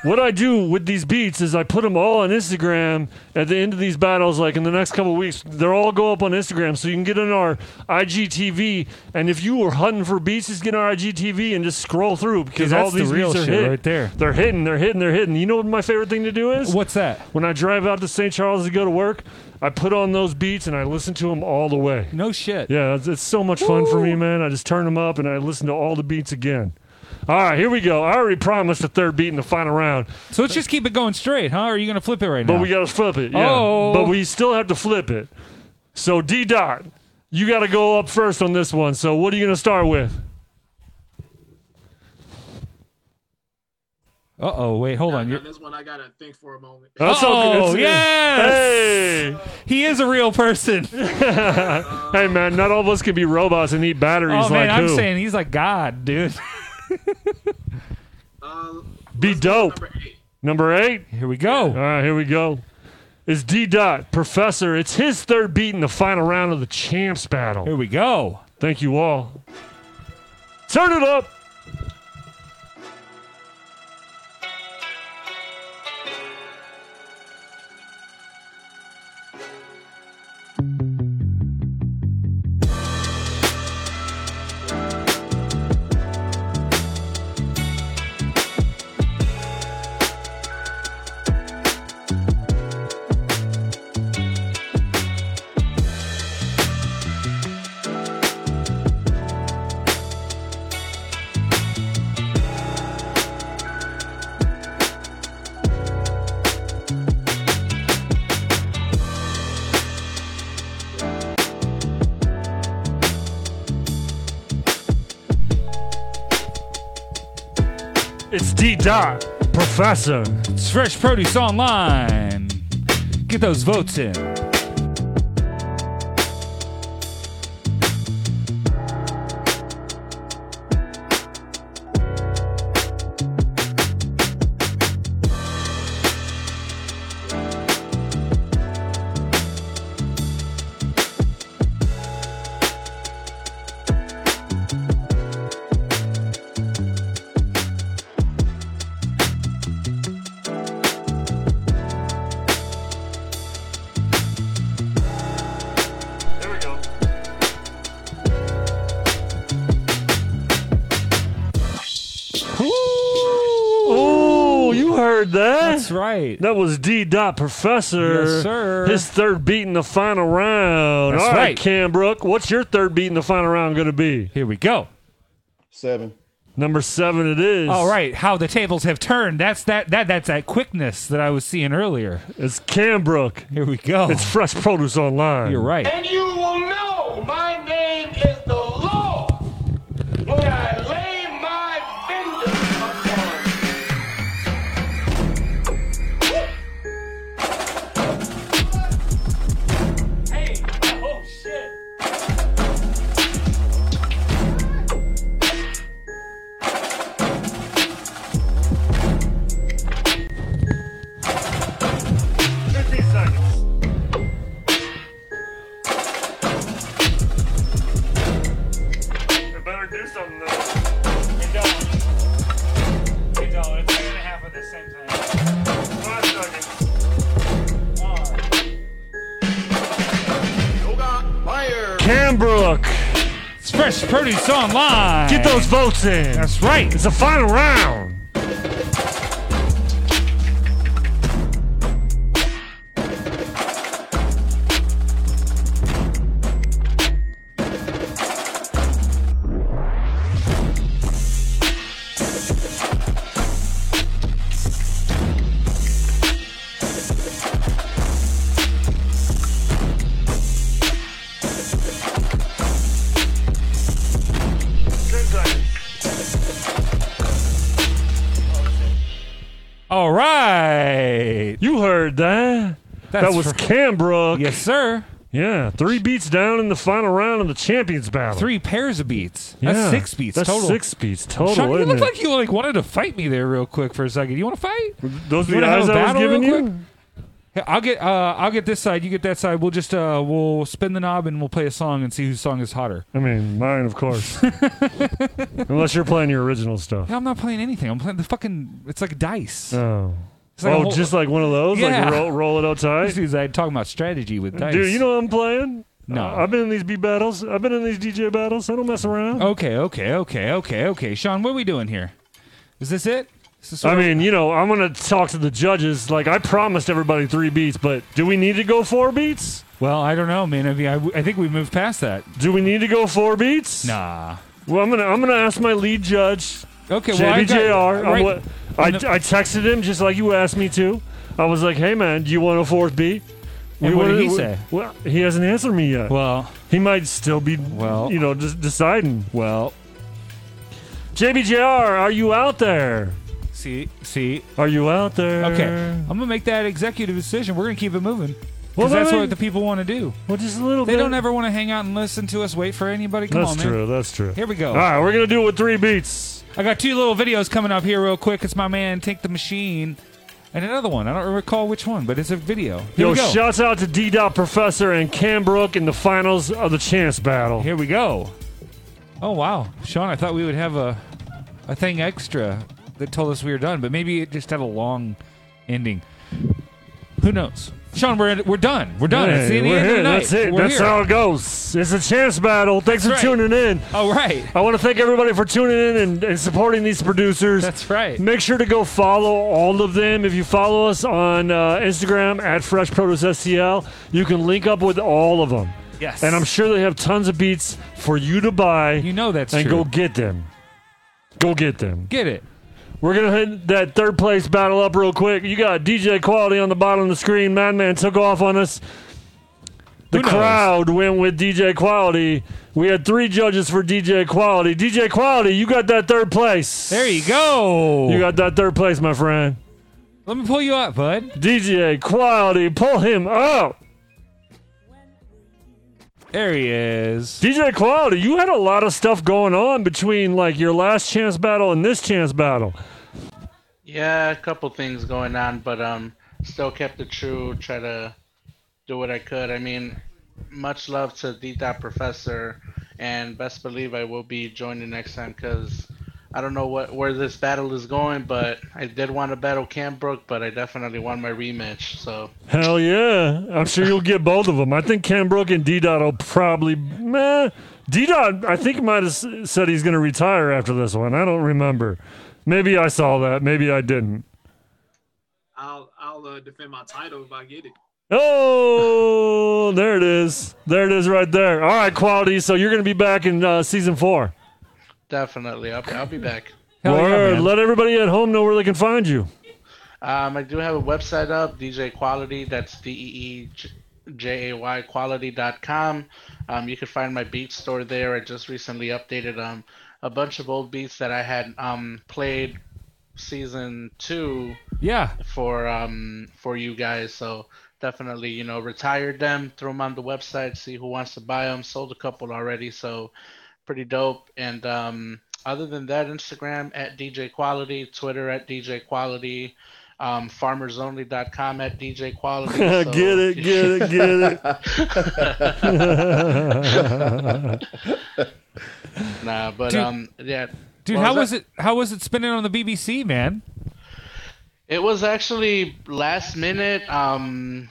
C: what I do with these beats is I put them all on Instagram at the end of these battles. Like in the next couple of weeks, they'll all go up on Instagram, so you can get on our IGTV. And if you were hunting for beats, just get on our IGTV and just scroll through because
B: Dude,
C: all
B: that's the
C: these
B: real
C: beats are
B: shit
C: hit.
B: right there.
C: They're hitting, they're hitting, they're hitting. You know what my favorite thing to do is?
B: What's that?
C: When I drive out to St. Charles to go to work, I put on those beats and I listen to them all the way.
B: No shit.
C: Yeah, it's, it's so much fun for me, man. I just turn them up and I listen to all the beats again. All right, here we go. I already promised the third beat in the final round,
B: So let's just keep it going straight, huh? Or are you gonna flip it right now?
C: but we got to flip it. Yeah.
B: Oh.
C: But we still have to flip it. So, D Dot, you got to go up first on this one. So, what are you going to start with?
B: Uh oh, wait, hold on. You're-
Q: This one I gotta think for a moment.
C: That's okay.
B: oh,
C: It's-
B: yes! He is a real
C: <laughs>
B: person.
C: hey, man, not all of us can be robots and eat batteries
B: oh man,
C: like
B: I'm
C: who.
B: saying he's like
C: <laughs>
B: God, dude.
C: Be dope. Um, Number eight.
B: Here we go. All
C: right, here we go. It's D Dot Professor. It's his third beat in the final round of the champs battle. Here
B: we go.
C: Thank you all. Turn it up. It's D Dot Professor.
B: It's Fresh Produce Online. Get those votes in.
C: Oh, heard that?
B: That's right.
C: That was D. Dot Professor.
B: Yes, sir.
C: His third beat in the final round.
B: That's
C: All right,
B: right.
C: Cam Brook, what's your third beat in the final round going to be?
B: Here we go.
N: Seven.
C: Number seven it is.
B: All right, how the tables have turned. That's that that that's that quickness that I was seeing earlier.
C: It's Cam Brook.
B: Here we go.
C: It's Fresh Produce Online.
B: You're right.
D: And you will know my name is the Lord when I lay my vengeance upon you. Hey, oh shit.
C: I better do something though. Cam Brook.
B: It's Fresh Produce Online.
C: Get those votes in.
B: That's right.
C: It's the final round.
B: All right.
C: You heard that.
B: That's
C: that was
B: right.
C: Cam Brook.
B: Yes, sir.
C: Yeah, three beats down in the final round of the champions battle.
B: Three pairs of beats.
C: Yeah,
B: That's six beats
C: that's
B: total.
C: six beats total,
B: Sean, you
C: isn't
B: look
C: it?
B: like you like wanted to fight me there real quick for a second. You want to fight?
C: Those
B: You
C: are the
B: wanna have
C: eyes
B: a
C: I was
B: battle
C: giving
B: real
C: you.
B: quick? Yeah, I'll get uh, I'll get this side. You get that side. We'll just uh, we'll spin the knob and we'll play a song and see whose song is hotter.
C: I mean, mine, of
B: <laughs>
C: course. Unless you're playing your original stuff.
B: Yeah, I'm not playing anything. I'm playing the fucking. It's like dice.
C: Oh.
B: It's like a
C: oh,
B: whole-
C: just like one of those,
B: Yeah.
C: like roll, roll
B: <laughs>
C: it outside.
B: These dudes, I talking about strategy with dice.
C: Dude, you know what I'm playing?
B: No.
C: Uh, I've been in these beat battles. I've been in these DJ battles. I don't mess around.
B: Okay, okay, okay, okay, okay. Sean, what are we doing here? Is this it? Is this
C: I
B: what-
C: mean, you know, I'm gonna talk to the judges. Like I promised everybody three beats, but do we need to go four beats?
B: well, I don't know, man. I mean, I, I think we moved past that.
C: Do we need to go four beats?
B: Nah.
C: Well, I'm gonna I'm gonna ask my lead judge.
B: Okay, well, I got-
C: JBJR. I'm
B: right-
C: what- I, I texted him just like you asked me to. I was like, hey man, do you want a fourth beat?
B: And what did he
C: we-
B: say?
C: Well, he hasn't answered me yet.
B: Well,
C: he might still be, well, you know, just deciding.
B: Well,
C: JBJR, are you out there?
B: See, see.
C: Are you out there?
B: Okay, I'm gonna make that executive decision. We're gonna keep it moving. 'Cause
C: Uh, Well,
B: that's
C: I mean-
B: what the people want to do.
C: Well, just a little
B: they
C: bit.
B: don't ever want to hang out and listen to us wait for anybody. Come
C: that's
B: on, man.
C: true. That's true.
B: Here we go.
C: All right, we're gonna do it with three beats.
B: I got two little videos coming up here real quick. It's my man Tink the Machine and another one. I don't recall which one, but it's a video. Here
C: Yo,
B: we go.
C: shouts out to D Dot Professor and Cam Brook in the finals of the Chance Battle.
B: Here we go. Oh wow, Sean! I thought we would have a a thing extra that told us we were done, but maybe it just had a long ending. Who knows? Sean, we're we're done. We're done. it's the
C: Hey,
B: end
C: we're
B: of
C: here.
B: the night.
C: That's it.
B: We're
C: That's
B: here.
C: how it goes. It's a chance battle. Thanks
B: That's
C: for
B: right.
C: tuning in.
B: All right.
C: I want to thank everybody for tuning in and, and supporting these producers.
B: That's right.
C: Make sure to go follow all of them. If you follow us on uh, Instagram at Fresh Produce STL, you can link up with all of them.
B: Yes.
C: And I'm sure they have tons of beats for you to buy. You
B: know that's
C: and go
B: true.
C: get them. Go get them.
B: Get it.
C: We're gonna hit that third place battle up real quick. You got DJ Quality on the bottom of the screen. Madman took off on us. The
B: knows?
C: crowd went with DJ Quality. We had three judges for DJ Quality. DJ Quality, you got that third place. There
B: you go.
C: You got that third place, my friend.
B: Let me pull you up, bud.
C: DJ Quality, pull him up.
B: There he is.
C: DJ Quality, you had a lot of stuff going on between like your last chance battle and this chance battle.
R: Yeah, a couple things going on, but um, still kept it true. Try to do what I could. I mean, much love to D Dot Professor, and best believe I will be joining next time because I don't know what where this battle is going, but I did want to battle Cam Brook, but I definitely want my rematch. So
C: Hell yeah. I'm sure you'll get both of them. I think Cam Brook and D Dot will probably. Meh. D Dot, I think, might have s- said he's going to retire after this one. I don't remember. Maybe I saw that. Maybe I didn't.
Q: I'll I'll uh, defend my title if I get it.
C: Oh, there it is. There it is right there. All right, quality. So you're going to be back in uh, season four.
R: Definitely. I'll, I'll be back.
C: Word. Let everybody at home know where they can find you.
R: Um, I do have a website up, DJ Quality. That's D E E J A Y quality.com. Um, you can find my beat store there. I just recently updated um, a bunch of old beats that I had um, played season two
B: Yeah.
R: for um, for you guys. So definitely, you know, retired them, throw them on the website, see who wants to buy them. Sold a couple already. So pretty dope. And um, other than that, Instagram at DJ Quality, Twitter at DJ Quality, um, farmersonly.com at DJ Quality.
C: <laughs> <laughs>
R: so-
C: get it, get it, get <laughs>
R: <laughs>
C: it.
B: <laughs>
R: nah, but
B: Dude-
R: um, yeah.
B: Dude,
R: What
B: how
R: was
B: was
R: that?
B: it? How was it spinning on the BBC, man?
R: It was actually last minute. Um,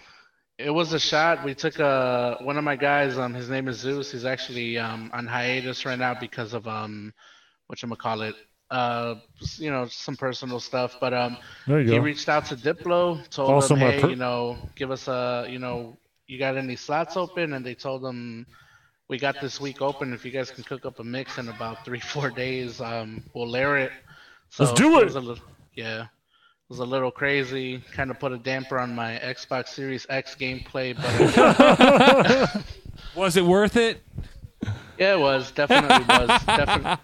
R: it was a shot. We took a one of my guys. Um, his name is Zeus. He's actually um on hiatus right now because of um, what you call it. Uh, you know, some personal stuff. But um,
C: There you
R: he
C: go.
R: reached out to Diplo, told
C: Also
R: him,
C: my
R: hey,
C: per-
R: you know, give us a, you know, you got any slots open? And they told him. We got this week open. If you guys can cook up a mix in about three, four days, um, we'll layer it.
C: Let's do it.
R: was a little- yeah, it was a little crazy. Kind of put a damper on my Xbox Series X gameplay, but
C: <laughs>
B: was it worth it?
R: Yeah, it was. Definitely was. Definitely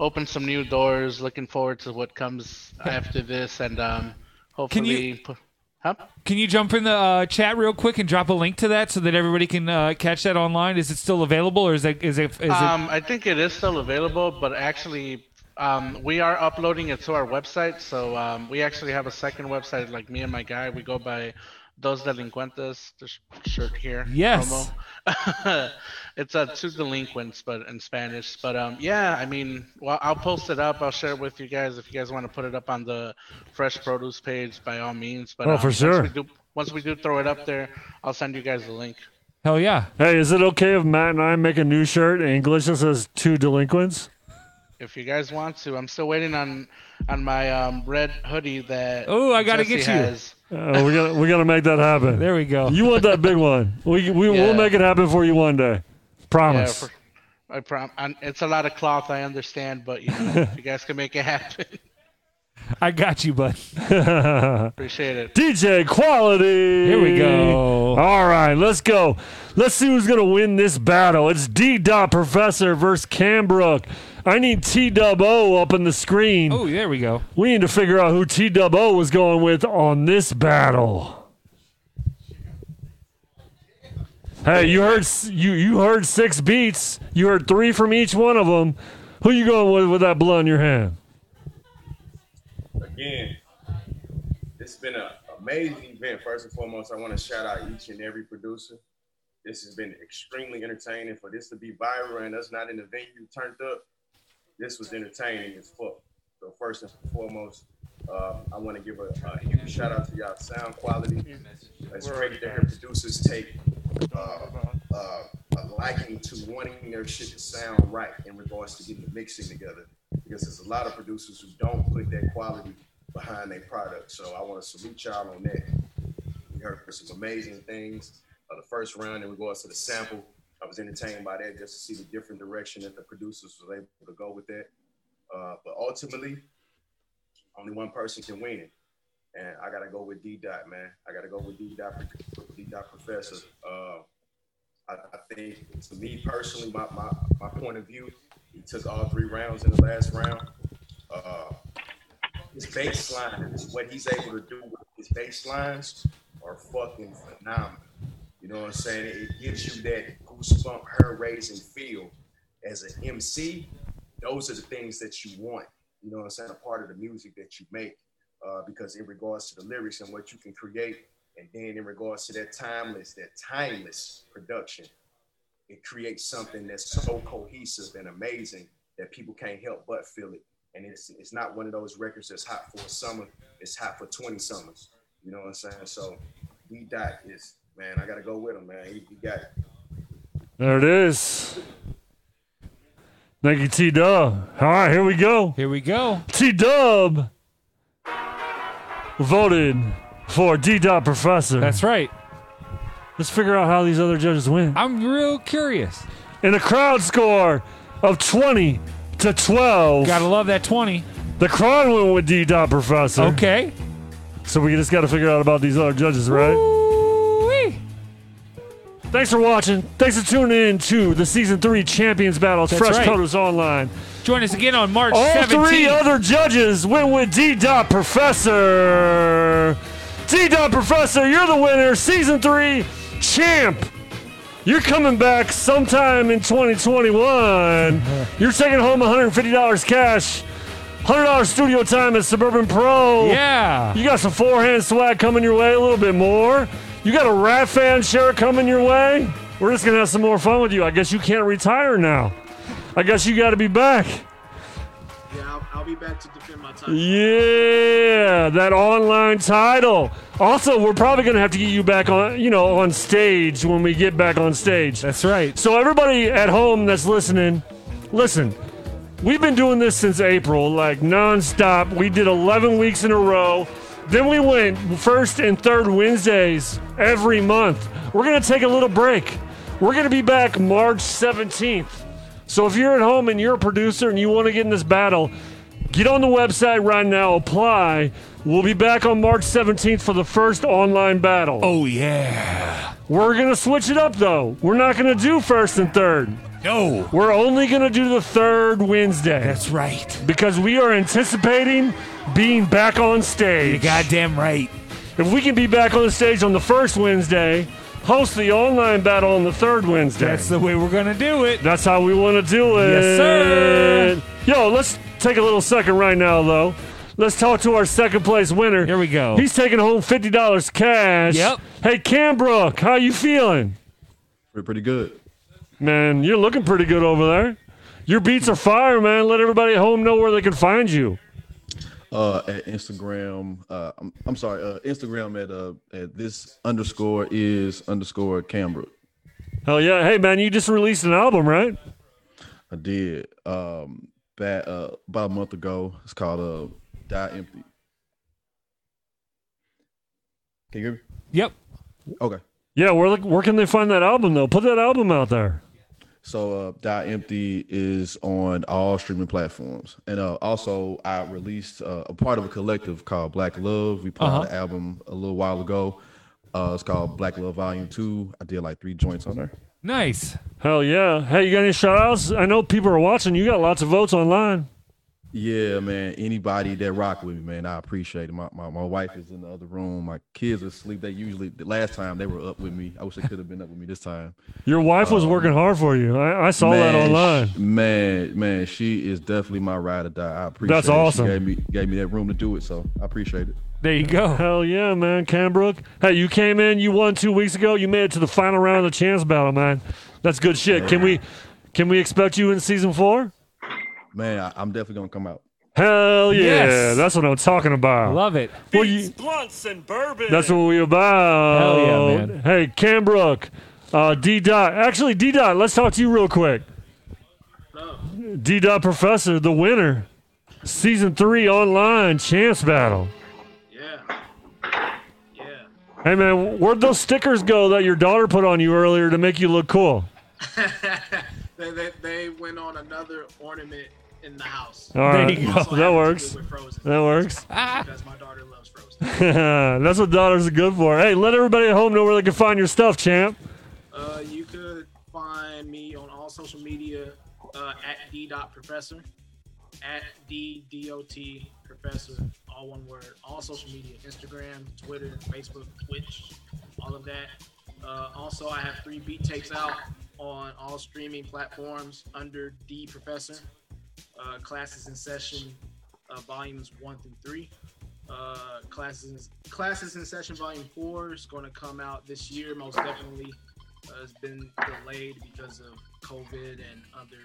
R: opened some new doors. Looking forward to what comes after this, and um, hopefully, pu- huh?
B: Can you jump in the uh, chat real quick and drop a link to that so that everybody can uh, catch that online? Is it still available, or is it is it, is it
R: um, I think it is still available, but actually, um, we are uploading it to our website. So um, we actually have a second website. Like me and my guy, we go by Dos Delincuentes. This shirt here.
B: Yes.
R: Promo. <laughs> it's uh, two delinquents, but in Spanish. But um, yeah, I mean, well, I'll post it up. I'll share it with you guys if you guys want to put it up on the Fresh Produce page. By all means. But
C: Oh,
R: um,
C: for
R: once
C: sure.
R: we do- once we do throw it up there, I'll send you guys the link.
B: Hell yeah.
C: Hey, is it okay if Matt and I make a new shirt in English that says two delinquents?
R: if you guys want to. I'm still waiting on on my um, red hoodie that.
B: Oh, I gotta
R: Jesse
B: get you.
R: Has.
C: Uh, we gotta we gotta make that happen.
B: There we go.
C: You want that big one? We we
R: Yeah.
C: will make it happen for you one day. Promise.
R: Yeah, for- I prom. i it's a lot of cloth. I understand, but you
B: <laughs>
R: know, if you guys can make it happen,
B: I got
C: <laughs>
B: you, bud.
R: appreciate it.
C: DJ Quality.
B: Here we go.
C: All right, let's go. Let's see who's gonna win this battle. It's D Dot Professor versus Cambrook. I need T Dub O up on the screen. Oh,
B: there we go.
C: We need to figure out who T Dub O was going with on this battle. Hey, you heard s- you you heard six beats. You heard three from each one of them. Who you going with with that blood in your hand?
H: Again, it's been an amazing event. First and foremost, I want to shout out each and every producer. This has been extremely entertaining. For this to be viral and us not in the venue turned up, this was entertaining as fuck. So first and foremost, uh, I want to give a, a huge shout out to y'all sound quality. It's great to hear producers take uh, uh, a liking to wanting their shit to sound right in regards to getting the mixing together. Because there's a lot of producers who don't put that quality behind their product. So I want to salute y'all on that. We heard some amazing things. Uh, the first round in regards to the sample, I was entertained by that just to see the different direction that the producers was able to go with that. Uh, but ultimately, only one person can win it. And I gotta go with D Dot, man. I gotta go with D Dot, D Dot Professor. Uh, I, I think, to me personally, my, my my point of view, he took all three rounds in the last round. Uh, his baseline, what he's able to do with his baselines, are fucking phenomenal. You know what I'm saying? It gives you that goosebump, hair raising feel. As an MC, those are the things that you want. You know what I'm saying? A part of the music that you make, uh, because in regards to the lyrics and what you can create, and then in regards to that timeless, that timeless production, it creates something that's so cohesive and amazing that people can't help but feel it. And it's it's not one of those records that's hot for a summer. It's hot for 20 summers. You know what I'm saying? So D Dot is man, I gotta go with him, man. He, he got it.
C: There it is. Thank you, T Dub. All right, here we go.
B: Here we go.
C: T Dub voted for D Dot Professor. That's
B: right.
C: Let's figure out how these other judges win.
B: I'm real curious.
C: In a crowd score of 20 to 12.
B: Gotta love that 20.
C: The crowd went with D Dot Professor.
B: Okay.
C: So we just gotta figure out about these other judges, right? Thanks for watching. Thanks for tuning in to the season three champions battles,
B: That's
C: Fresh
B: right.
C: Coders Online.
B: Join us again on March
C: All
B: 17th.
C: three other judges went with D Dot Professor. D Dot Professor, you're the winner, season three champ. You're coming back sometime in 2021. You're taking home $150 cash. $100 studio time at Suburban Pro.
B: Yeah.
C: You got some forehand swag coming your way, a little bit more. You got a Rat Fan shirt coming your way. We're just going to have some more fun with you. I guess you can't retire now. I guess you got to be back.
Q: Yeah, I'll, I'll be back to defend my title.
C: Yeah, that online title. Also, we're probably going to have to get you back on, you know, on stage when we get back on stage.
B: That's right.
C: So everybody at home that's listening, listen. We've been doing this since April, like nonstop. We did 11 weeks in a row. Then we went first and third Wednesdays every month. We're going to take a little break. We're going to be back March 17th. So if you're at home and you're a producer and you want to get in this battle, get on the website right now, apply. We'll be back on March 17th for the first online battle.
B: Oh, yeah.
C: We're going to switch it up, though. We're not going to do first and third.
B: No.
C: We're only going to do the third Wednesday.
B: That's right.
C: Because we are anticipating being back on stage.
B: You're goddamn right.
C: If we can be back on stage on the first Wednesday, host the online battle on the third Wednesday.
B: That's the way we're gonna do it.
C: That's how we want to do it.
B: Yes, sir.
C: Yo, let's take a little second right now, though. Let's talk to our second place winner. Here we
B: go.
C: He's taking home fifty dollars cash.
N: Yep.
C: Hey, Cambrook, how you feeling?
N: Pretty- Pretty good.
C: Man, you're looking pretty good over there. Your beats are fire, man. Let everybody at home know where they can find you.
N: uh at instagram uh i'm, I'm sorry uh instagram at uh at this underscore is underscore cambrook
C: Hell yeah. Hey, man, you just released an album, right?
N: i did um back uh about a month ago it's called uh die empty can you hear me
B: yep
N: okay
C: Yeah, where where can they find that album though? Put that album out there.
N: So uh Die Empty is on all streaming platforms. And uh also I released uh, a part of a collective called Black Love. We put out an
B: Uh-huh.
N: album a little while ago. Uh it's called Black Love Volume 2. I did like three joints on there.
B: Nice.
C: Hell yeah. Hey, you got any shout outs? I know people are watching. You got lots of votes online.
N: Yeah, man. Anybody that rock with me, man, I appreciate it. My, my my wife is in the other room. My kids are asleep. They usually the last time they were up with me. I wish they could have been up with me this time.
C: Your wife was working hard for you. I, I saw that
N: Man,
C: online.
N: sh- man, man, she is definitely my ride or die. I appreciate
C: That's
N: it. She
C: awesome.
N: gave me gave me that room to do it, so I appreciate it.
B: There you go.
C: Hell yeah, man. Cambrook. Hey, you came in, you won two weeks ago. You made it to the final round of the chance battle, man. That's good shit. Can we can we expect you in season four?
N: Man, I, I'm definitely gonna come out.
C: Hell yeah.
N: Yes.
C: That's what I'm talking about.
B: Love it.
C: Well, you,
B: blunts, and bourbon.
C: That's what we about.
B: Hell yeah, man.
C: Hey, Cambrook, uh, D Dot. Actually, D Dot, let's talk to you real quick. D Dot Professor, the winner, season three online chance battle. Yeah. Yeah. Hey man, where'd those stickers go that your daughter put on you earlier to make you look cool?
Q: <laughs> They, they, they went on another ornament in the house.
C: All right, <laughs> that works.
Q: With Frozen.
C: That works. <laughs>
Q: Because my daughter loves Frozen.
C: That's what daughters are good for. Hey, let everybody at home know where they can find your stuff, champ.
Q: Uh, you could find me on all social media uh, at d dot professor, at d d o t professor, all one word. All social media: Instagram, Twitter, Facebook, Twitch, all of that. Uh, also, I have three beat takes out on all streaming platforms under D Professor. Uh, classes in session, uh, volumes one through three. Uh, classes classes in session volume four is going to come out this year most definitely uh, has been delayed because of COVID and other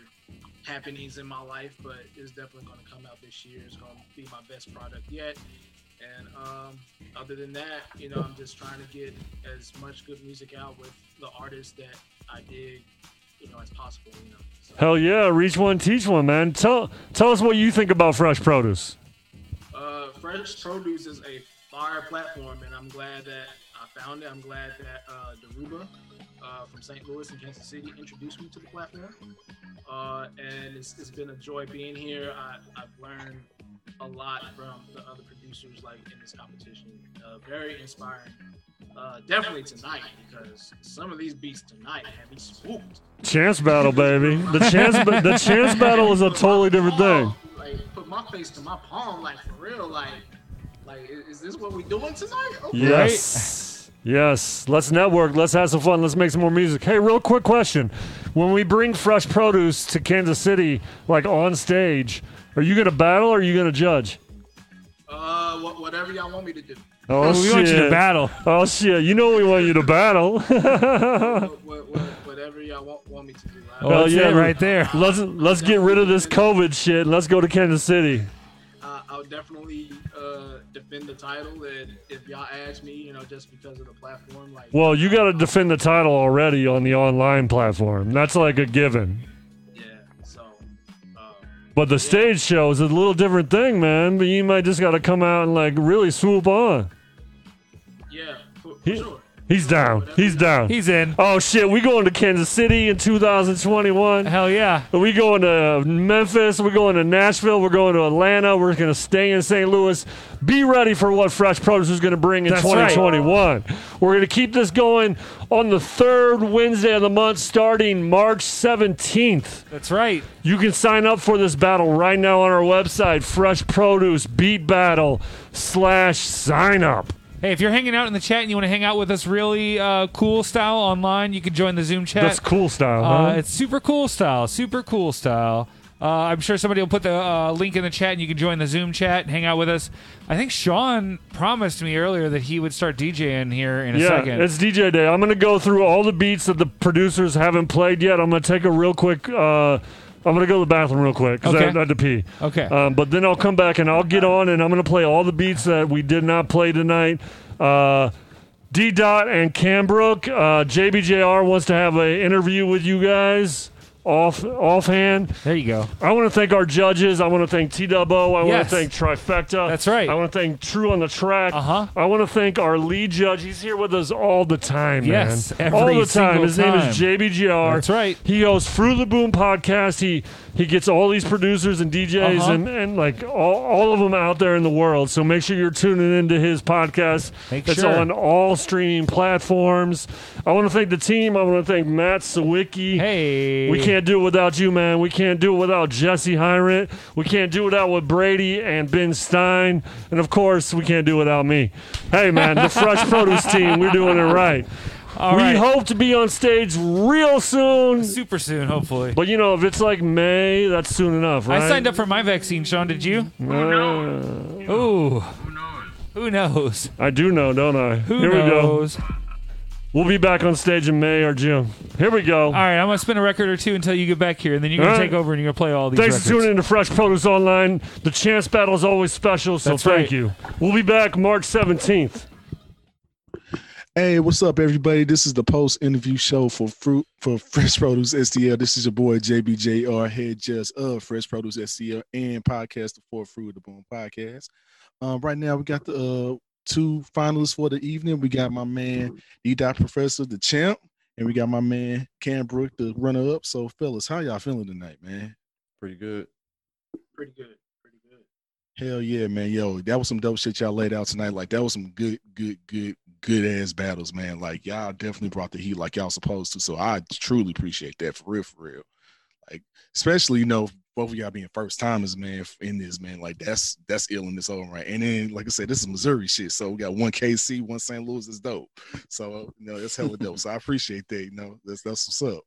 Q: happenings in my life, but it's definitely going to come out this year. It's going to be my best product yet. And um, other than that, you know, I'm just trying to get as much good music out with the artists that I dig, you know, as possible. You know,
C: Hell yeah, reach one, teach one, man. Tell tell us what you think about fresh produce.
Q: Uh, fresh produce is a fire platform, and I'm glad that I found it. I'm glad that uh, Daruba uh, from St. Louis and Kansas City introduced me to the platform, uh, and it's, it's been a joy being here. I, I've learned a lot from the other producers like in this competition. Uh, very inspiring. Uh, definitely tonight because some of these beats tonight have me spooked.
C: Chance battle, baby. The chance, ba- the chance battle is a totally different thing.
Q: Like put my face to my palm, like for real, like like i- is this what we doing tonight? Okay.
C: Yes. Yes. Let's network. Let's have some fun. Let's make some more music. Hey, real quick question. When we bring fresh produce to Kansas City, like on stage, are you going to battle or are you going to judge?
Q: Uh, wha- whatever y'all want me to do.
C: Oh, shit. Oh, shit. You know we want you to battle. <laughs>
Q: Whatever y'all want, want me to do. I-
C: Oh, there. <laughs> Let's let's get rid of this COVID shit. and Let's go to Kansas City.
Q: Uh, I'll definitely uh, defend the title, and if y'all ask me, you know, just because of the platform, like
C: Well, you got to defend the title already on the online platform. That's like a given. But the stage show is a little different thing, man. But you might just got to come out and like really swoop on.
Q: yeah, for, for
C: He-
Q: sure.
C: He's down. He's down.
B: He's in.
C: Oh shit, we going to Kansas City in 2021.
B: Hell yeah.
C: We going to Memphis. We're going to Nashville. We're going to Atlanta. We're gonna stay in St. Louis. Be ready for what Fresh Produce is gonna bring in
B: That's right.
C: 2021. We're gonna keep this going on the third Wednesday of the month, starting March 17th.
B: That's right.
C: You can sign up for this battle right now on our website, Fresh Produce Beat Battle slash sign up.
B: Hey, if you're hanging out in the chat and you want to hang out with us really uh, cool style online, you can join the Zoom chat.
C: That's cool style,
B: Uh,
C: huh?
B: It's super cool style, super cool style. Uh, I'm sure somebody will put the uh, link in the chat and you can join the Zoom chat and hang out with us. I think Sean promised me earlier that he would start DJing here in a
C: yeah,
B: second.
C: it's DJ Day. I'm gonna go through all the beats that the producers haven't played yet. I'm gonna take a real quick. Uh, I'm gonna go to the bathroom real quick 'cause
B: Okay.
C: I, I had to pee.
B: Okay.
C: Um, but then I'll come back and I'll get on and I'm gonna play all the beats that we did not play tonight. Uh, D Dot and Cambrook. Uh, JBJR wants to have an interview with you guys. Off offhand.
B: There you go.
C: I want to thank our judges. I want to thank T Dubbo. I want
B: Yes.
C: to thank Trifecta. That's right. I want to thank True on the Track. Uh
B: Uh-huh.
C: huh. I want to thank our lead judge. He's here with us all the time,
B: Yes,
C: man.
B: every
C: all the time.
B: single
C: His name
B: time.
C: is JBGR.
B: That's right.
C: He hosts Through the Boom podcast. He he gets all these producers and DJs
B: Uh-huh.
C: and, and like all, all of them out there in the world. So make sure you're tuning into his podcast.
B: Make
C: it's
B: sure.
C: on all streaming platforms. I want to thank the team. I want to thank Matt Sawicki.
B: Hey,
C: we can't do it without you, man. We can't do it without Jesse Hyrant. We can't do it without with Brady and Ben Stein, and of course, we can't do it without me. Hey, man, the Fresh <laughs> Produce team. We're doing it right.
B: All
C: we
B: right.
C: hope to be on stage real soon.
B: Super soon, hopefully.
C: But you know, if it's like May, that's soon enough, right? Oh,
B: I signed up for my vaccine, Sean. Did you?
C: Uh,
B: Ooh. Who knows?
C: I do know, don't I?
B: Who
C: Here
B: knows?
C: we go. We'll be back on stage in May or June. Here we go.
B: All right, I'm gonna spin a record or two until you get back here, and then you're gonna
C: All right.
B: take over and you're gonna play all these.
C: Thanks
B: records.
C: for tuning in to Fresh Produce Online. The chance battle is always special, so
B: That's
C: thank
B: right.
C: you. We'll be back March 17th.
U: Hey, what's up, everybody? This is the post interview show for fruit for <laughs> Fresh Produce STL. This is your boy JBJR, head judge of Fresh Produce STL and podcaster for Fruit of the Boom podcast. Um, right now, we got the uh, two finalists for the evening. We got my man D Dot Professor, the champ, and we got my man Cam Brook, the runner up. So, fellas, how y'all feeling tonight, man?
N: Pretty good.
Q: Pretty good.
U: Hell yeah, man. Yo, that was some dope shit y'all laid out tonight. Like that was some good, good, good, good ass battles, man. Like y'all definitely brought the heat like y'all supposed to. So I truly appreciate that for real, for real. Like, especially, you know, both of y'all being first timers, man, in this, man. Like that's that's ill in this own right. And then, like I said, this is Missouri shit. So we got one KC, one St. Louis is dope. So you know, that's hella dope. So I appreciate that. You know, that's that's what's up.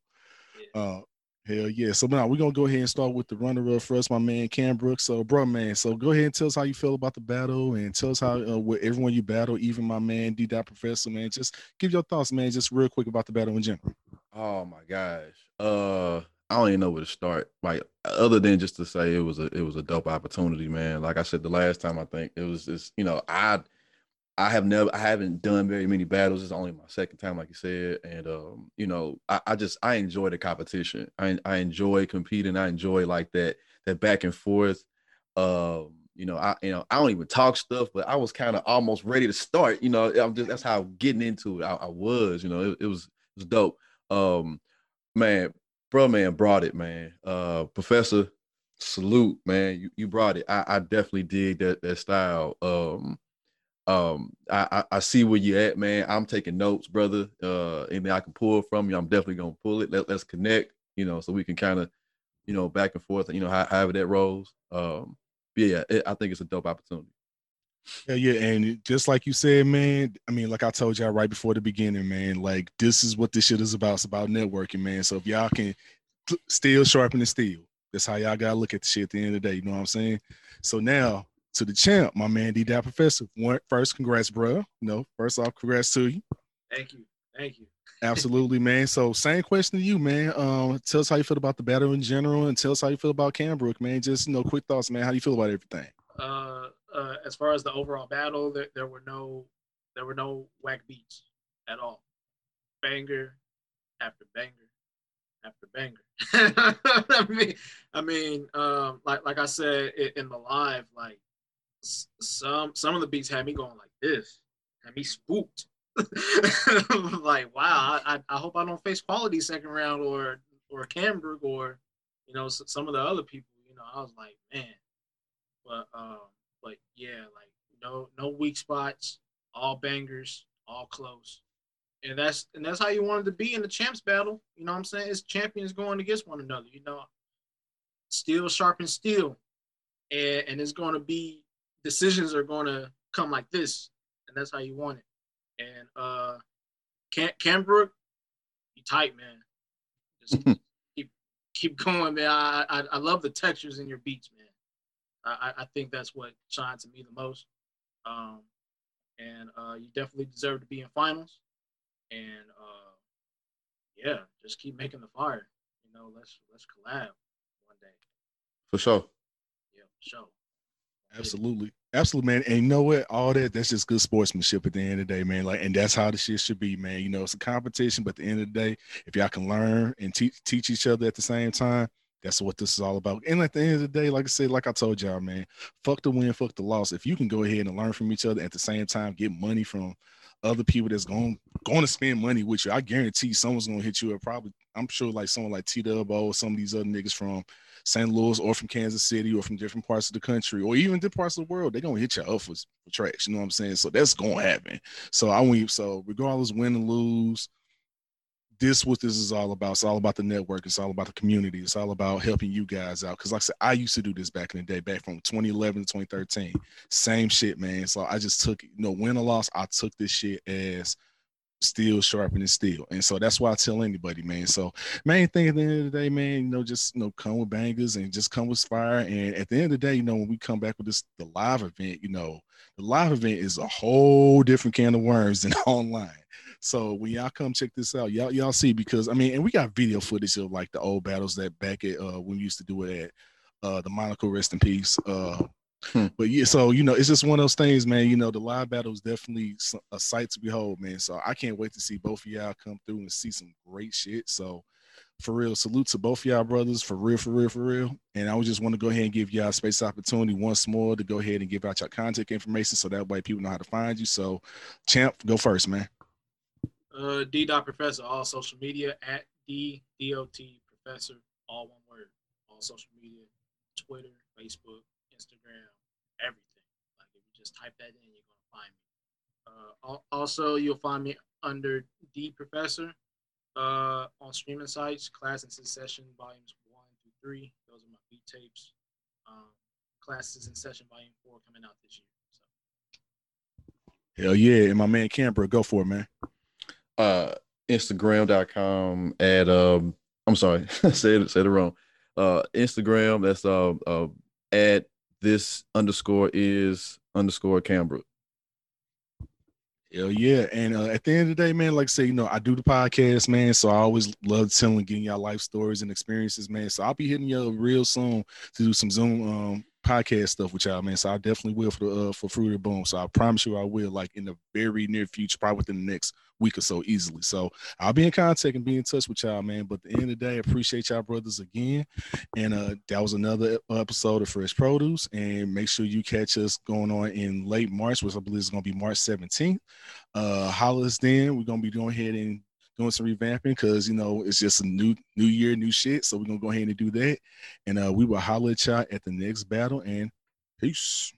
U: Uh Hell yeah. So now we're gonna go ahead and start with the runner up for us, my man Cam Brooks. So, bro, man, so go ahead and tell us how you feel about the battle and tell us how uh, with everyone you battle, even my man D Dot Professor, man. Just give your thoughts, man, just real quick about the battle in general.
N: Oh my gosh. Uh I don't even know where to start. Like other than just to say it was a it was a dope opportunity, man. Like I said the last time I think it was just, you know, I I have never I haven't done very many battles. It's only my second time, like you said. And um, you know, I, I just I enjoy the competition. I I enjoy competing. I enjoy like that that back and forth. Um you know, I you know I don't even talk stuff, but I was kind of almost ready to start. You know, I'm just that's how getting into it. I, I was, you know, it, it was it was dope. Um, man, bro, man, brought it, man. Uh, Professor, salute, man. You you brought it. I, I definitely dig that that style. Um, um, I, I I see where you're at, man. I'm taking notes, brother. Uh, anything I can pull from you, I'm definitely gonna pull it. Let, let's connect, you know, so we can kind of, you know, back and forth, you know, how, however that rolls. Um, but yeah, it, I think it's a dope opportunity.
U: Yeah, yeah, and just like you said, man. I mean, like I told y'all right before the beginning, man. Like this is what this shit is about. It's about networking, man. So if y'all can st- still sharpen the steel, that's how y'all gotta look at the shit at the end of the day. You know what I'm saying? So now to the champ, my man, D Dot Professor. One, first, congrats, bro. No, first off, congrats to you.
Q: Thank you. Thank you.
U: Absolutely, man. So same question to you, man. Um, tell us how you feel about the battle in general, and tell us how you feel about Cambrook, man. Just you know, quick thoughts, man. How do you feel about everything?
Q: Uh, uh, as far as the overall battle, there, there were no there were no whack beats at all. Banger after banger after banger. <laughs> I mean, I mean, um, like like I said i- in the live, like s- some some of the beats had me going like this, had me spooked. <laughs> like wow, I, I I hope I don't face quality second round or or Cambrook or you know s- some of the other people. You know, I was like man, but um, but yeah, like no no weak spots, all bangers, all close and that's and that's how you wanted to be in the champs battle. You know what I'm saying? It's champions going against one another. You know, steel sharpens steel, and and it's going to be decisions are going to come like this, and that's how you want it. And uh, Cam Cambrook, you tight man. Just keep keep going, man. I, I I love the textures in your beats, man. I I I think that's what shines to me the most. Um, and uh, you definitely deserve to be in finals and uh, yeah, just keep making the fire. You know, let's let's collab one day.
N: For sure.
Q: Yeah, for sure.
U: Absolutely. Absolutely, man. And you know what? All that, that's just good sportsmanship at the end of the day, man. Like, and that's how the shit should be, man. You know, it's a competition, but at the end of the day, if y'all can learn and teach teach each other at the same time, that's what this is all about. And at the end of the day, like I said, like I told y'all, man, fuck the win, fuck the loss. If you can go ahead and learn from each other at the same time, get money from other people that's going going to spend money with you. I guarantee someone's gonna hit you up. Probably, I'm sure like someone like T Dub or some of these other niggas from St. Louis or from Kansas City or from different parts of the country or even different parts of the world. They're gonna hit you up for, for tracks. You know what I'm saying? So that's gonna happen. So I want you. So regardless, win and lose. This what this is all about. It's all about the network. It's all about the community. It's all about helping you guys out. Cause like I said, I used to do this back in the day, back from 2011 to 2013. Same shit, man. So I just took, you know, win or loss, I took this shit as steel sharpening steel. And so that's why I tell anybody, man. So main thing at the end of the day, man, you know, just you know, come with bangers and just come with fire. And at the end of the day, you know, when we come back with this the live event, you know, the live event is a whole different can of worms than <laughs> online. So when y'all come check this out, y'all y'all see because I mean, and we got video footage of like the old battles that back at uh when we used to do it at uh the Monaco rest in peace. Uh but yeah, so you know, it's just one of those things, man. You know, the live battle is definitely s- a sight to behold, man. So I can't wait to see both of y'all come through and see some great shit. So for real, salute to both of y'all brothers, for real, for real, for real. And I would just want to go ahead and give y'all space opportunity once more to go ahead and give out your contact information so that way people know how to find you. So, champ, go first, man.
Q: Uh, D dot professor all social media at D D O T professor all one word all social media Twitter Facebook Instagram everything like if you just type that in you're gonna find me. Uh, al- also you'll find me under D professor uh, on streaming sites Class and Session volumes one through three those are my beat tapes. Um, classes in session volume four coming out this year.
U: Hell yeah. And my man Camper, go for it, man.
N: uh instagram.com at um i'm sorry <laughs> said it said it wrong uh instagram that's uh, uh at this underscore is underscore cambrook
U: Hell yeah. And uh, at the end of the day, man, like I say, you know, I do the podcast, man. So I always love telling, getting y'all life stories and experiences, man. So I'll be hitting y'all real soon to do some Zoom um podcast stuff with y'all, man. So I definitely will for the uh, for Fruity Boom. So I promise you, I will like in the very near future, probably within the next week or so, easily. So I'll be in contact and be in touch with y'all, man. But at the end of the day, I appreciate y'all brothers again. And uh, that was another e, episode of Fresh Produce. And make sure you catch us going on in late March, which I believe is going to be March 17th. Uh, holla us then. We're going to be going ahead and doing some revamping because you know it's just a new new year, new shit. So we're gonna go ahead and do that. And uh we will holler at y'all at the next battle and peace.